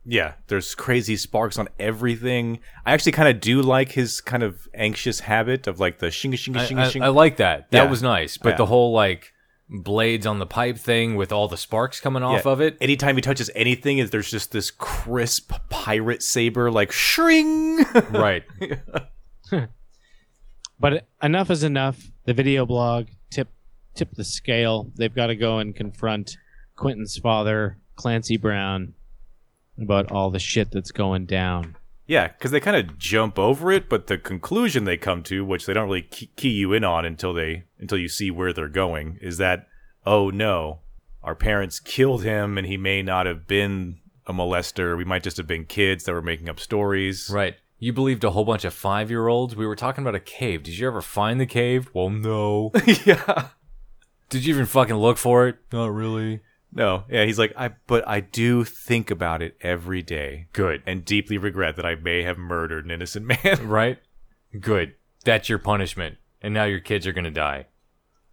Speaker 9: Yeah, there's crazy sparks on everything. I actually kind of do like his kind of anxious habit of like the shinga shinga
Speaker 10: I-
Speaker 9: shinga
Speaker 10: I-
Speaker 9: shinga.
Speaker 10: I, like that. That
Speaker 9: Yeah.
Speaker 10: was nice. But
Speaker 9: Yeah.
Speaker 10: the whole like blades on the pipe thing with all the sparks coming off
Speaker 9: Yeah.
Speaker 10: of it.
Speaker 9: Anytime he touches anything, is there's just this crisp pirate saber like shring.
Speaker 10: right.
Speaker 12: But enough is enough. The video blog tip tip the scale. They've got to go and confront Quentin's father, Clancy Brown, about all the shit that's going down.
Speaker 9: Yeah, because they kind of jump over it, but the conclusion they come to, which they don't really key, key you in on until they until you see where they're going, is that oh no, our parents killed him, and he may not have been a molester. We might just have been kids that were making up stories.
Speaker 10: Right. You believed a whole bunch of five year olds. We were talking about a cave. Did you ever find the cave? Well, no.
Speaker 9: yeah.
Speaker 10: Did you even fucking look for it? Not really.
Speaker 9: No, yeah, he's like, I, but I do think about it every day.
Speaker 10: Good.
Speaker 9: And deeply regret that I may have murdered an innocent man.
Speaker 10: Right? Good. That's your punishment. And now your kids are gonna die.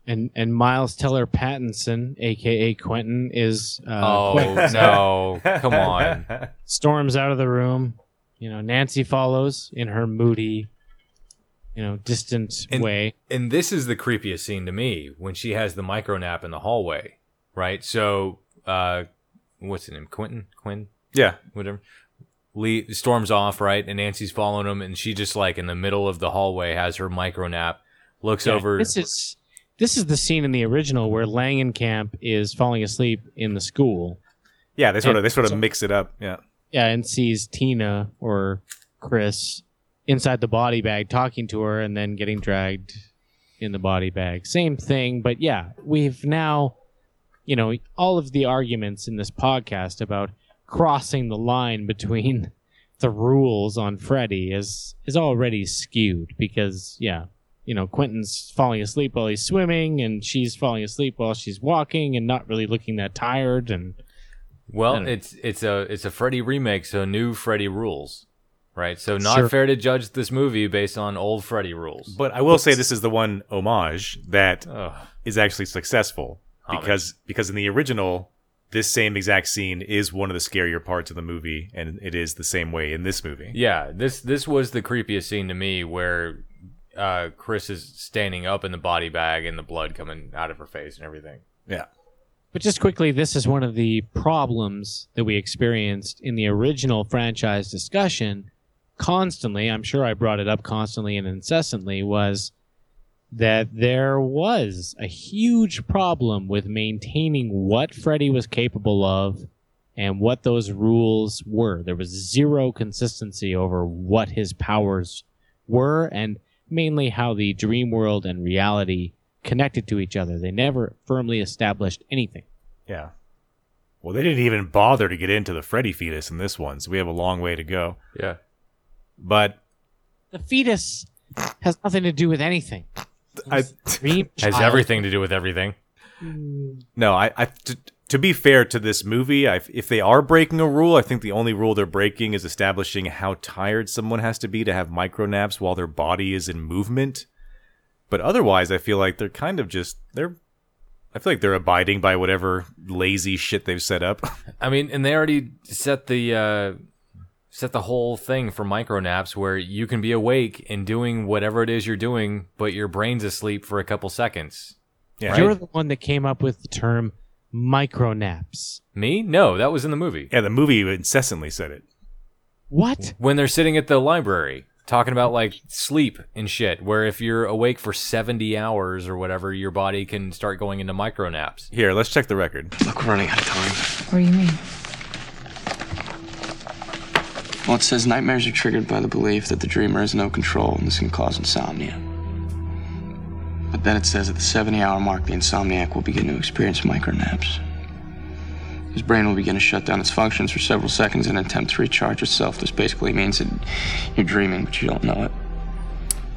Speaker 12: And and Miles Teller Pattinson, aka Quentin, is uh,
Speaker 10: oh
Speaker 12: Quentin.
Speaker 10: no. Come on.
Speaker 12: storms out of the room. You know, Nancy follows in her moody, you know, distant
Speaker 10: And-
Speaker 12: way.
Speaker 10: And this is the creepiest scene to me when she has the micro nap in the hallway, right? So, uh, what's his name? Quentin? Quinn?
Speaker 9: Yeah.
Speaker 10: Whatever. Lee storms off, right? And Nancy's following him, and she just like in the middle of the hallway has her micro nap, looks
Speaker 12: Yeah,
Speaker 10: over.
Speaker 12: This is this is the scene in the original where Langenkamp is falling asleep in the school.
Speaker 9: Yeah, they sort of
Speaker 12: And
Speaker 9: they sort of
Speaker 12: so-
Speaker 9: mix it up. Yeah.
Speaker 12: Yeah, and sees Tina or Chris inside the body bag talking to her and then getting dragged in the body bag. Same thing, but yeah, we've now, you know, all of the arguments in this podcast about crossing the line between the rules on Freddy is is already skewed because yeah, you know, Quentin's falling asleep while he's swimming and she's falling asleep while she's walking and not really looking that tired and I
Speaker 10: well,
Speaker 12: don't-
Speaker 10: it's it's a it's a Freddy remake, so new Freddy rules, right? So not
Speaker 12: Sure.
Speaker 10: fair to judge this movie based on old Freddy rules.
Speaker 9: But I will say this is the one homage that is
Speaker 10: Ugh.
Speaker 9: actually successful
Speaker 10: Homage.
Speaker 9: because because in the original this same exact scene is one of the scarier parts of the movie, and it is the same way in this movie.
Speaker 10: Yeah, this this was the creepiest scene to me where uh, Chris is standing up in the body bag and the blood coming out of her face and everything.
Speaker 9: Yeah.
Speaker 12: But just quickly, this is one of the problems that we experienced in the original franchise discussion constantly. I'm sure I brought it up constantly and incessantly was that there was a huge problem with maintaining what Freddy was capable of and what those rules were. There was zero consistency over what his powers were and mainly how the dream world and reality connected to each other. They never firmly established anything.
Speaker 9: Yeah. Well, they didn't even bother to get into the Freddy fetus in this one, so we have a long way to go.
Speaker 10: Yeah.
Speaker 9: But
Speaker 12: The fetus has nothing to do with anything.
Speaker 9: I,
Speaker 12: dream
Speaker 10: Has
Speaker 12: child.
Speaker 10: everything to do with everything.
Speaker 9: no, I, I to, to be fair to this movie, I, if they are breaking a rule, I think the only rule they're breaking is establishing how tired someone has to be to have micro naps while their body is in movement. But otherwise, I feel like they're kind of just they're. I feel like they're abiding by whatever lazy shit they've set up.
Speaker 10: I mean, and they already set the uh, set the whole thing for micro naps where you can be awake and doing whatever it is you're doing, but your brain's asleep for a couple seconds. Right?
Speaker 12: You're the one that came up with the term micro naps.
Speaker 10: Me? No, that was in the movie.
Speaker 9: Yeah, the movie incessantly said it.
Speaker 12: What?
Speaker 10: When they're sitting at the library talking about like sleep and shit, where if you're awake for 70 hours or whatever, your body can start going into micro naps.
Speaker 9: Here, let's check the record.
Speaker 1: Look, we're running out of time.
Speaker 13: What do you mean?
Speaker 1: Well, it says nightmares are triggered by the belief that the dreamer has no control and this can cause insomnia. But then it says at the 70 hour mark, the insomniac will begin to experience micronaps. His brain will begin to shut down its functions for several seconds in an attempt to recharge itself. This basically means that you're dreaming, but you don't know it.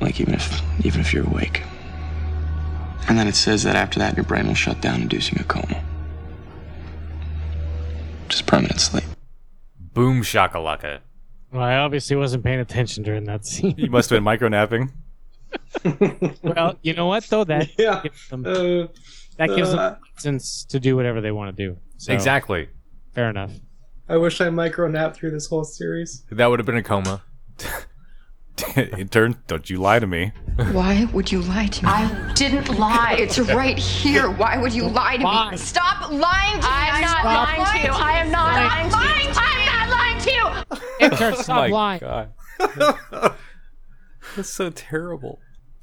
Speaker 1: Like even if even if you're awake. And then it says that after that your brain will shut down, inducing a coma. Just permanent sleep.
Speaker 10: Boom shakalaka.
Speaker 12: Well, I obviously wasn't paying attention during that scene.
Speaker 9: You must have been micro napping.
Speaker 12: well, you know what though? That gives them that gives
Speaker 11: uh,
Speaker 12: them license to do whatever they want to do. So,
Speaker 10: Exactly.
Speaker 12: Fair enough.
Speaker 11: I wish I micro napped through this whole series.
Speaker 10: That would have been a coma.
Speaker 9: Intern, don't you lie to me.
Speaker 13: Why would you lie to me? I
Speaker 15: Didn't lie.
Speaker 13: It's right here. Why would you lie to me? Stop lying to me.
Speaker 15: I'm not
Speaker 13: Stop
Speaker 15: lying to you. I am not lying to you. I'm not lying to you.
Speaker 12: Intern, stop
Speaker 9: Oh my
Speaker 12: lying.
Speaker 9: God. That's so terrible.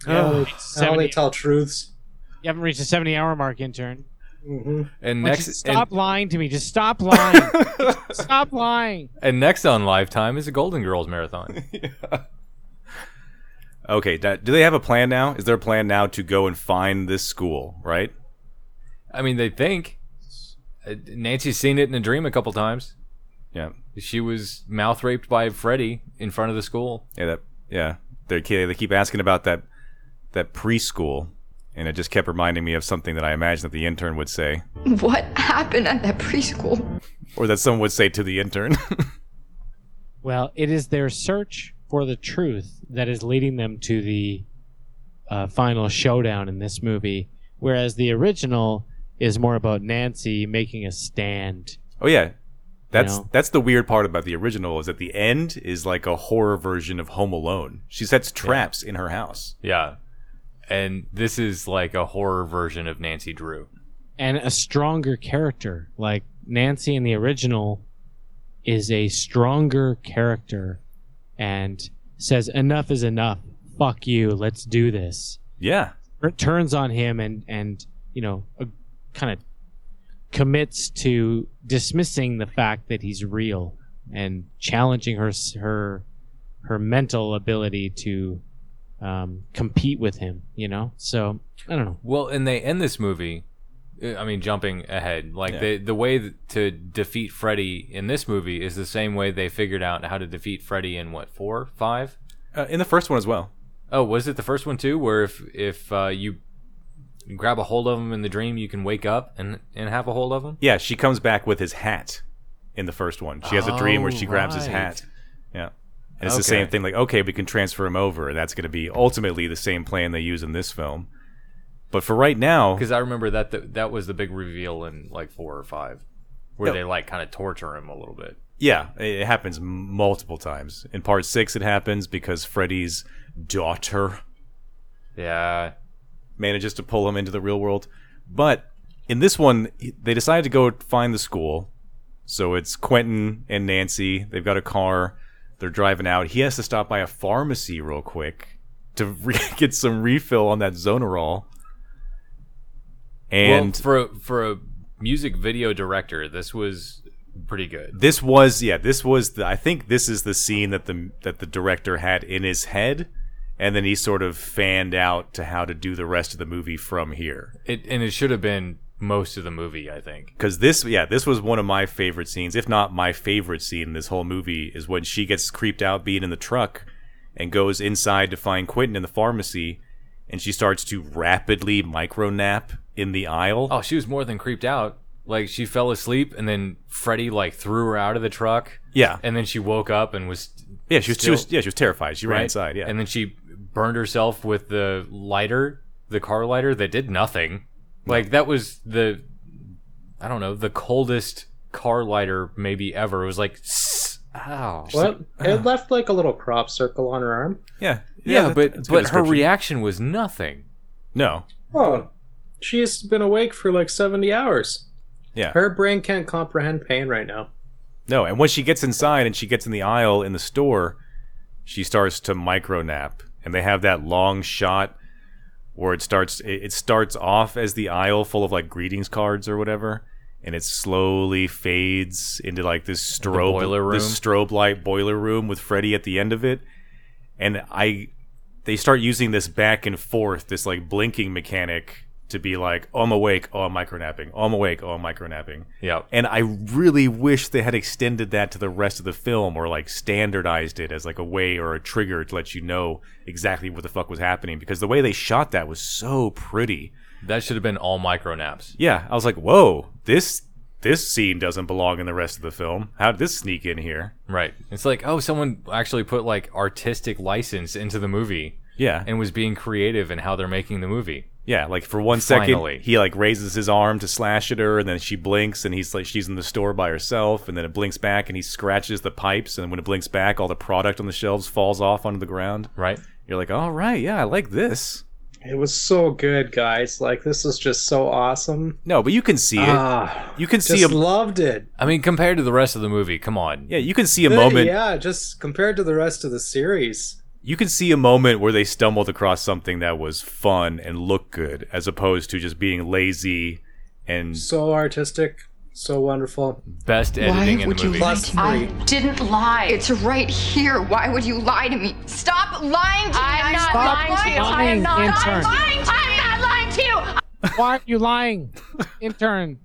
Speaker 12: Yeah,
Speaker 11: Oh,
Speaker 12: it's
Speaker 11: I only
Speaker 12: 70.
Speaker 11: tell truths.
Speaker 12: You haven't reached the seventy-hour mark, intern.
Speaker 11: hmm
Speaker 10: And
Speaker 12: Like,
Speaker 10: next
Speaker 12: just stop
Speaker 10: and,
Speaker 12: lying to me. Just stop lying. Just stop lying.
Speaker 10: and next on Lifetime is a Golden Girls marathon.
Speaker 9: Okay, that, do they have a plan now? Is there a plan now to go and find this school, right?
Speaker 10: I mean, they think Uh, Nancy's seen it in a dream a couple times.
Speaker 9: Yeah.
Speaker 10: She was mouth raped by Freddy in front of the school.
Speaker 9: Yeah, that yeah. They they keep asking about that that preschool and it just kept reminding me of something that I imagine that the intern would say
Speaker 13: What happened at that preschool?
Speaker 9: or that someone would say to the intern.
Speaker 12: Well, it is their search for the truth that is leading them to the uh, final showdown in this movie, whereas the original is more about Nancy making a stand.
Speaker 9: oh yeah. That's
Speaker 12: No.
Speaker 9: that's the weird part about the original is that the end is like a horror version of Home Alone. She sets traps in her house.
Speaker 10: Yeah. And this is like a horror version of Nancy Drew.
Speaker 12: and a stronger character. Like Nancy in the original is a stronger character and says, Enough is enough. Fuck you. Let's do this.
Speaker 9: Yeah.
Speaker 12: Or turns on him and, and you know, kind of commits to dismissing the fact that he's real and challenging her s- her her mental ability to um, compete with him, you know? So, I don't know.
Speaker 10: Well, and they end this movie. uh, I mean, jumping ahead, like
Speaker 9: Yeah.
Speaker 10: the the way th- to defeat Freddy in this movie is the same way they figured out how to defeat Freddy in what four, five?
Speaker 9: Uh, in the first one as well.
Speaker 10: Oh, was it the first one too? Where if if uh, you grab a hold of him in the dream, you can wake up and and have a hold of him.
Speaker 9: Yeah, she comes back with his hat in the first one. She has a dream where she grabs his
Speaker 10: Oh,
Speaker 9: hat.
Speaker 10: right.
Speaker 9: Yeah. And it's the
Speaker 10: Okay.
Speaker 9: same thing, like, okay, we can transfer him over, and that's going to be ultimately the same plan they use in this film. But for right now,
Speaker 10: Because I remember that th- that was the big reveal in like four or five. where they like kind of torture him a little bit.
Speaker 9: Yeah, it it happens m- multiple times. In part six, it happens because Freddy's daughter,
Speaker 10: yeah,
Speaker 9: manages to pull him into the real world. But in this one, he- they decided to go find the school. So it's Quentin and Nancy. They've got a car. They're driving out. He has to stop by a pharmacy real quick to re- get some refill on that Zonorol. And
Speaker 10: well, for a, for a music video director, this was pretty good.
Speaker 9: This was yeah, this was the I think this is the scene that the that the director had in his head and then he sort of fanned out to how to do the rest of the movie from here.
Speaker 10: It and it should have been most of the movie, I think.
Speaker 9: Cuz this yeah, this was one of my favorite scenes, if not my favorite scene in this whole movie is when she gets creeped out being in the truck and goes inside to find Quentin in the pharmacy and she starts to rapidly micro nap in the aisle.
Speaker 10: Oh, she was more than creeped out. Like she fell asleep, and then Freddy like threw her out of the truck.
Speaker 9: Yeah.
Speaker 10: and then she woke up and was
Speaker 9: Yeah, she was- she was- yeah, she was terrified. She ran inside, yeah.
Speaker 10: and then she burned herself with the lighter, the car lighter that did nothing. Like that was the, I don't know, the coldest car lighter maybe ever. It was like, "Sss, ow.
Speaker 11: Well, it left like a little crop circle on her arm.
Speaker 9: Yeah,
Speaker 10: yeah,
Speaker 11: that-
Speaker 10: but
Speaker 11: that's a good
Speaker 10: but her
Speaker 11: description.
Speaker 10: reaction was nothing.
Speaker 9: No,
Speaker 11: Oh, she's been awake for like 70 hours.
Speaker 9: Yeah.
Speaker 11: Her brain can't comprehend pain right now.
Speaker 9: No, and once she gets inside and she gets in the aisle in the store, she starts to micro nap, and they have that long shot where it starts. It, it starts off as the aisle full of like greetings cards or whatever, and it slowly fades into like this strobe
Speaker 10: boiler room.
Speaker 9: this strobe light boiler room with Freddy at the end of it, and I. They start using this back and forth, this like blinking mechanic to be like, oh, I'm awake, oh, I'm micronapping, oh, I'm awake, oh, I'm micronapping.
Speaker 10: Yeah.
Speaker 9: And I really wish they had extended that to the rest of the film or like standardized it as like a way or a trigger to let you know exactly what the fuck was happening because the way they shot that was so pretty.
Speaker 10: That should have been all micro naps.
Speaker 9: Yeah, I was like, "Whoa, this this scene doesn't belong in the rest of the film. How did this sneak in here?"
Speaker 10: Right. It's like, oh, someone actually put like artistic license into the movie.
Speaker 9: Yeah.
Speaker 10: And was being creative in how they're making the movie.
Speaker 9: Yeah, like for one second
Speaker 10: Finally.
Speaker 9: he like raises his arm to slash at her and then she blinks and he's like she's in the store by herself and then it blinks back and he scratches the pipes and when it blinks back all the product on the shelves falls off onto the ground.
Speaker 10: Right.
Speaker 9: You're like, "All right, yeah, I like this."
Speaker 11: It was so good, guys. Like, this is just so awesome.
Speaker 9: No, but you can see it.
Speaker 11: Ah,
Speaker 9: you can see um,
Speaker 11: just
Speaker 9: a
Speaker 11: loved it.
Speaker 10: I mean, compared to the rest of the movie, come on.
Speaker 9: Yeah, you can see a
Speaker 11: The-
Speaker 9: moment.
Speaker 11: Yeah, just compared to the rest of the series.
Speaker 9: You can see a moment where they stumbled across something that was fun and looked good, as opposed to just being lazy and
Speaker 11: So artistic, so wonderful.
Speaker 10: Best
Speaker 13: editing
Speaker 9: in the would you movie. lie to
Speaker 13: I
Speaker 11: three.
Speaker 13: didn't lie. It's right here. Why would you lie to me? Stop lying to
Speaker 15: I'm
Speaker 13: me.
Speaker 15: not
Speaker 13: Stop
Speaker 15: lying to you. I am
Speaker 12: lying,
Speaker 15: not I'm
Speaker 12: intern.
Speaker 15: lying. to- I'm not lying to you.
Speaker 12: Why aren't you lying, intern?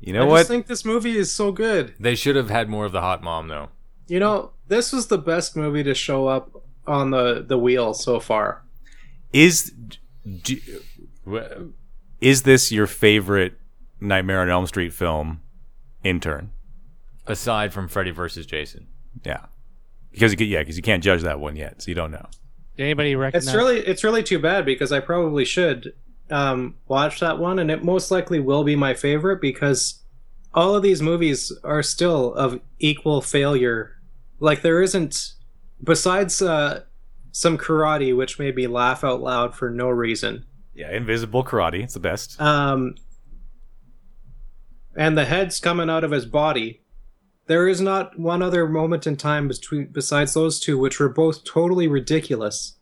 Speaker 9: you
Speaker 11: I
Speaker 9: know
Speaker 11: just
Speaker 9: what?
Speaker 11: think this movie is so good.
Speaker 10: They should have had more of the hot mom though.
Speaker 11: You know, this was the best movie to show up on the, the wheel so far.
Speaker 9: Is do, is this your favorite Nightmare on Elm Street film? Intern,
Speaker 10: Aside from Freddy versus Jason.
Speaker 9: yeah, because you, could- yeah, because you can't judge that one yet, so you don't know.
Speaker 12: Did anybody recognize?
Speaker 11: It's really it's really too bad because I probably should um, watch that one, and it most likely will be my favorite because all of these movies are still of equal failure. Like there isn't, besides uh, some karate, which made me laugh out loud for no reason.
Speaker 9: Yeah, Invisible Karate, it's the best.
Speaker 11: Um, and the head's coming out of his body. There is not one other moment in time between besides those two, which were both totally ridiculous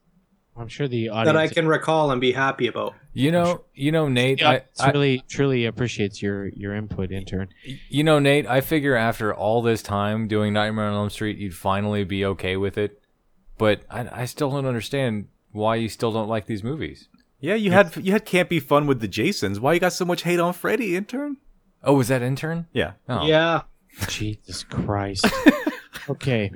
Speaker 12: I'm sure the audience.
Speaker 11: that I can recall and be happy about.
Speaker 10: You know, you know, Nate.
Speaker 12: Yeah,
Speaker 10: I,
Speaker 12: it's
Speaker 10: I,
Speaker 12: really truly appreciates your your input, intern.
Speaker 10: you know, Nate. I figure after all this time doing Nightmare on Elm Street, you'd finally be okay with it. But I, I still don't understand why you still don't like these movies.
Speaker 9: Yeah, you had you had campy fun with the Jasons. Why you got so much hate on Freddy, Intern?
Speaker 10: Oh, was that intern?
Speaker 9: Yeah.
Speaker 10: Oh.
Speaker 11: Yeah.
Speaker 12: Jesus Christ. okay.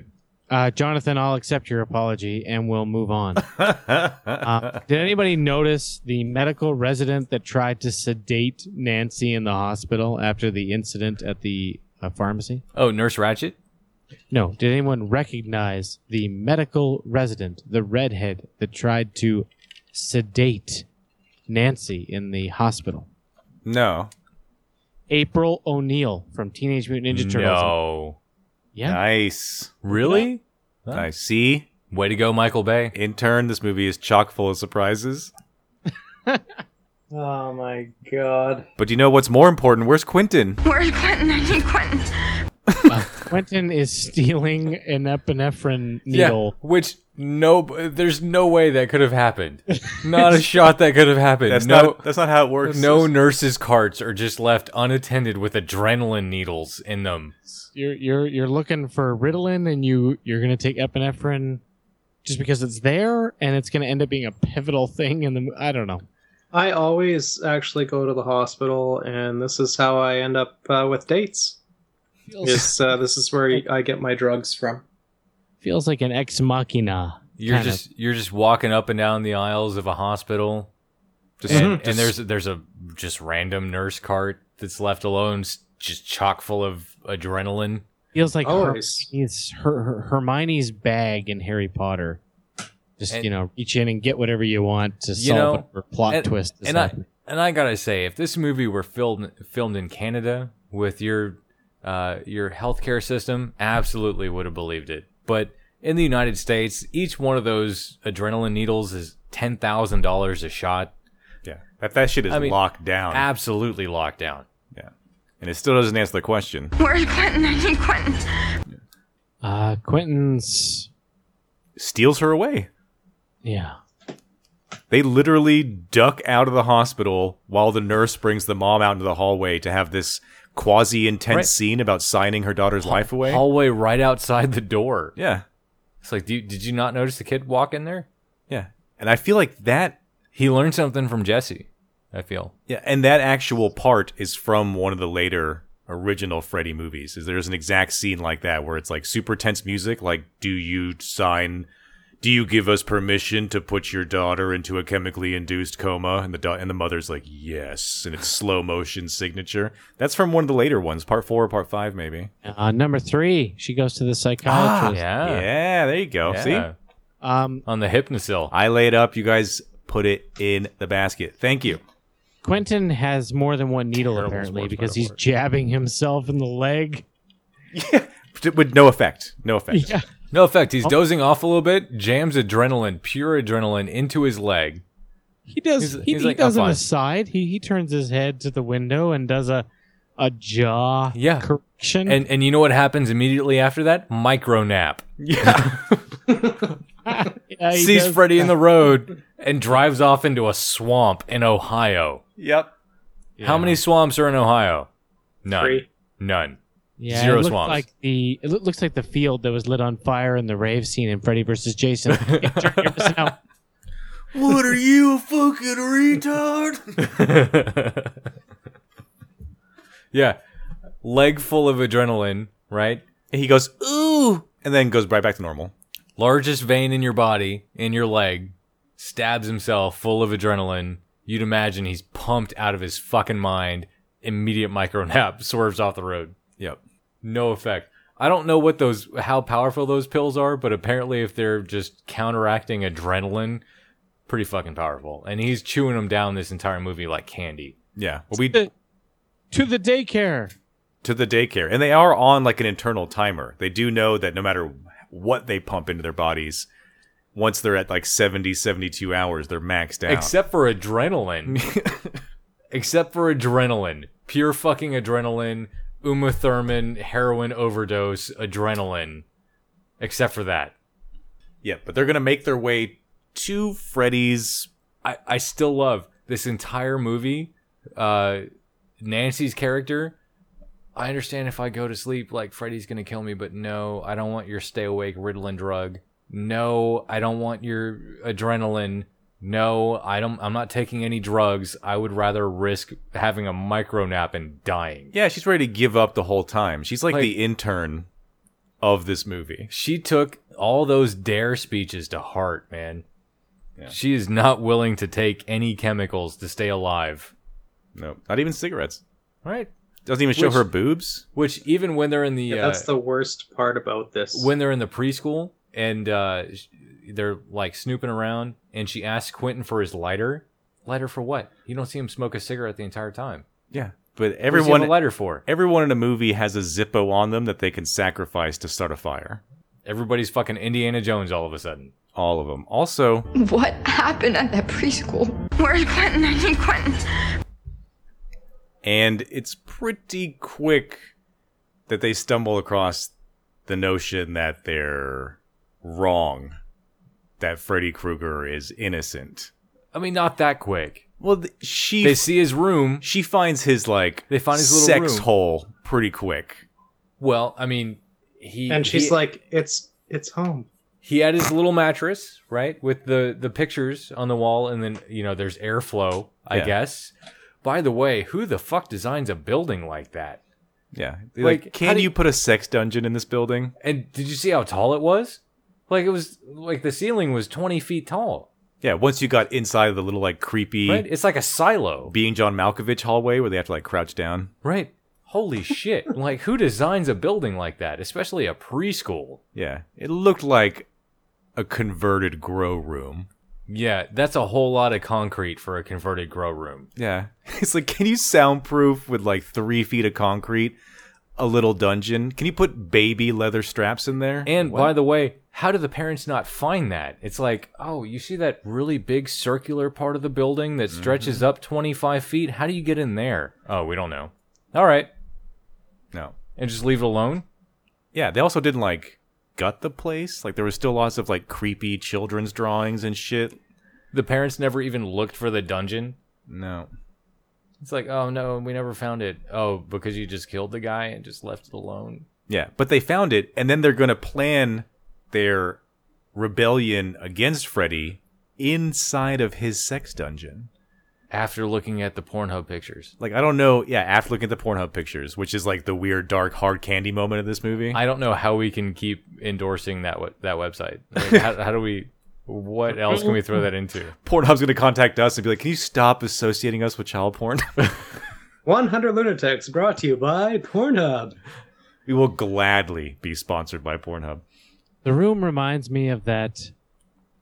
Speaker 12: Uh, Jonathan, I'll accept your apology and we'll move on. Uh, did anybody notice the medical resident that tried to sedate Nancy in the hospital after the incident at the uh, pharmacy?
Speaker 10: Oh, Nurse Ratchet.
Speaker 12: No. Did anyone recognize the medical resident, the redhead that tried to sedate Nancy in the hospital?
Speaker 9: No.
Speaker 12: April O'Neil from Teenage Mutant Ninja Turtles.
Speaker 10: No.
Speaker 12: Yeah.
Speaker 9: Nice.
Speaker 10: Really?
Speaker 9: I see.
Speaker 10: Way to go, Michael Bay.
Speaker 9: In turn, this movie is chock full of surprises.
Speaker 11: Oh my god.
Speaker 9: But you know what's more important? Where's Quentin?
Speaker 10: Uh,
Speaker 13: Where's Quentin? I need Quentin.
Speaker 12: Quentin is stealing an epinephrine needle.
Speaker 10: Yeah, which no, there's no way that could have happened. Not a shot that could have happened.
Speaker 9: That's
Speaker 10: no,
Speaker 9: not that's not how it works.
Speaker 10: No nurses' carts are just left unattended with adrenaline needles in them.
Speaker 12: You're you're you're looking for Ritalin, and you you're gonna take epinephrine just because it's there, and it's gonna end up being a pivotal thing. in the I don't know.
Speaker 11: I always actually go to the hospital, and this is how I end up uh, with dates. Is, uh, this is where I get my drugs from.
Speaker 12: Feels like an ex machina.
Speaker 10: You're
Speaker 12: kind of.
Speaker 10: just you're just walking up and down the aisles of a hospital,
Speaker 9: Just-
Speaker 10: and,
Speaker 9: Mhm.
Speaker 10: and there's there's a just random nurse cart that's left alone, s- just chock full of adrenaline.
Speaker 12: feels like her,
Speaker 10: Always.
Speaker 12: it's her, her, Hermione's bag in Harry Potter. Just
Speaker 10: And-
Speaker 12: you know, reach in and get whatever you want to
Speaker 10: you
Speaker 12: solve
Speaker 10: know,
Speaker 12: whatever plot
Speaker 10: and,
Speaker 12: twist. Is
Speaker 10: And I
Speaker 12: happening.
Speaker 10: and I gotta say, if this movie were filmed filmed in Canada with your uh, your healthcare system, absolutely would have believed it. But in the United States, each one of those adrenaline needles is ten thousand dollars a shot.
Speaker 9: Yeah, that that shit is
Speaker 10: I mean,
Speaker 9: locked down,
Speaker 10: Absolutely locked down.
Speaker 9: and it still doesn't answer the question.
Speaker 13: Where's Quentin? I need Quentin.
Speaker 12: uh, Quentin's
Speaker 9: Steals her away.
Speaker 12: yeah.
Speaker 9: They literally duck out of the hospital while the nurse brings the mom out into the hallway to have this quasi intense
Speaker 10: Right.
Speaker 9: scene about signing her daughter's life away.
Speaker 10: Hallway right outside the door.
Speaker 9: yeah,
Speaker 10: It's like, do you, did you not notice the kid walk in there?
Speaker 9: yeah, and I feel like that.
Speaker 10: He learned something from Jesse. I feel.
Speaker 9: Yeah, and that actual part is from one of the later original Freddy movies. Is there's an exact scene like that where it's like super tense music, like "Do you sign? Do you give us permission to put your daughter into a chemically induced coma?" And the da- and the mother's like, "Yes," and it's slow motion signature. That's from one of the later ones, part four or part five, maybe.
Speaker 12: Uh, number three, she goes to the psychiatrist.
Speaker 10: Ah, Yeah.
Speaker 9: yeah, there you go.
Speaker 10: Yeah.
Speaker 9: See,
Speaker 12: Um,
Speaker 10: On the hypnosil.
Speaker 9: I laid up. You guys put it in the basket. Thank you.
Speaker 12: Quentin has more than one needle apparently because he's jabbing himself in the leg.
Speaker 9: With no effect. No effect.
Speaker 12: Yeah.
Speaker 10: No effect.
Speaker 12: Oh.
Speaker 10: He's dozing off a little bit, jams adrenaline, pure adrenaline, into his leg.
Speaker 12: He does.
Speaker 10: He's-
Speaker 12: he
Speaker 10: he's
Speaker 12: he
Speaker 10: like,
Speaker 12: does
Speaker 10: "I'm
Speaker 12: an
Speaker 10: fine."
Speaker 12: aside. He he turns his head to the window and does a a jaw
Speaker 10: Yeah.
Speaker 12: correction.
Speaker 10: And and you know what happens immediately after that? Micro nap.
Speaker 12: Yeah, he
Speaker 10: Sees
Speaker 12: does
Speaker 10: Freddy in
Speaker 12: that.
Speaker 10: the road and drives off into a swamp in Ohio.
Speaker 9: Yep.
Speaker 10: How many swamps are in Ohio? None.
Speaker 11: Three.
Speaker 10: None.
Speaker 12: Yeah,
Speaker 10: Zero
Speaker 12: it looked
Speaker 10: swamps.
Speaker 12: Like the it loo- looks like the field that was lit on fire in the rave scene in Freddy vs. Jason. It turned us out.
Speaker 9: What are you, a fucking retard?
Speaker 10: yeah. Leg full of adrenaline, right?
Speaker 9: And he goes, ooh, and then goes right back to normal.
Speaker 10: largest vein in your body, in your leg, stabs himself full of adrenaline. You'd imagine he's pumped out of his fucking mind. Immediate micro nap, swerves off the road.
Speaker 9: Yep.
Speaker 10: No effect. I don't know what those, how powerful those pills are, but apparently if they're just counteracting adrenaline, pretty fucking powerful. And he's chewing them down this entire movie like candy.
Speaker 9: Yeah. Well, we
Speaker 12: to the daycare.
Speaker 9: to the daycare, and they are on like an internal timer. They do know that no matter what they pump into their bodies, once they're at like 70, 72 hours, they're maxed out.
Speaker 10: Except for adrenaline. Except for adrenaline. Pure fucking adrenaline. Uma Thurman, heroin overdose, adrenaline. Except for that.
Speaker 9: yeah, but they're gonna make their way to Freddy's.
Speaker 10: I, I still love this entire movie. Uh, Nancy's character. I understand if I go to sleep, like Freddy's gonna kill me, but no, I don't want your stay awake Ritalin drug. No, I don't want your adrenaline. No, I don't. I'm not taking any drugs. I would rather risk having a micro nap and dying.
Speaker 9: Yeah, she's ready to give up the whole time. She's like,
Speaker 10: Like-
Speaker 9: the intern of this movie.
Speaker 10: She took all those dare speeches to heart, man. She is not willing to take any chemicals to stay alive.
Speaker 9: No, not even cigarettes.
Speaker 10: Right.
Speaker 9: Doesn't even show
Speaker 10: Which-
Speaker 9: her boobs.
Speaker 10: Which even when they're in the uh,
Speaker 11: That's the worst part about this.
Speaker 10: when they're in the preschool and uh, sh- they're like snooping around, and she asks Quentin for his lighter. Lighter for what? You don't see him smoke a cigarette the entire time.
Speaker 9: Yeah. But
Speaker 10: he
Speaker 9: everyone
Speaker 10: have a lighter for?
Speaker 9: Everyone in a movie has a Zippo on them that they can sacrifice to start a fire.
Speaker 10: Everybody's fucking Indiana Jones all of a sudden.
Speaker 9: All of them. Also,
Speaker 13: What happened at that preschool? Where's Quentin? I need Quentin.
Speaker 9: and it's pretty quick that they stumble across the notion that they're wrong, that Freddy Krueger is innocent.
Speaker 10: I mean, not that quick.
Speaker 9: Well, th- she
Speaker 10: They see his room.
Speaker 9: She finds his like
Speaker 10: They find his little
Speaker 9: sex
Speaker 10: room.
Speaker 9: hole pretty quick.
Speaker 10: Well, I mean, he
Speaker 11: and she's
Speaker 10: he-
Speaker 11: like, "It's it's home."
Speaker 10: he had his little mattress right with the the pictures on the wall and then you know there's airflow i
Speaker 9: Yeah.
Speaker 10: guess by the way who the fuck designs a building like that
Speaker 9: Yeah, They're like,
Speaker 10: Like, how
Speaker 9: can
Speaker 10: do
Speaker 9: you
Speaker 10: you-
Speaker 9: put a sex dungeon in this building?
Speaker 10: and did you see how tall it was like it was like the ceiling was 20 feet tall
Speaker 9: Yeah, once you got inside of the little like creepy
Speaker 10: right it's like a silo
Speaker 9: being John Malkovich hallway where they have to like crouch down.
Speaker 10: right holy shit like who designs a building like that especially a preschool
Speaker 9: Yeah, it looked like a converted grow room.
Speaker 10: yeah that's a whole lot of concrete for a converted grow room
Speaker 9: Yeah, it's like can you soundproof with like three feet of concrete, a little dungeon? Can you put baby leather straps in there?
Speaker 10: And by the way, how do the parents not find that? It's like, oh, you see that really big circular part of the building that stretches up 25 feet? How do you get in there? Oh, we don't know. All right.
Speaker 9: no,
Speaker 10: And just leave it alone?
Speaker 9: yeah, they also didn't like gut the place. Like there was still lots of like creepy children's drawings and shit.
Speaker 10: The parents never even looked for the dungeon?
Speaker 9: No,
Speaker 10: It's like, oh, no, we never found it. Oh, because you just killed the guy and just left it alone?
Speaker 9: Yeah, but they found it, and then they're going to plan their rebellion against Freddy inside of his sex dungeon.
Speaker 10: After looking at the Pornhub pictures.
Speaker 9: Like, I don't know. Yeah, after looking at the Pornhub pictures, which is like the weird, dark, hard candy moment of this movie.
Speaker 10: I don't know how we can keep endorsing that we- that website. Like, how, how do we? What else can we throw that into?
Speaker 9: Pornhub's going to contact us and be like, can you stop associating us with child porn?
Speaker 11: One hundred lunatics brought to you by Pornhub.
Speaker 9: we will gladly be sponsored by Pornhub.
Speaker 12: The room reminds me of that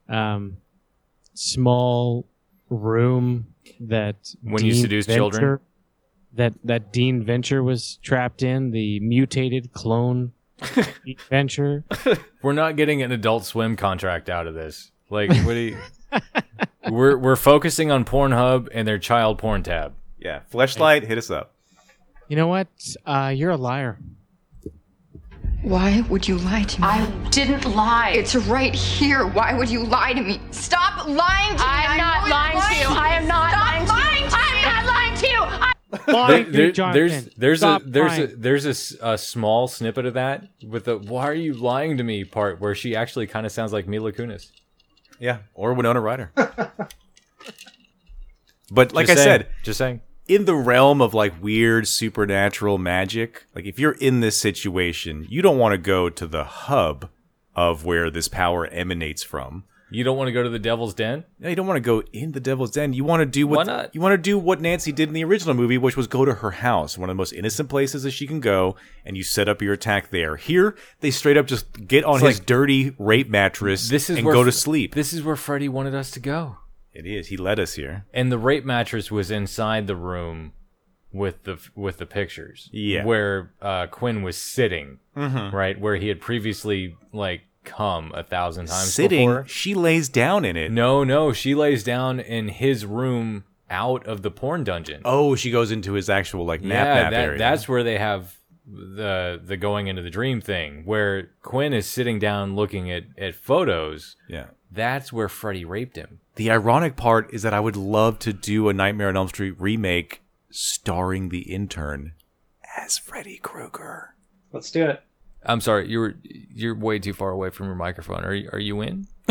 Speaker 12: um, small room that
Speaker 10: When you seduce children?
Speaker 12: That that Dean Venture was trapped in the mutated clone Dean Venture.
Speaker 10: We're not getting an Adult Swim contract out of this. Like, what do you? we're we're focusing on Pornhub and their child porn tab.
Speaker 9: Yeah, Fleshlight, hit us up.
Speaker 12: You know what? Uh, you're a liar.
Speaker 13: Why would you lie to me?
Speaker 15: I didn't lie.
Speaker 13: It's right here. Why would you lie to me? Stop lying to me.
Speaker 15: I'm not lying to you. I am not lying to you. I'm not lying to you. I-
Speaker 12: Lying to
Speaker 10: There-
Speaker 12: Jonathan.
Speaker 10: there's there's
Speaker 12: Stop
Speaker 10: a there's a
Speaker 12: lying.
Speaker 10: there's a s- a, small snippet of that with the "Why are you lying to me?" part where she actually kind of sounds like Mila Kunis.
Speaker 9: Yeah, or Winona Ryder. but like
Speaker 10: Just
Speaker 9: I
Speaker 10: saying.
Speaker 9: said,
Speaker 10: just saying.
Speaker 9: in the realm of like weird supernatural magic, like if you're in this situation, you don't want to go to the hub of where this power emanates from.
Speaker 10: You don't want to go to the devil's den.
Speaker 9: No, you don't want to go in the devil's den. You want to do what
Speaker 10: Why not?
Speaker 9: you want to do what Nancy did in the original movie, which was go to her house, one of the most innocent places that she can go, and you set up your attack there. Here, they straight up just get on
Speaker 10: It's
Speaker 9: his
Speaker 10: like-
Speaker 9: dirty rape mattress
Speaker 10: This is
Speaker 9: and
Speaker 10: where
Speaker 9: go
Speaker 10: F-
Speaker 9: to sleep.
Speaker 10: This is where Freddy wanted us to go.
Speaker 9: it is. He led us here.
Speaker 10: And the rape mattress was inside the room with the with the pictures.
Speaker 9: Yeah. Mm-hmm.
Speaker 10: Where uh, Quinn was sitting, right where he had previously like come a thousand times
Speaker 9: Sitting,
Speaker 10: before.
Speaker 9: she lays down in it.
Speaker 10: No, no, she lays down in his room out of the porn dungeon.
Speaker 9: Oh, she goes into his actual like nap
Speaker 10: yeah,
Speaker 9: nap
Speaker 10: that,
Speaker 9: area.
Speaker 10: that's where they have the the going into the dream thing where Quinn is sitting down looking at at photos.
Speaker 9: yeah.
Speaker 10: That's where Freddy raped him.
Speaker 9: The ironic part is that I would love to do a Nightmare on Elm Street remake starring the intern as Freddy Krueger.
Speaker 11: Let's do it.
Speaker 10: I'm sorry, you were you're way too far away from your microphone. Are you, are you in?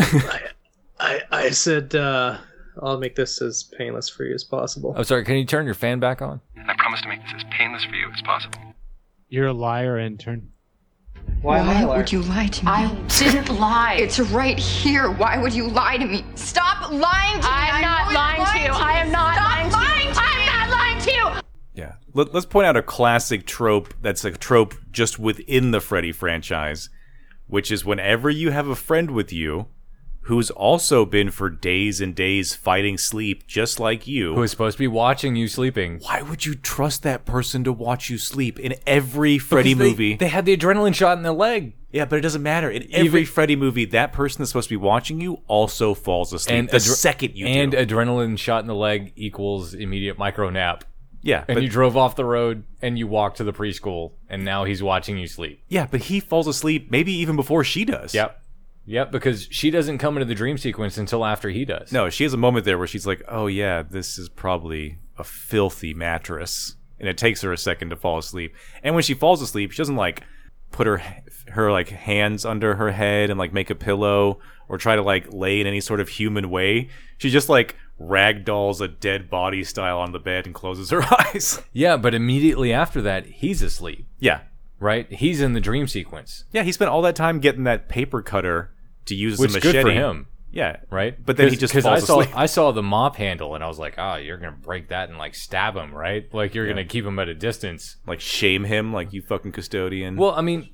Speaker 11: I I said uh, I'll make this as painless for you as possible.
Speaker 10: I'm Oh, sorry. Can you turn your fan back on?
Speaker 14: I promise to make this as painless for you as possible.
Speaker 12: You're a liar, intern.
Speaker 11: Why, am I a liar?
Speaker 13: would you lie to me?
Speaker 15: I didn't lie.
Speaker 13: It's right here. Why would you lie to me? Stop lying to me.
Speaker 15: I'm not lying to you. I am not lying to you. I'm not lying to you.
Speaker 9: Yeah. Let, let's point out a classic trope that's a trope just within the Freddy franchise, which is whenever you have a friend with you who's also been for days and days fighting sleep just like you.
Speaker 10: Who is supposed to be watching you sleeping.
Speaker 9: Why would you trust that person to watch you sleep in every Freddy
Speaker 10: Because they-
Speaker 9: movie?
Speaker 10: They had the adrenaline shot in their leg.
Speaker 9: Yeah, but it doesn't matter. In every Freddy movie, that person that's supposed to be watching you also falls asleep the
Speaker 10: adre-
Speaker 9: second you
Speaker 10: and
Speaker 9: do.
Speaker 10: adrenaline shot in the leg equals immediate micro nap.
Speaker 9: Yeah,
Speaker 10: and
Speaker 9: but-
Speaker 10: you drove off the road and you walked to the preschool, and now he's watching you sleep.
Speaker 9: yeah, but he falls asleep maybe even before she does.
Speaker 10: Yep, yep, because she doesn't come into the dream sequence until after he does.
Speaker 9: No, she has a moment there where she's like, "Oh yeah, this is probably a filthy mattress," and it takes her a second to fall asleep. And when she falls asleep, she doesn't like put her her like hands under her head and like make a pillow or try to like lay in any sort of human way. She just like ragdolls a dead body style on the bed and closes her eyes.
Speaker 10: Yeah, but immediately after that, he's asleep.
Speaker 9: Yeah.
Speaker 10: Right? He's in the dream sequence.
Speaker 9: Yeah, he spent all that time getting that paper cutter to use as
Speaker 10: Which
Speaker 9: a
Speaker 10: is
Speaker 9: machete.
Speaker 10: good for him.
Speaker 9: Yeah.
Speaker 10: Right?
Speaker 9: But then he
Speaker 10: Cause-
Speaker 9: just
Speaker 10: 'cause
Speaker 9: falls
Speaker 10: I saw,
Speaker 9: asleep.
Speaker 10: I saw the mop handle and I was like, oh, you're going to break that and like stab him, right? Like you're going to keep him at a distance.
Speaker 9: Like shame him, like you fucking custodian.
Speaker 10: Well, I mean,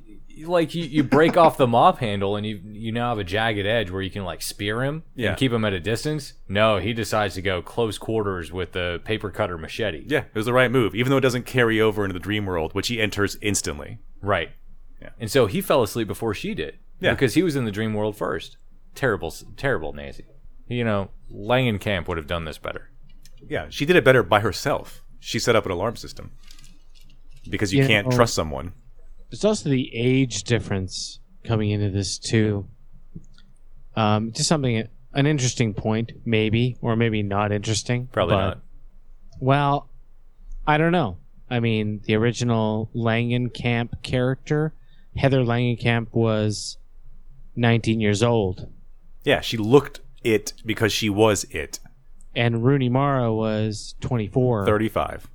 Speaker 10: like you, you break off the mop handle and you you now have a jagged edge where you can like spear him
Speaker 9: Yeah.
Speaker 10: and keep him at a distance. No, he decides to go close quarters with the paper cutter machete.
Speaker 9: Yeah, it was the right move, even though it doesn't carry over into the dream world, which he enters instantly.
Speaker 10: Right. And so he fell asleep before she did.
Speaker 9: Yeah.
Speaker 10: Because he was in the dream world first. Terrible, terrible, Nancy. You know, Langenkamp would have done this better.
Speaker 9: Yeah, she did it better by herself. She set up an alarm system because you
Speaker 12: You
Speaker 10: oh.
Speaker 9: can't
Speaker 12: know-
Speaker 9: trust someone.
Speaker 12: There's also the age difference coming into this too. Um, just something, an interesting point, maybe, or maybe not interesting.
Speaker 10: Probably
Speaker 12: but-
Speaker 10: not.
Speaker 12: Well, I don't know. I mean, the original Langenkamp character, Heather Langenkamp, was 19 years old,
Speaker 9: Yeah, she looked it because she was it.
Speaker 12: and Rooney Mara was 24.
Speaker 9: 35.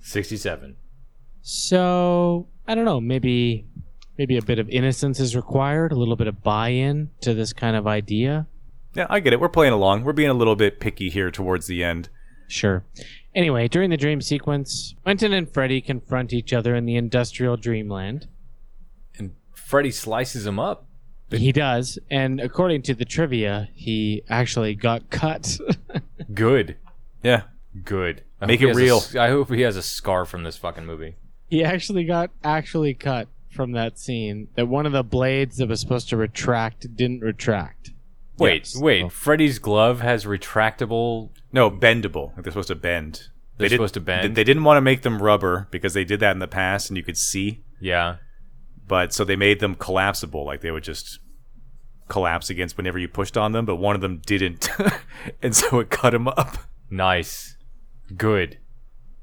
Speaker 10: 67.
Speaker 12: So I don't know. Maybe maybe a bit of innocence is required, a little bit of buy-in to this kind of idea.
Speaker 9: Yeah, I get it. We're playing along. We're being a little bit picky here towards the end.
Speaker 12: Sure. Anyway, during the dream sequence, Quentin and Freddy confront each other in the industrial dreamland.
Speaker 10: And Freddy slices him up.
Speaker 12: He does, and according to the trivia, he actually got cut.
Speaker 10: Good.
Speaker 9: Yeah.
Speaker 10: Good. I
Speaker 9: Make
Speaker 10: hope he
Speaker 9: it
Speaker 10: has a
Speaker 9: real.
Speaker 10: s- I hope he has a scar from this fucking movie.
Speaker 12: he actually got actually cut from that scene. That one of the blades that was supposed to retract didn't retract.
Speaker 10: Wait,
Speaker 9: Oh.
Speaker 10: wait. Freddy's glove has retractable.
Speaker 9: No, bendable. Like they're supposed to bend.
Speaker 10: They're
Speaker 9: did-
Speaker 10: supposed to bend?
Speaker 9: They didn't want to make them rubber because they did that in the past and you could see.
Speaker 10: Yeah.
Speaker 9: But so they made them collapsible. Like they would just collapse against whenever you pushed on them, but one of them didn't. and so it cut him up.
Speaker 10: Nice. Good.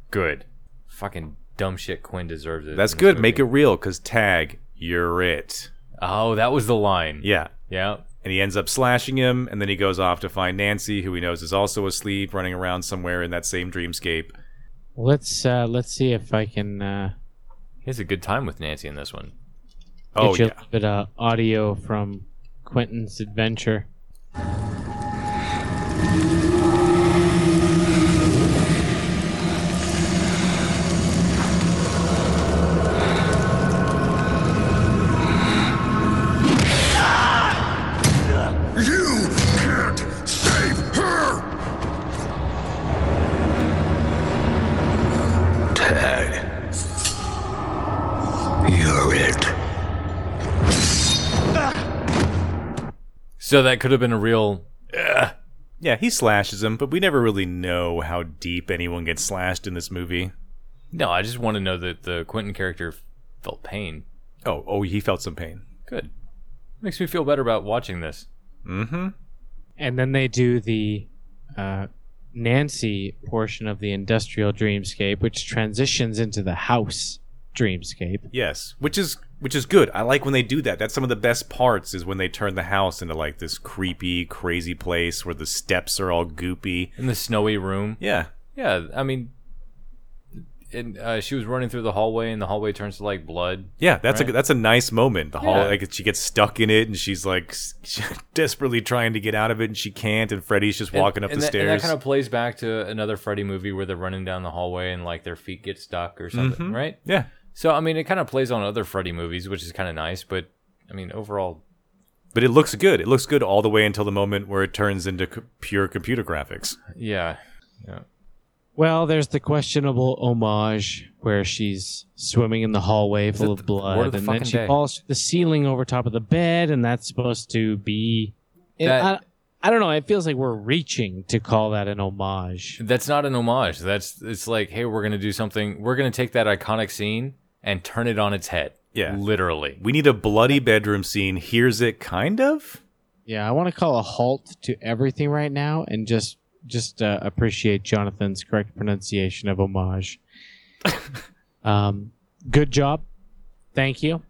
Speaker 10: Good. Fucking dumb shit Quinn deserves it.
Speaker 9: That's
Speaker 10: in this
Speaker 9: good.
Speaker 10: movie.
Speaker 9: Make it real because tag, you're it.
Speaker 10: Oh, that was the line.
Speaker 9: Yeah.
Speaker 10: Yeah.
Speaker 9: And he ends up slashing him, and then he goes off to find Nancy, who he knows is also asleep, running around somewhere in that same dreamscape.
Speaker 12: Let's uh, let's see if I can uh,
Speaker 10: He has a good time with Nancy in this one.
Speaker 12: get
Speaker 9: Oh,
Speaker 12: you
Speaker 9: yeah.
Speaker 12: a bit of audio from Quentin's adventure.
Speaker 3: You can't save her!
Speaker 14: Tag. You're it.
Speaker 10: So that could have been a real. Ugh.
Speaker 9: Yeah, he slashes him, but we never really know how deep anyone gets slashed in this movie.
Speaker 10: No, I just want to know that the Quentin character felt pain.
Speaker 9: Oh, oh, he felt some pain.
Speaker 10: Good. Makes me feel better about watching this.
Speaker 9: Mm-hmm.
Speaker 12: And then they do the uh, Nancy portion of the industrial dreamscape, which transitions into the house dreamscape.
Speaker 9: Yes, which is which is good. I like when they do that. That's some of the best parts is when they turn the house into like this creepy, crazy place where the steps are all goopy.
Speaker 10: In the snowy room.
Speaker 9: Yeah.
Speaker 10: Yeah, I mean, and uh, she was running through the hallway, and the hallway turns to like blood.
Speaker 9: Yeah, that's a
Speaker 10: right?
Speaker 9: that's a nice moment. The
Speaker 10: Yeah.
Speaker 9: hall, like she gets stuck in it, and she's like desperately trying to get out of it, and she can't. And Freddy's just
Speaker 10: And-
Speaker 9: walking up
Speaker 10: and
Speaker 9: the
Speaker 10: that-
Speaker 9: stairs.
Speaker 10: And that kind of plays back to another Freddy movie where they're running down the hallway and like their feet get stuck or something,
Speaker 9: Mhm.
Speaker 10: right?
Speaker 9: Yeah.
Speaker 10: So I mean, it kind of plays on other Freddy movies, which is kind of nice. But I mean, overall,
Speaker 9: But it looks good. It looks good all the way until the moment where it turns into c- pure computer graphics.
Speaker 10: Yeah. Yeah.
Speaker 12: Well, there's the questionable homage where she's swimming in the hallway full of blood,
Speaker 10: word of the
Speaker 12: and then
Speaker 10: fucking
Speaker 12: she
Speaker 10: day.
Speaker 12: falls through the ceiling over top of the bed, and that's supposed to be. it-
Speaker 10: That-
Speaker 12: I, I don't know. It feels like we're reaching to call that an homage.
Speaker 10: That's not an homage. That's it's like, hey, we're gonna do something. We're gonna take that iconic scene and turn it on its head.
Speaker 9: Yeah.
Speaker 10: Literally.
Speaker 9: We need a bloody bedroom scene. Here's it, kind of.
Speaker 12: Yeah, I want to call a halt to everything right now and just just uh, appreciate Jonathan's correct pronunciation of homage. um, good job. Thank you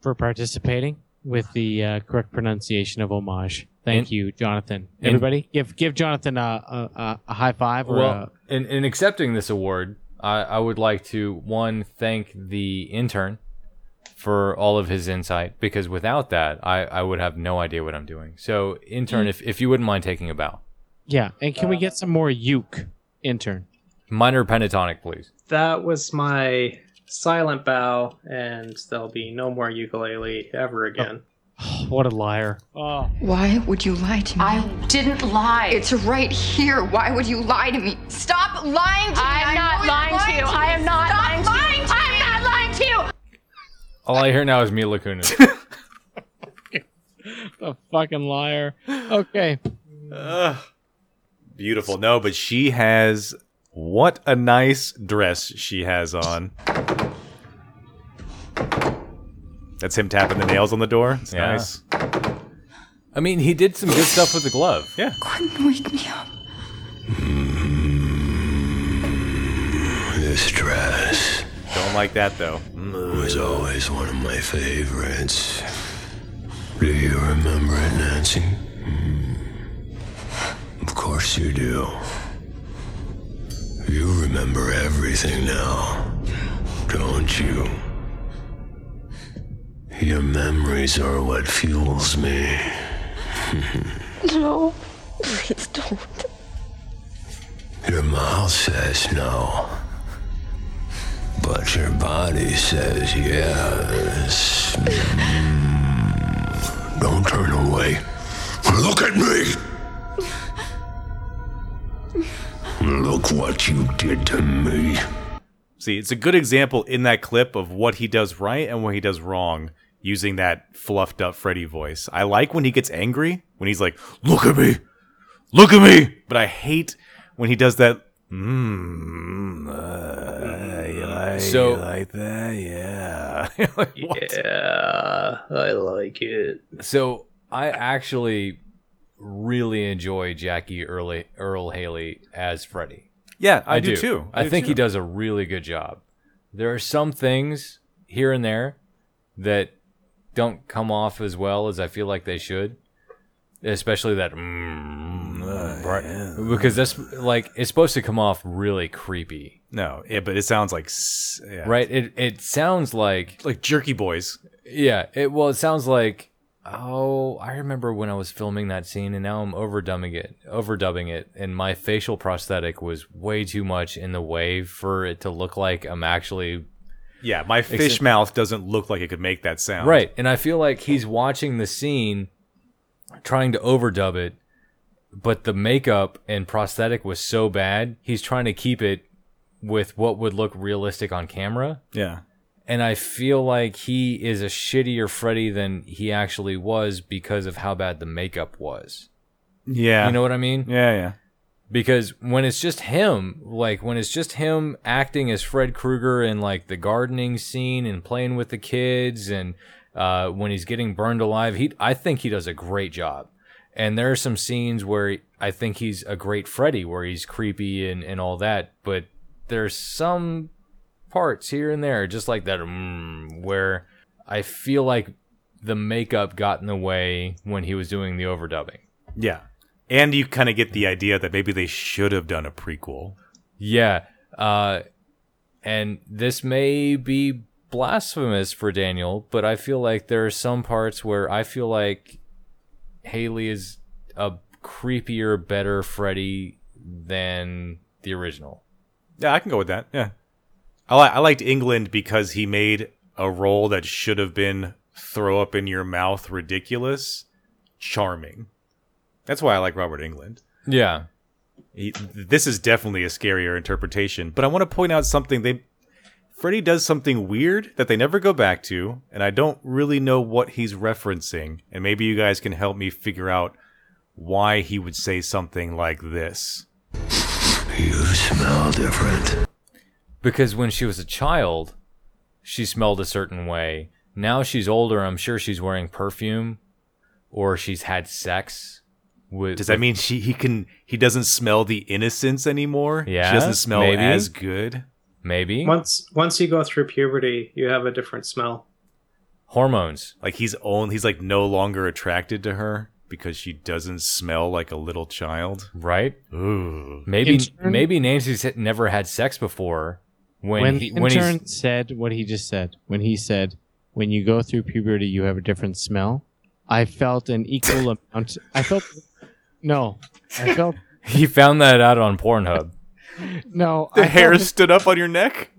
Speaker 12: for participating with the uh, correct pronunciation of homage. Thank
Speaker 10: And-
Speaker 12: you, Jonathan.
Speaker 10: and-
Speaker 12: Everybody, give give Jonathan a, a, a- a high five or uh,
Speaker 10: Well,
Speaker 12: a,
Speaker 10: in, in accepting this award, I, I would like to one thank the intern for all of his insight because without that, I, I would have no idea what I'm doing. So, intern, if, if you wouldn't mind taking a bow,
Speaker 12: yeah. And can
Speaker 10: uh,
Speaker 12: we get some more uke intern?
Speaker 10: minor pentatonic, please.
Speaker 11: That was my silent bow, and there'll be no more ukulele ever again.
Speaker 12: Oh. What a liar!
Speaker 11: Oh.
Speaker 13: Why would you lie to me? I didn't lie. It's right here. Why would you lie to me? Stop lying to me.
Speaker 15: I'm not lying to you. I am not lying to you. I'm not lying to you.
Speaker 10: All I hear now is Mila Kunis.
Speaker 12: A fucking liar. Okay.
Speaker 9: Beautiful. No, but she has what a nice dress she has on. That's him tapping the nails on the door. It's
Speaker 10: Yeah.
Speaker 9: nice.
Speaker 10: I mean, he did some good stuff with the glove.
Speaker 9: Yeah.
Speaker 13: Gordon, wake me up.
Speaker 6: This dress
Speaker 9: Don't like that though.
Speaker 6: was always one of my favorites. Do you remember it, Nancy? Mm. Of course you do. You remember everything now, don't you? Your memories are what fuels me.
Speaker 16: No, please don't.
Speaker 6: Your mouth says no. But your body says yes. Mm. Don't turn away. Look at me! Look what you did to me.
Speaker 9: See, it's a good example in that clip of what he does right and what he does wrong using that fluffed up Freddy voice. I like when he gets angry, when he's like, "Look at me. Look at me." But I hate when he does that mm, uh, you like,
Speaker 10: So-
Speaker 9: you like that? Yeah.
Speaker 11: yeah, I like it.
Speaker 10: So I actually really enjoy Jackie Earl, Earl Haley as Freddy.
Speaker 9: Yeah, I do too. I
Speaker 10: I,
Speaker 9: do
Speaker 10: think
Speaker 9: too.
Speaker 10: he does a really good job. There are some things here and there that don't come off as well as I feel like they should, especially that mm, right- because that's like it's supposed to come off really creepy.
Speaker 9: No, yeah, but it sounds like s- yeah.
Speaker 10: Right? It it sounds like
Speaker 9: like Jerky Boys.
Speaker 10: Yeah. It well, it sounds like oh, I remember when I was filming that scene, and now I'm overdubbing it, overdubbing it, and my facial prosthetic was way too much in the way for it to look like I'm actually
Speaker 9: Yeah, my fish
Speaker 10: Except-
Speaker 9: mouth doesn't look like it could make that sound.
Speaker 10: right. And I feel like he's watching the scene, trying to overdub it, but the makeup and prosthetic was so bad, he's trying to keep it with what would look realistic on camera.
Speaker 9: Yeah.
Speaker 10: and I feel like he is a shittier Freddy than he actually was because of how bad the makeup was.
Speaker 9: Yeah.
Speaker 10: You know what I mean?
Speaker 9: Yeah, yeah.
Speaker 10: Because when it's just him, like when it's just him acting as Fred Krueger in like the gardening scene and playing with the kids and uh, when he's getting burned alive, he I think he does a great job. And there are some scenes where I think he's a great Freddy, where he's creepy and, and all that. But there's some parts here and there, just like that, mm, where I feel like the makeup got in the way when he was doing the overdubbing.
Speaker 9: Yeah. And you kind of get the idea that maybe they should have done a prequel.
Speaker 10: Yeah. Uh, and this may be blasphemous for Daniel, but I feel like there are some parts where I feel like Haley is a creepier, better Freddy than the original.
Speaker 9: Yeah, I can go with that. Yeah. I, li- I liked England because he made a role that should have been throw up in your mouth ridiculous charming. That's why I like Robert England.
Speaker 10: Yeah.
Speaker 9: He, this is definitely a scarier interpretation, but I want to point out something they Freddy does something weird that they never go back to, and I don't really know what he's referencing, and maybe you guys can help me figure out why he would say something like this.
Speaker 6: You smell different.
Speaker 10: Because when she was a child, she smelled a certain way. Now she's older, I'm sure she's wearing perfume or she's had sex with
Speaker 9: Does that mean she he can he doesn't smell the innocence anymore?
Speaker 10: Yeah,
Speaker 9: She doesn't smell
Speaker 10: maybe.
Speaker 9: as good.
Speaker 10: maybe
Speaker 11: Once once you go through puberty, you have a different smell.
Speaker 10: hormones.
Speaker 9: Like he's own he's like no longer attracted to her because she doesn't smell like a little child.
Speaker 10: Right?
Speaker 9: Ooh.
Speaker 10: Maybe
Speaker 12: Intern-
Speaker 10: maybe Nancy's had- never had sex before when
Speaker 12: when
Speaker 10: he,
Speaker 12: the
Speaker 10: when
Speaker 12: intern
Speaker 10: he's
Speaker 12: said what he just said, when he said, "When you go through puberty, you have a different smell," I felt an equal amount. I felt no, I felt
Speaker 10: he found that out on Pornhub.
Speaker 12: no.
Speaker 9: The
Speaker 12: I
Speaker 9: hair
Speaker 12: felt,
Speaker 9: stood up on your neck?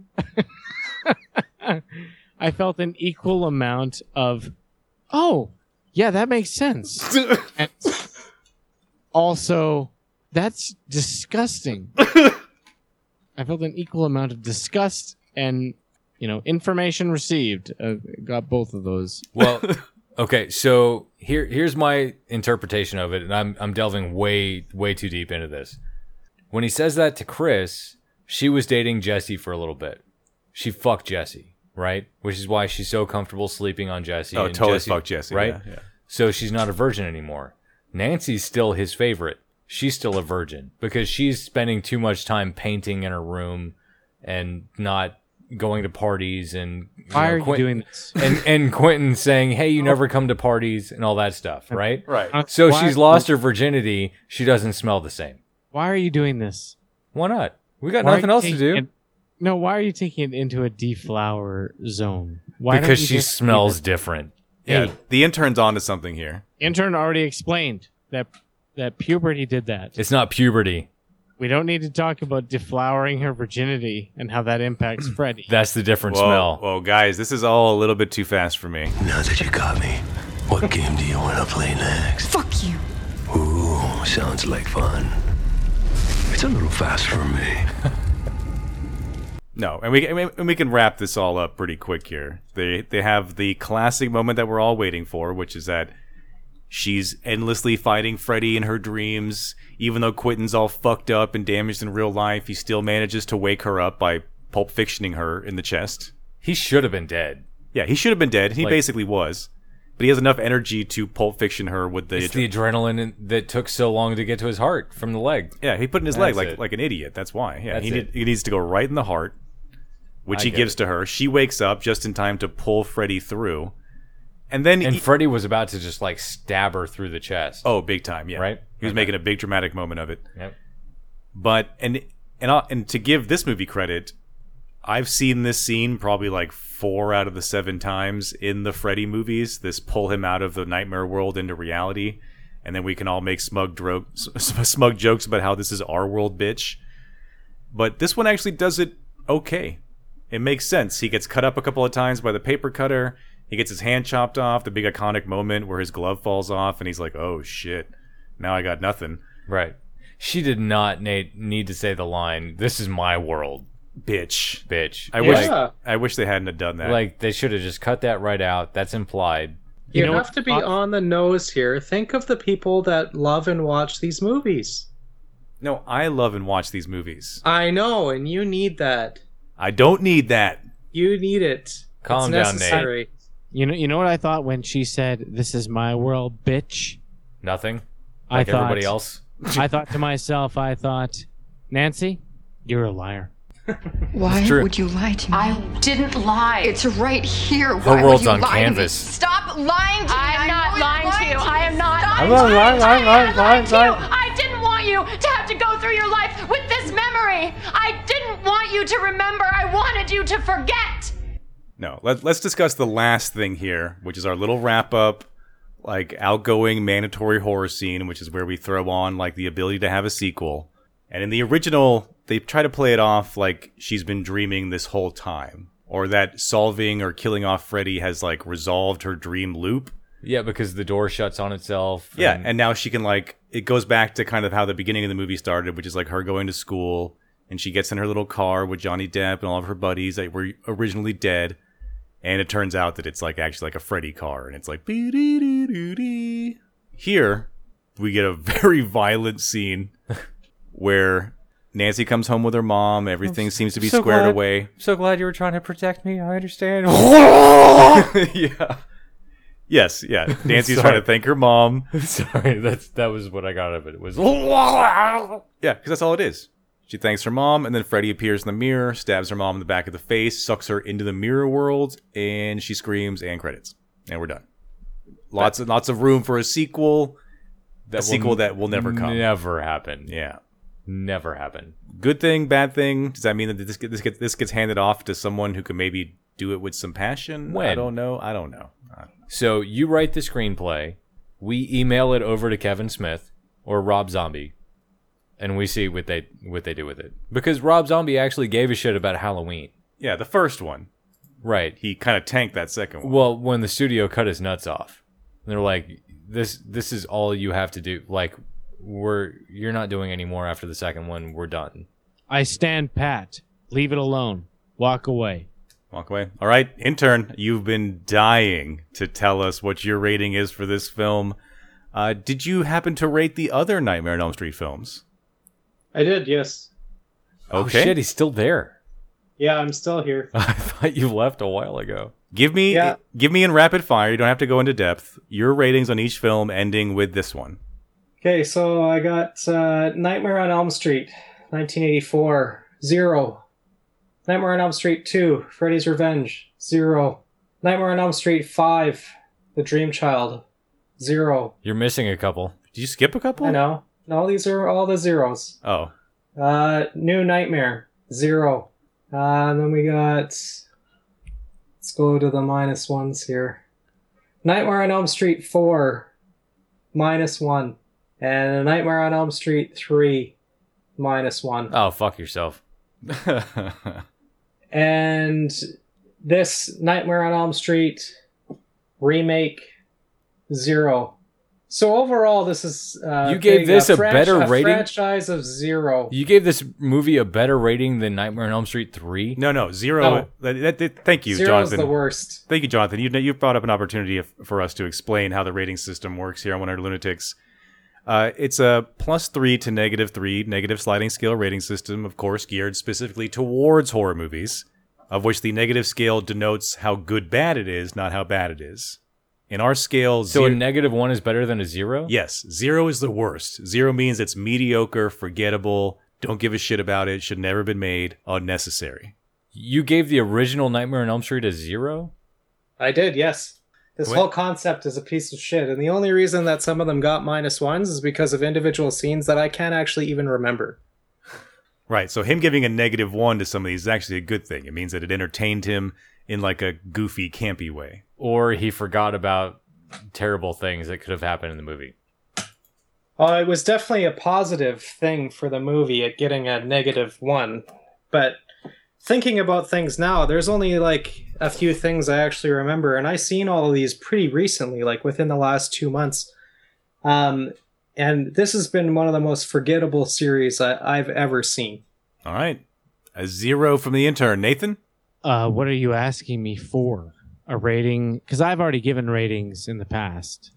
Speaker 12: I felt an equal amount of, oh, yeah, that makes sense. and also, that's disgusting. I felt an equal amount of disgust and, you know, information received. Uh, got both of those.
Speaker 10: Well, okay, so here here's my interpretation of it, and I'm I'm delving way way too deep into this. When he says that to Chris, she was dating Jesse for a little bit. She fucked Jesse, right? Which is why she's so comfortable sleeping on Jesse.
Speaker 9: Oh,
Speaker 10: and
Speaker 9: totally fucked Jesse,
Speaker 10: right?
Speaker 9: yeah, yeah.
Speaker 10: So she's not a virgin anymore. Nancy's still his favorite. She's still a virgin because she's spending too much time painting in her room and not going to parties and you
Speaker 12: Why
Speaker 10: know,
Speaker 12: are you
Speaker 10: Quentin-
Speaker 12: doing this?
Speaker 10: and and Quentin saying, "Hey, you never come to parties and all that stuff," right?
Speaker 12: Right.
Speaker 10: So
Speaker 12: Why-
Speaker 10: she's lost her virginity. She doesn't smell the same.
Speaker 12: Why are you doing this?
Speaker 10: Why not? We got
Speaker 12: Why are
Speaker 10: nothing
Speaker 12: you
Speaker 10: else to
Speaker 12: taking
Speaker 10: do
Speaker 12: it- no, why are you taking it into a deflower zone? Why don't
Speaker 10: because
Speaker 12: you
Speaker 10: she
Speaker 12: just-
Speaker 10: smells different.
Speaker 9: Yeah.
Speaker 12: Hey.
Speaker 9: The intern's onto something here.
Speaker 12: Intern already explained that that puberty did that.
Speaker 10: It's not puberty.
Speaker 12: We don't need to talk about deflowering her virginity and how that impacts Freddy.
Speaker 10: That's the different
Speaker 9: Whoa,
Speaker 10: smell.
Speaker 9: Whoa, guys, this is all a little bit too fast for me.
Speaker 6: Now that you got me, what game do you want to play next?
Speaker 4: Fuck you.
Speaker 6: Ooh, sounds like fun. It's a little fast for me.
Speaker 9: No, and we and we can wrap this all up pretty quick here. They they have the classic moment that we're all waiting for, which is that she's endlessly fighting Freddy in her dreams. Even though Quentin's all fucked up and damaged in real life, he still manages to wake her up by pulp fictioning her in the chest.
Speaker 10: He should have been dead.
Speaker 9: Yeah, he should have been dead. He
Speaker 10: Like-
Speaker 9: basically was, but he has enough energy to pulp fiction her with the.
Speaker 10: It's the adrenaline in- that took so long to get to his heart from the leg.
Speaker 9: yeah, he put in his leg
Speaker 10: That's
Speaker 9: like
Speaker 10: it.
Speaker 9: like an idiot. That's why. Yeah,
Speaker 10: That's
Speaker 9: he, need,
Speaker 10: it.
Speaker 9: he needs to go right in the heart. which
Speaker 10: I
Speaker 9: he
Speaker 10: get
Speaker 9: gives
Speaker 10: it.
Speaker 9: to her. She wakes up just in time to pull Freddy through. And then
Speaker 10: And
Speaker 9: he-
Speaker 10: Freddy was about to just like stab her through the chest.
Speaker 9: oh, big time, yeah.
Speaker 10: Right?
Speaker 9: He was
Speaker 10: Okay.
Speaker 9: making a big dramatic moment of it.
Speaker 10: Yep.
Speaker 9: But and and I- and to give this movie credit, I've seen this scene probably like 4 out of the 7 times in the Freddy movies. This pull him out of the nightmare world into reality. And then we can all make smug, dro- smug jokes about how this is our world, bitch. But this one actually does it okay. It makes sense. He gets cut up a couple of times by the paper cutter. He gets his hand chopped off, the big iconic moment where his glove falls off, and he's like, oh shit, now I got nothing.
Speaker 10: Right. She did not na- need to say the line, This is my world,
Speaker 9: Bitch.
Speaker 10: bitch.
Speaker 9: I
Speaker 11: Yeah.
Speaker 9: wish I wish they hadn't have done that.
Speaker 10: Like they should have just cut that right out. That's implied.
Speaker 11: You,
Speaker 12: know
Speaker 11: have
Speaker 12: what-
Speaker 11: to be on the nose here. Think of the people that love and watch these movies.
Speaker 9: no, I love and watch these movies.
Speaker 11: I know, and you need that.
Speaker 9: I don't need that.
Speaker 11: You need it.
Speaker 10: Calm
Speaker 11: it's
Speaker 10: down, Nate.
Speaker 11: necessary.
Speaker 12: You know, you know what I thought when she said, "This is my world, bitch."
Speaker 10: Nothing.
Speaker 12: I
Speaker 10: Like
Speaker 12: thought
Speaker 10: everybody else.
Speaker 12: I thought to myself, I thought, Nancy, you're a liar.
Speaker 13: Why
Speaker 10: true.
Speaker 13: would you lie to me? I didn't lie. It's right here.
Speaker 10: Her
Speaker 13: Why
Speaker 10: world's
Speaker 13: would you
Speaker 10: on
Speaker 13: lie to me?
Speaker 10: canvas.
Speaker 13: Stop lying to me.
Speaker 15: I'm
Speaker 13: I
Speaker 15: not
Speaker 13: know you're
Speaker 15: lying to you. I am not.
Speaker 13: Stop
Speaker 15: I'm
Speaker 13: lying.
Speaker 15: not
Speaker 13: I'm
Speaker 15: lying, lying,
Speaker 13: not lying
Speaker 15: lying,
Speaker 13: to
Speaker 15: lying,
Speaker 13: you.
Speaker 15: I didn't want you to have to go through your life with this memory. I didn't want you to remember. I wanted you to forget.
Speaker 9: No, let, let's discuss the last thing here, which is our little wrap up, like outgoing mandatory horror scene, which is where we throw on like the ability to have a sequel. And in the original, they try to play it off like she's been dreaming this whole time, or that solving or killing off Freddy has like resolved her dream loop.
Speaker 10: Yeah, because the door shuts on itself.
Speaker 9: Yeah, and, now she can like it goes back to kind of how the beginning of the movie started, which is like her going to school and she gets in her little car with Johnny Depp and all of her buddies that were originally dead, and it turns out that it's like actually like a Freddy car, and it's like "Bee-dee-dee-doo-dee." here we get a very violent scene where Nancy comes home with her mom, everything seems to be
Speaker 10: so
Speaker 9: squared
Speaker 10: glad-
Speaker 9: away.
Speaker 10: So glad you were trying to protect me. I understand.
Speaker 9: yeah. Yes, yeah. Nancy's
Speaker 10: Sorry.
Speaker 9: trying to thank her mom.
Speaker 10: Sorry, that's that was what I got out of it. It was
Speaker 9: Yeah, because that's all it is. She thanks her mom, and then Freddy appears in the mirror, stabs her mom in the back of the face, sucks her into the mirror world, and she screams and credits. And we're done. Lots and lots of room for a sequel.
Speaker 10: That
Speaker 9: a
Speaker 10: will
Speaker 9: sequel that will never come.
Speaker 10: Never happen.
Speaker 9: Yeah.
Speaker 10: Never happen.
Speaker 9: Good thing, bad thing. Does that mean that this get- this gets this gets handed off to someone who can maybe do it with some passion? I
Speaker 10: When?
Speaker 9: don't know. I don't know.
Speaker 10: So you write the screenplay, we email it over to Kevin Smith or Rob Zombie, and we see what they what they do with it. Because Rob Zombie actually gave a shit about Halloween.
Speaker 9: Yeah, the first one.
Speaker 10: Right.
Speaker 9: He kind of tanked that second one.
Speaker 10: Well, when the studio cut his nuts off, and they're like, "This this is all you have to do. Like, we're you're not doing any more after the second one. We're done."
Speaker 12: I stand pat. Leave it alone. Walk away.
Speaker 9: Walk away. All right, intern, you've been dying to tell us what your rating is for this film. Uh, did you happen to rate the other Nightmare on Elm Street films?
Speaker 11: I did, yes.
Speaker 9: Okay.
Speaker 10: Oh shit, he's still there.
Speaker 11: Yeah, I'm still here.
Speaker 10: I thought you left a while ago.
Speaker 9: Give me,
Speaker 11: Yeah.
Speaker 9: give me in rapid fire. You don't have to go into depth. Your ratings on each film, ending with this one.
Speaker 11: Okay, so I got uh, Nightmare on Elm Street, 1984, zero. Nightmare on Elm Street 2, Freddy's Revenge, zero. Nightmare on Elm Street 5, The Dream Child, zero.
Speaker 10: You're missing a couple.
Speaker 9: Did you skip a couple?
Speaker 11: I know. All these are all the zeros.
Speaker 9: Oh,
Speaker 11: Uh, New Nightmare, zero. Uh, and then we got. Let's go to the minus ones here. Nightmare on Elm Street 4, minus one. And Nightmare on Elm Street 3, minus one.
Speaker 10: Oh fuck yourself.
Speaker 11: And this Nightmare on Elm Street remake, zero. So overall, this is. Uh,
Speaker 10: You gave
Speaker 11: getting
Speaker 10: this a
Speaker 11: franch-
Speaker 10: better rating?
Speaker 11: franchise of zero.
Speaker 10: You gave this movie a better rating than Nightmare on Elm Street three.
Speaker 9: no, no, zero.
Speaker 11: No.
Speaker 9: that- that- that- thank you,
Speaker 11: Zero's
Speaker 9: Jonathan.
Speaker 11: the worst.
Speaker 9: Thank you, Jonathan. You you brought up an opportunity of- for us to explain how the rating system works here on One Hundred Lunatics. Uh, it's a plus three to negative three, negative sliding scale rating system, of course, geared specifically towards horror movies, of which the negative scale denotes how good bad it is, not how bad it is. In our scale,
Speaker 10: So
Speaker 9: zero,
Speaker 10: a negative one is better than a zero.
Speaker 9: yes, zero is the worst. Zero means it's mediocre, forgettable, don't give a shit about it, should never have been made, unnecessary.
Speaker 10: You gave the original Nightmare on Elm Street a zero.
Speaker 11: I did, yes. This
Speaker 10: What?
Speaker 11: whole concept is a piece of shit, and the only reason that some of them got minus ones is because of individual scenes that I can't actually even remember.
Speaker 9: Right. So him giving a negative one to somebody is actually a good thing. It means that it entertained him in like a goofy, campy way.
Speaker 10: Or he forgot about terrible things that could have happened in the movie.
Speaker 11: Uh, it was definitely a positive thing for the movie at getting a negative one, but thinking about things now, there's only like a few things I actually remember, and I seen all of these pretty recently, like within the last two months. Um, and this has been one of the most forgettable series I, I've ever seen.
Speaker 9: All right. A zero from the intern. Nathan?
Speaker 12: Uh, what are you asking me for? A rating? Because I've already given ratings in the past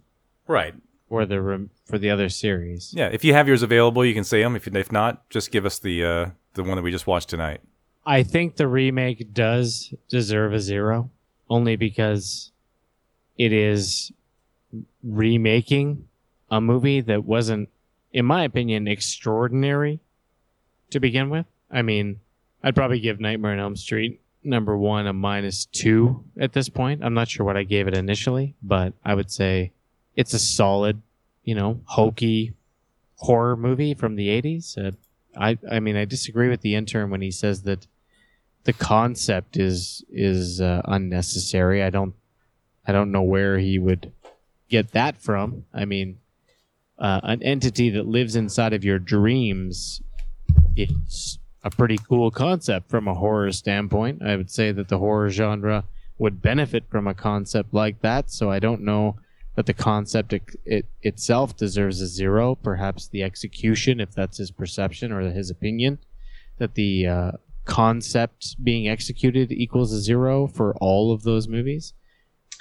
Speaker 9: Right.
Speaker 12: for the rem- for the other series.
Speaker 9: Yeah. If you have yours available, you can say them. If, if not, just give us the uh, the one that we just watched tonight.
Speaker 12: I think the remake does deserve a zero, only because it is remaking a movie that wasn't, in my opinion, extraordinary to begin with. I mean, I'd probably give Nightmare on Elm Street number one a minus two at this point. I'm not sure what I gave it initially, but I would say it's a solid, you know, hokey horror movie from the 80s. Uh, I, I mean, I disagree with the intern when he says that the concept is is uh, unnecessary. I don't I don't know where he would get that from. I mean, uh, an entity that lives inside of your dreams it's a pretty cool concept from a horror standpoint. I would say that the horror genre would benefit from a concept like that, so I don't know that the concept it, it itself deserves a zero. Perhaps the execution, if that's his perception or his opinion, that the uh, concept being executed equals a zero for all of those movies.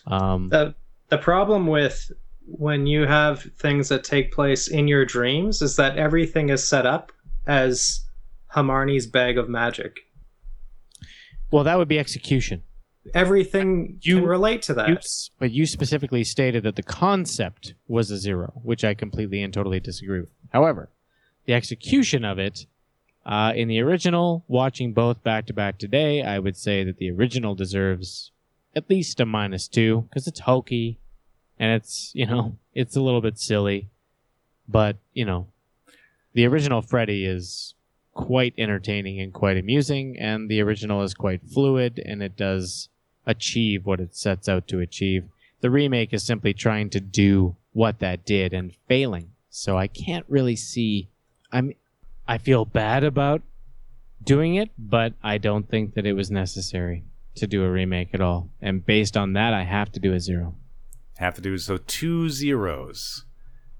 Speaker 12: Um,
Speaker 11: the the problem with when you have things that take place in your dreams is that everything is set up as Hamarni's bag of magic.
Speaker 12: well, that would be execution.
Speaker 11: Everything you relate to that.
Speaker 12: You s- but you specifically stated that the concept was a zero, which I completely and totally disagree with. However, the execution of it uh, in the original, watching both back to back today, I would say that the original deserves at least a minus two because it's hokey and it's you know it's a little bit silly, but you know the original Freddy is quite entertaining and quite amusing, and the original is quite fluid and it does achieve what it sets out to achieve. The remake is simply trying to do what that did and failing. So I can't really see. I'm. I feel bad about doing it, but I don't think that it was necessary to do a remake at all. And based on that, I have to do a zero.
Speaker 9: have to do so two zeros.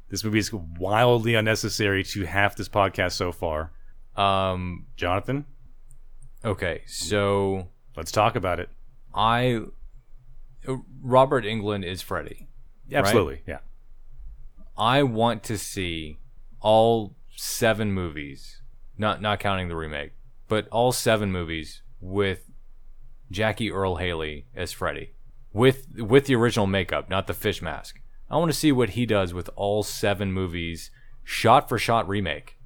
Speaker 9: This movie is wildly unnecessary to half this podcast so far. Um, Jonathan.
Speaker 10: Okay, so
Speaker 9: let's talk about it.
Speaker 10: I Robert England is Freddy. right?
Speaker 9: Absolutely, yeah.
Speaker 10: I want to see all seven movies, not not counting the remake, but all seven movies with Jackie Earl Haley as Freddy, with with the original makeup, not the fish mask. I want to see what he does with all seven movies, shot for shot remake.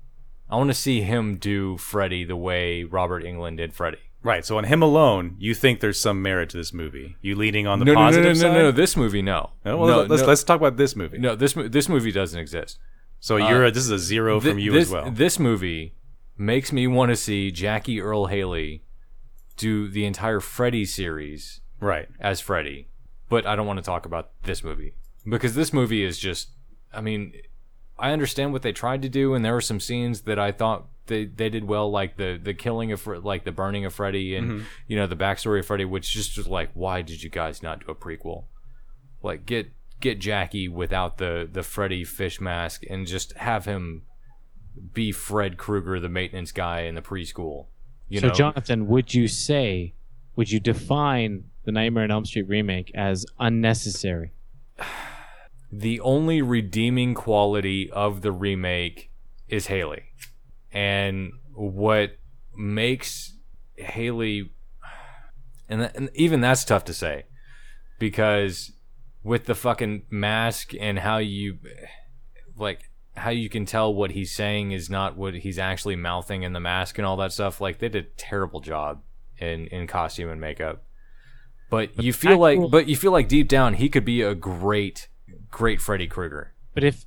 Speaker 10: I want to see him do Freddy the way Robert England did Freddy.
Speaker 9: Right. So on him alone, you think there's some merit to this movie? You leaning on the
Speaker 10: no, no, no,
Speaker 9: positive
Speaker 10: no, no,
Speaker 9: side?
Speaker 10: No, no, this movie, no.
Speaker 9: No, well, let's- let's talk about this movie.
Speaker 10: No, this mo- this movie doesn't exist.
Speaker 9: So you're a- this is a zero from you
Speaker 10: this,
Speaker 9: as well.
Speaker 10: This movie makes me want to see Jackie Earl Haley do the entire Freddy series,
Speaker 9: right,
Speaker 10: as Freddy. But I don't want to talk about this movie because this movie is just. I mean, I understand what they tried to do, and there were some scenes that I thought they, they did well, like the the killing of Fre- like the burning of Freddy, and
Speaker 9: Mhm.
Speaker 10: you know the backstory of Freddy, which just was like, why did you guys not do a prequel? Like get get Jackie without the the Freddy fish mask, and just have him be Fred Krueger, the maintenance guy in the preschool. You
Speaker 12: so,
Speaker 10: know,
Speaker 12: Jonathan, would you say, would you define the Nightmare on Elm Street remake as unnecessary?
Speaker 10: the only redeeming quality of the remake is Haley. And what makes Haley and, th- and even that's tough to say because with the fucking mask and how you like how you can tell what he's saying is not what he's actually mouthing in the mask and all that stuff like they did a terrible job in in costume and makeup but you feel like
Speaker 12: actual-
Speaker 10: but you feel like deep down he could be a great great Freddy Krueger
Speaker 12: But if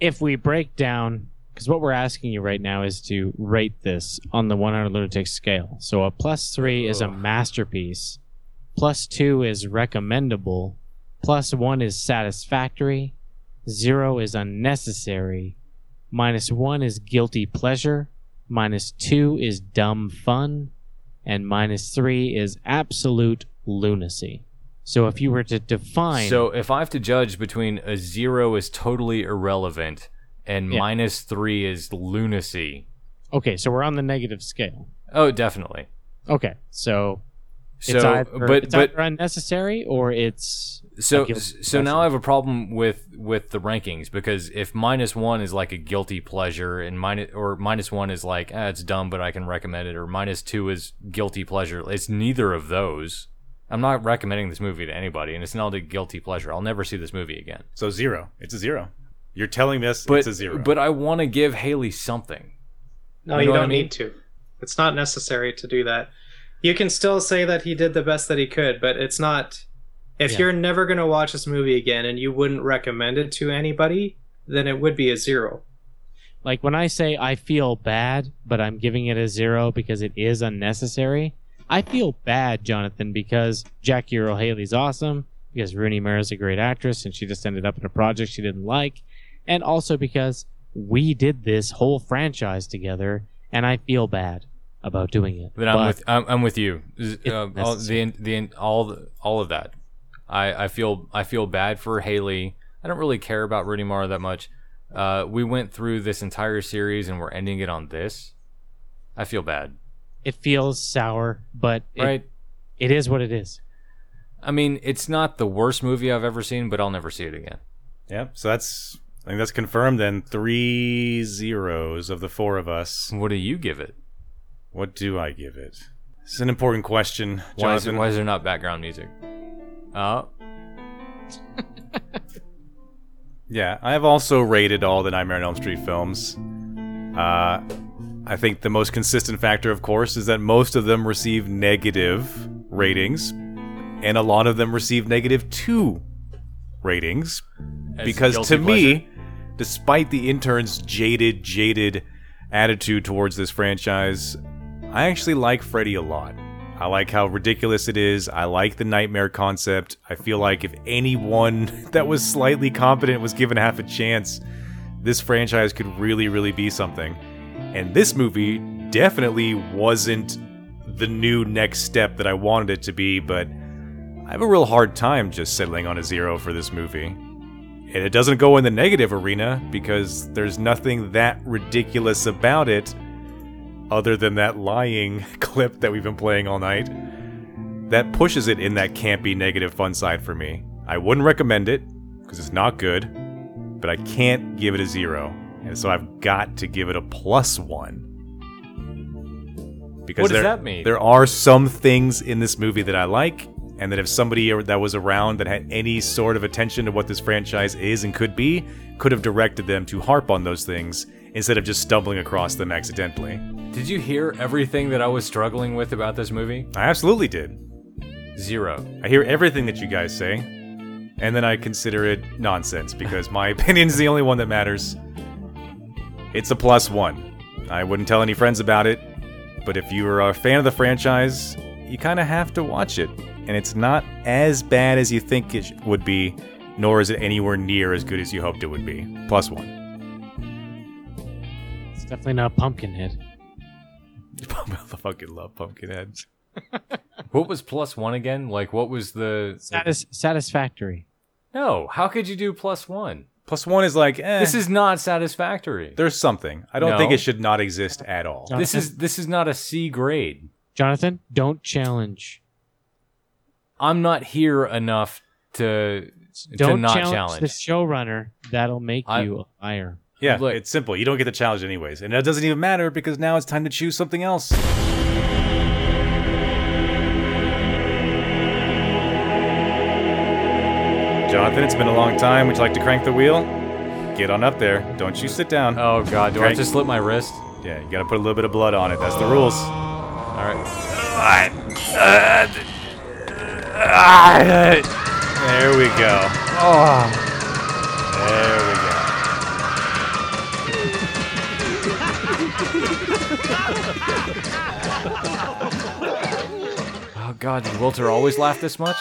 Speaker 12: if we break down, because what we're asking you right now is to rate this on the 100 lunatic scale. So a plus three is a masterpiece, plus two is recommendable, plus one is satisfactory, zero is unnecessary, minus one is guilty pleasure, minus two is dumb fun, and minus three is absolute lunacy. So if you were to define
Speaker 10: So if I have to judge between a zero is totally irrelevant and
Speaker 12: Yeah.
Speaker 10: minus three is lunacy.
Speaker 12: Okay, so we're on the negative scale.
Speaker 10: Oh, definitely.
Speaker 12: Okay, so it's
Speaker 10: So,
Speaker 12: either,
Speaker 10: but-
Speaker 12: it's
Speaker 10: but-
Speaker 12: either unnecessary or it's
Speaker 10: So
Speaker 12: a guilt-
Speaker 10: so now I have a problem with with the rankings because if minus one is like a guilty pleasure and minus or minus one is like ah, it's dumb but I can recommend it or minus two is guilty pleasure. It's neither of those. I'm not recommending this movie to anybody, and it's not a guilty pleasure. I'll never see this movie again.
Speaker 9: So zero. It's a zero. You're telling us
Speaker 10: But
Speaker 9: it's a zero.
Speaker 10: but I want to give Haley something.
Speaker 11: No,
Speaker 10: You
Speaker 11: you,
Speaker 10: know what
Speaker 11: don't
Speaker 10: I mean?
Speaker 11: need to. It's not necessary to do that. You can still say that he did the best that he could, but it's not. If
Speaker 12: Yeah.
Speaker 11: you're never going to watch this movie again and you wouldn't recommend it to anybody, then it would be a zero.
Speaker 12: like when I say I feel bad, but I'm giving it a zero because it is unnecessary. I feel bad, Jonathan, because Jackie Earl Haley's awesome, because Rooney Mara is a great actress, and she just ended up in a project she didn't like, and also because we did this whole franchise together, and I feel bad about doing it.
Speaker 10: But I'm
Speaker 12: But-
Speaker 10: with I'm, I'm with you. Z-
Speaker 12: It's
Speaker 10: Uh, all, the the all the- all of that. I, I feel I feel bad for Haley. I don't really care about Rooney Mara that much. Uh, we went through this entire series and we're ending it on this. I feel bad.
Speaker 12: It feels sour, but it-
Speaker 10: Right.
Speaker 12: it is what it is.
Speaker 10: I mean, it's not the worst movie I've ever seen, but I'll never see it again.
Speaker 9: Yeah, so that's I think that's confirmed then. Three zeros of the four of us.
Speaker 10: What do you give it?
Speaker 9: What do I give it? This is an important question, Jonathan.
Speaker 10: Why is, it, why is there not background music? Oh,
Speaker 9: Yeah, I have also rated all the Nightmare on Elm Street films. Uh, I think the most consistent factor, of course, is that most of them receive negative ratings, and a lot of them receive negative two ratings.
Speaker 10: As
Speaker 9: because
Speaker 10: guilty
Speaker 9: to me, despite the intern's jaded, jaded attitude towards this franchise, I actually like Freddy a lot. I like how ridiculous it is. I like the nightmare concept. I feel like if anyone that was slightly competent was given half a chance, this franchise could really, really be something. And this movie definitely wasn't the new next step that I wanted it to be, but I have a real hard time just settling on a zero for this movie. And it doesn't go in the negative arena because there's nothing that ridiculous about it other than that lying clip that we've been playing all night. That pushes it in that campy negative fun side for me. I wouldn't recommend it because it's not good, but I can't give it a zero. And so I've got to give it a plus one. Because
Speaker 10: What does
Speaker 9: there,
Speaker 10: that mean?
Speaker 9: There are some things in this movie that I like, and that if somebody or- that was around that had any sort of attention to what this franchise is and could be, could have directed them to harp on those things instead of just stumbling across them accidentally.
Speaker 10: did you hear everything that I was struggling with about this movie?
Speaker 9: I absolutely did.
Speaker 10: Zero.
Speaker 9: I hear everything that you guys say, and then I consider it nonsense because my opinion is the only one that matters. It's a plus one. I wouldn't tell any friends about it, but if you are a fan of the franchise, you kind of have to watch it. And it's not as bad as you think it sh- would be, nor is it anywhere near as good as you hoped it would be. Plus one.
Speaker 12: It's definitely not Pumpkinhead.
Speaker 9: I fucking love Pumpkinhead.
Speaker 10: What was plus one again? Like, what was the.
Speaker 12: Satis- satisfactory.
Speaker 10: No, how could you do plus one?
Speaker 9: Plus one is like, eh,
Speaker 10: This is not satisfactory.
Speaker 9: there's something. I don't
Speaker 10: No.
Speaker 9: think it should not exist at all.
Speaker 10: This is this is not a C grade.
Speaker 12: Jonathan, don't challenge.
Speaker 10: I'm not here enough to to
Speaker 12: Don't
Speaker 10: not
Speaker 12: challenge,
Speaker 10: challenge.
Speaker 12: the showrunner. That'll make
Speaker 10: I-
Speaker 12: you a liar.
Speaker 9: Yeah, it's simple. You don't get the challenge anyways. And that doesn't even matter because now it's time to choose something else. Jonathan, it's been a long time. Would you like to crank the wheel? Get on up there. Don't you sit down.
Speaker 10: Oh god, do I
Speaker 9: Crank-
Speaker 10: just slip my wrist?
Speaker 9: Yeah, you gotta put a little bit of blood on it. That's the rules.
Speaker 10: Alright.
Speaker 9: There we go. There we go.
Speaker 10: Oh god, did Wilter always laugh this much?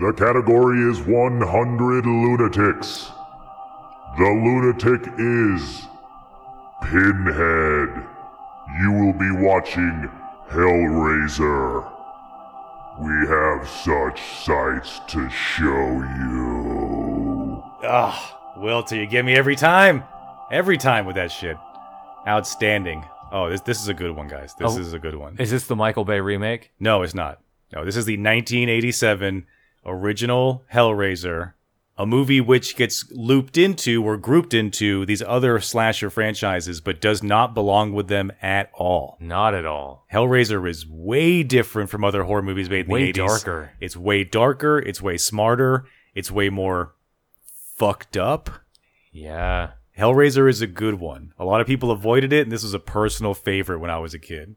Speaker 8: The category is 100 lunatics. The lunatic is Pinhead. You will be watching Hellraiser. We have such sights to show you.
Speaker 9: Ugh, Wilter, Ah, you get me every time. Every time with that shit. Outstanding. Oh, this this is a good one, guys. This
Speaker 10: Oh.
Speaker 9: is a good one.
Speaker 10: Is this the Michael Bay remake?
Speaker 9: No, it's not. No, this is the 1987 original Hellraiser, a movie which gets looped into or grouped into these other slasher franchises, but does not belong with them at all.
Speaker 10: Not at all.
Speaker 9: Hellraiser is way different from other horror movies made in
Speaker 10: Way
Speaker 9: the 80s.
Speaker 10: darker.
Speaker 9: It's way darker. It's way smarter. It's way more fucked up.
Speaker 10: Yeah.
Speaker 9: Hellraiser is a good one. A lot of people avoided it, and this was a personal favorite when I was a kid.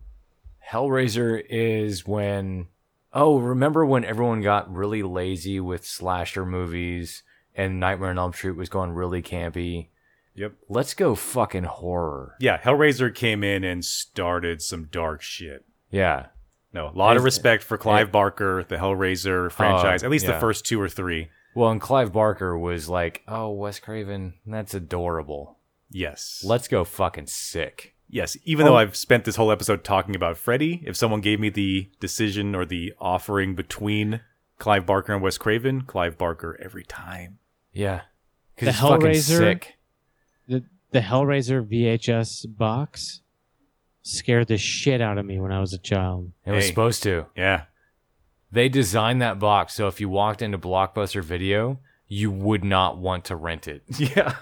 Speaker 10: Hellraiser is when oh, remember when everyone got really lazy with slasher movies and Nightmare on Elm Street was going really campy?
Speaker 9: Yep.
Speaker 10: Let's go fucking horror.
Speaker 9: Yeah, Hellraiser came in and started some dark shit.
Speaker 10: Yeah.
Speaker 9: No, a lot of
Speaker 10: It's-
Speaker 9: respect for Clive
Speaker 10: it- Oh,
Speaker 9: Barker, the Hellraiser franchise, at least
Speaker 10: yeah.
Speaker 9: the first two or three.
Speaker 10: Well, and Clive Barker was like, "Oh, Wes Craven, that's adorable.
Speaker 9: Yes.
Speaker 10: Let's go fucking sick."
Speaker 9: Yes, even
Speaker 10: Oh.
Speaker 9: though I've spent this whole episode talking about Freddy, if someone gave me the decision or the offering between Clive Barker and Wes Craven, Clive Barker every time.
Speaker 10: Yeah,
Speaker 9: 'Cause he's fucking sick.
Speaker 12: The, the Hellraiser VHS box scared the shit out of me when I was a child.
Speaker 10: It was supposed to.
Speaker 9: Yeah.
Speaker 10: They designed that box so if you walked into Blockbuster Video, you would not want to rent it.
Speaker 9: Yeah.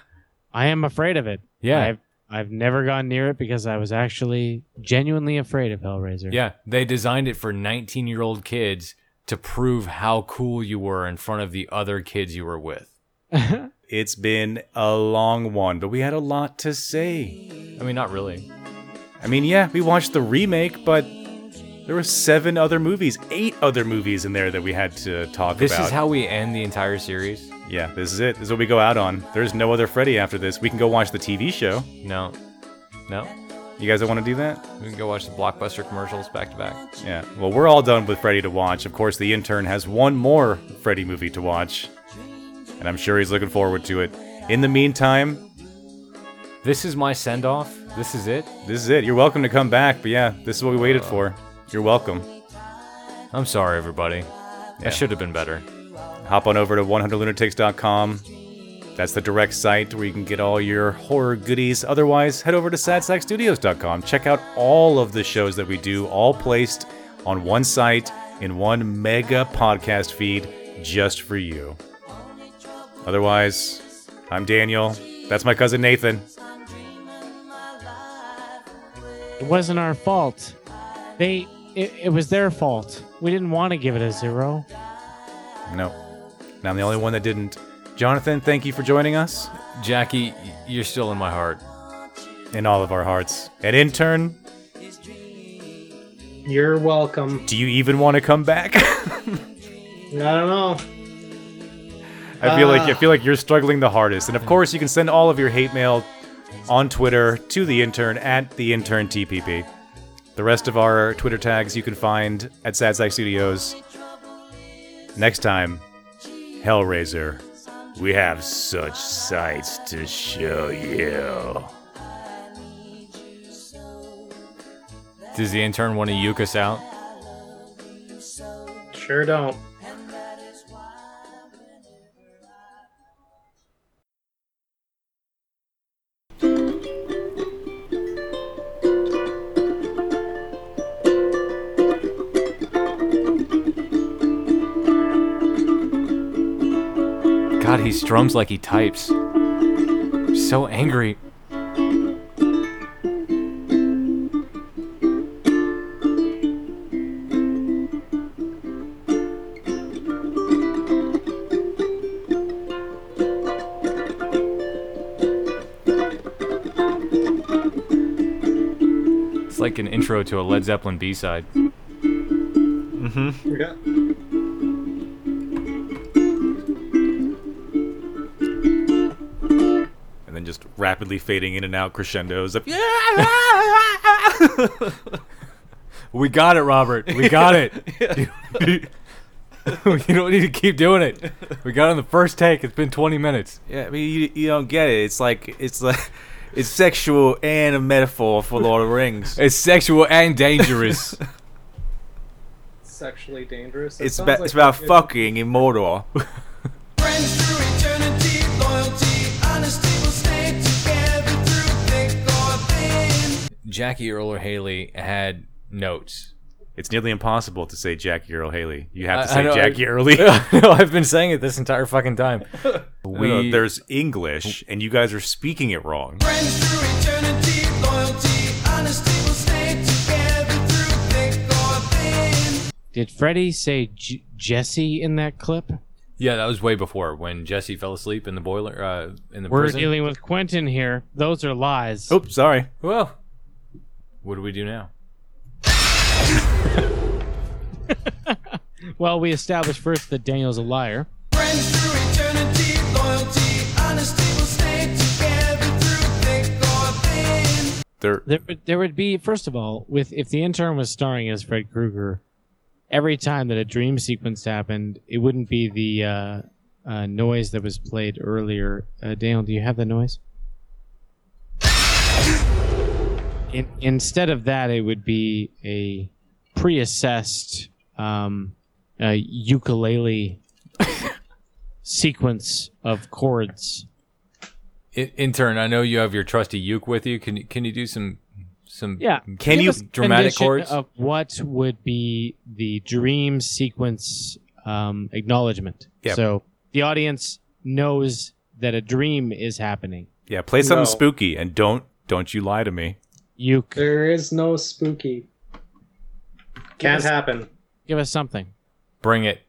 Speaker 12: I am afraid of it.
Speaker 10: Yeah.
Speaker 12: I've, I've never gone near it because I was actually genuinely afraid of Hellraiser.
Speaker 10: Yeah, they designed it for 19 year old kids to prove how cool you were in front of the other kids you were with.
Speaker 9: It's been a long one, but we had a lot to say.
Speaker 10: I mean, not really.
Speaker 9: I mean, yeah, we watched the remake, but there were seven other movies, eight other movies in there that we had to talk
Speaker 10: This
Speaker 9: about.
Speaker 10: is how we end the entire series.
Speaker 9: Yeah, this is it. This is what we go out on. There's no other Freddy after this. We can go watch the TV show.
Speaker 10: No. No.
Speaker 9: You guys don't want to do that?
Speaker 10: We can go watch the blockbuster commercials back to back.
Speaker 9: Yeah. Well, we're all done with Freddy to watch. Of course, the intern has one more Freddy movie to watch, and I'm sure he's looking forward to it. In the meantime,
Speaker 10: this is my send off. This is it.
Speaker 9: This is it. You're welcome to come back, but yeah, this is what we waited for. You're welcome.
Speaker 10: I'm sorry, everybody. I should have been better.
Speaker 9: Hop on over to 100lunatics.com. That's the direct site where you can get all your horror goodies. Otherwise, head over to sadsackstudios.com. Check out all of the shows that we do, all placed on one site in one mega podcast feed just for you. Otherwise, I'm Daniel. That's my cousin Nathan.
Speaker 12: It wasn't our fault. They, it, it was their fault. We didn't want to give it a zero.
Speaker 9: No, and I'm the only one that didn't. Jonathan, thank you for joining us.
Speaker 10: Jackie, you're still in my heart.
Speaker 9: In all of our hearts. And intern,
Speaker 11: You're welcome.
Speaker 9: do you even want to come back?
Speaker 11: I don't know.
Speaker 9: I feel like I
Speaker 11: Ah.
Speaker 9: feel like you're struggling the hardest. And of course, you can send all of your hate mail on Twitter to the intern at the intern TPP. The rest of our Twitter tags you can find at Sad Sack Studios. Next time, Hellraiser. We have such sights to show you.
Speaker 10: Does the intern want to uke us out?
Speaker 11: Sure don't.
Speaker 10: God, he strums like he types. So angry. It's like an intro to a Led Zeppelin B side.
Speaker 9: Mm-hmm.
Speaker 11: Yeah.
Speaker 9: And then just rapidly fading in and out crescendos of
Speaker 10: We got it, Robert. We got it. you don't need to keep doing it. We got it on the first take. It's been 20 minutes.
Speaker 9: Yeah, I mean, you, you don't get it. It's like it's like it's sexual and a metaphor for Lord of the Rings.
Speaker 10: It's sexual and dangerous.
Speaker 11: Sexually dangerous. That
Speaker 9: it's
Speaker 11: sounds
Speaker 9: about
Speaker 11: like
Speaker 9: it's about
Speaker 11: a good-
Speaker 9: fucking in Mordor.
Speaker 10: Jackie Earl Haley had notes.
Speaker 9: It's nearly impossible to say Jackie Earl Haley. You
Speaker 10: I-
Speaker 9: have to
Speaker 10: I
Speaker 9: say
Speaker 10: know,
Speaker 9: Jackie
Speaker 10: I-
Speaker 9: Early.
Speaker 10: no, I've been saying it this entire fucking time.
Speaker 9: We, there's English, and you guys are speaking it wrong.
Speaker 12: Did Freddy say J- Jesse in that clip?
Speaker 10: Yeah, that was way before when Jesse fell asleep in the boiler uh, in the
Speaker 12: We're
Speaker 10: prison.
Speaker 12: dealing with Quentin here. Those are lies.
Speaker 10: Oh.
Speaker 9: Oops, sorry.
Speaker 10: Well, what do we do now?
Speaker 12: Well, we established first that Daniel's a liar.
Speaker 9: There,
Speaker 12: there, would- there would be first of all, with if the intern was starring as Fred Krueger, every time that a dream sequence happened, it wouldn't be the uh, uh, noise that was played earlier. Uh, Daniel, do you have the noise? In, instead of that, it would be a pre-assessed um, uh, ukulele sequence of chords
Speaker 10: In- intern, I know you have your trusty uke with you. Can you can you do some some
Speaker 12: Yeah.
Speaker 10: Can
Speaker 12: give
Speaker 10: you
Speaker 12: us a
Speaker 10: dramatic
Speaker 12: rendition
Speaker 10: chords?
Speaker 12: of what would be the dream sequence um, acknowledgement?
Speaker 9: Yeah.
Speaker 12: So the audience knows that a dream is happening.
Speaker 9: Yeah, play something
Speaker 11: No.
Speaker 9: spooky and don't don't you lie to me.
Speaker 12: You
Speaker 11: There is no spooky. Can't happen.
Speaker 12: give us something.
Speaker 10: Bring it.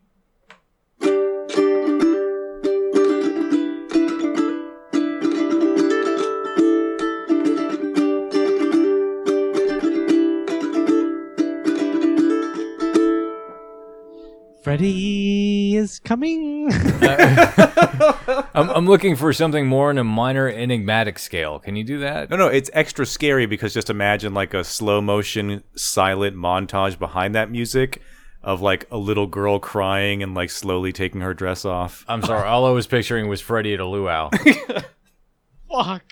Speaker 12: Freddy is coming.
Speaker 10: I'm I'm looking for something more in a minor enigmatic scale. Can you do that?
Speaker 9: No, no, it's extra scary because just imagine like a slow motion silent montage behind that music of like a little girl crying and like slowly taking her dress off.
Speaker 10: I'm sorry. All I was picturing was Freddy at a luau.
Speaker 12: Fuck.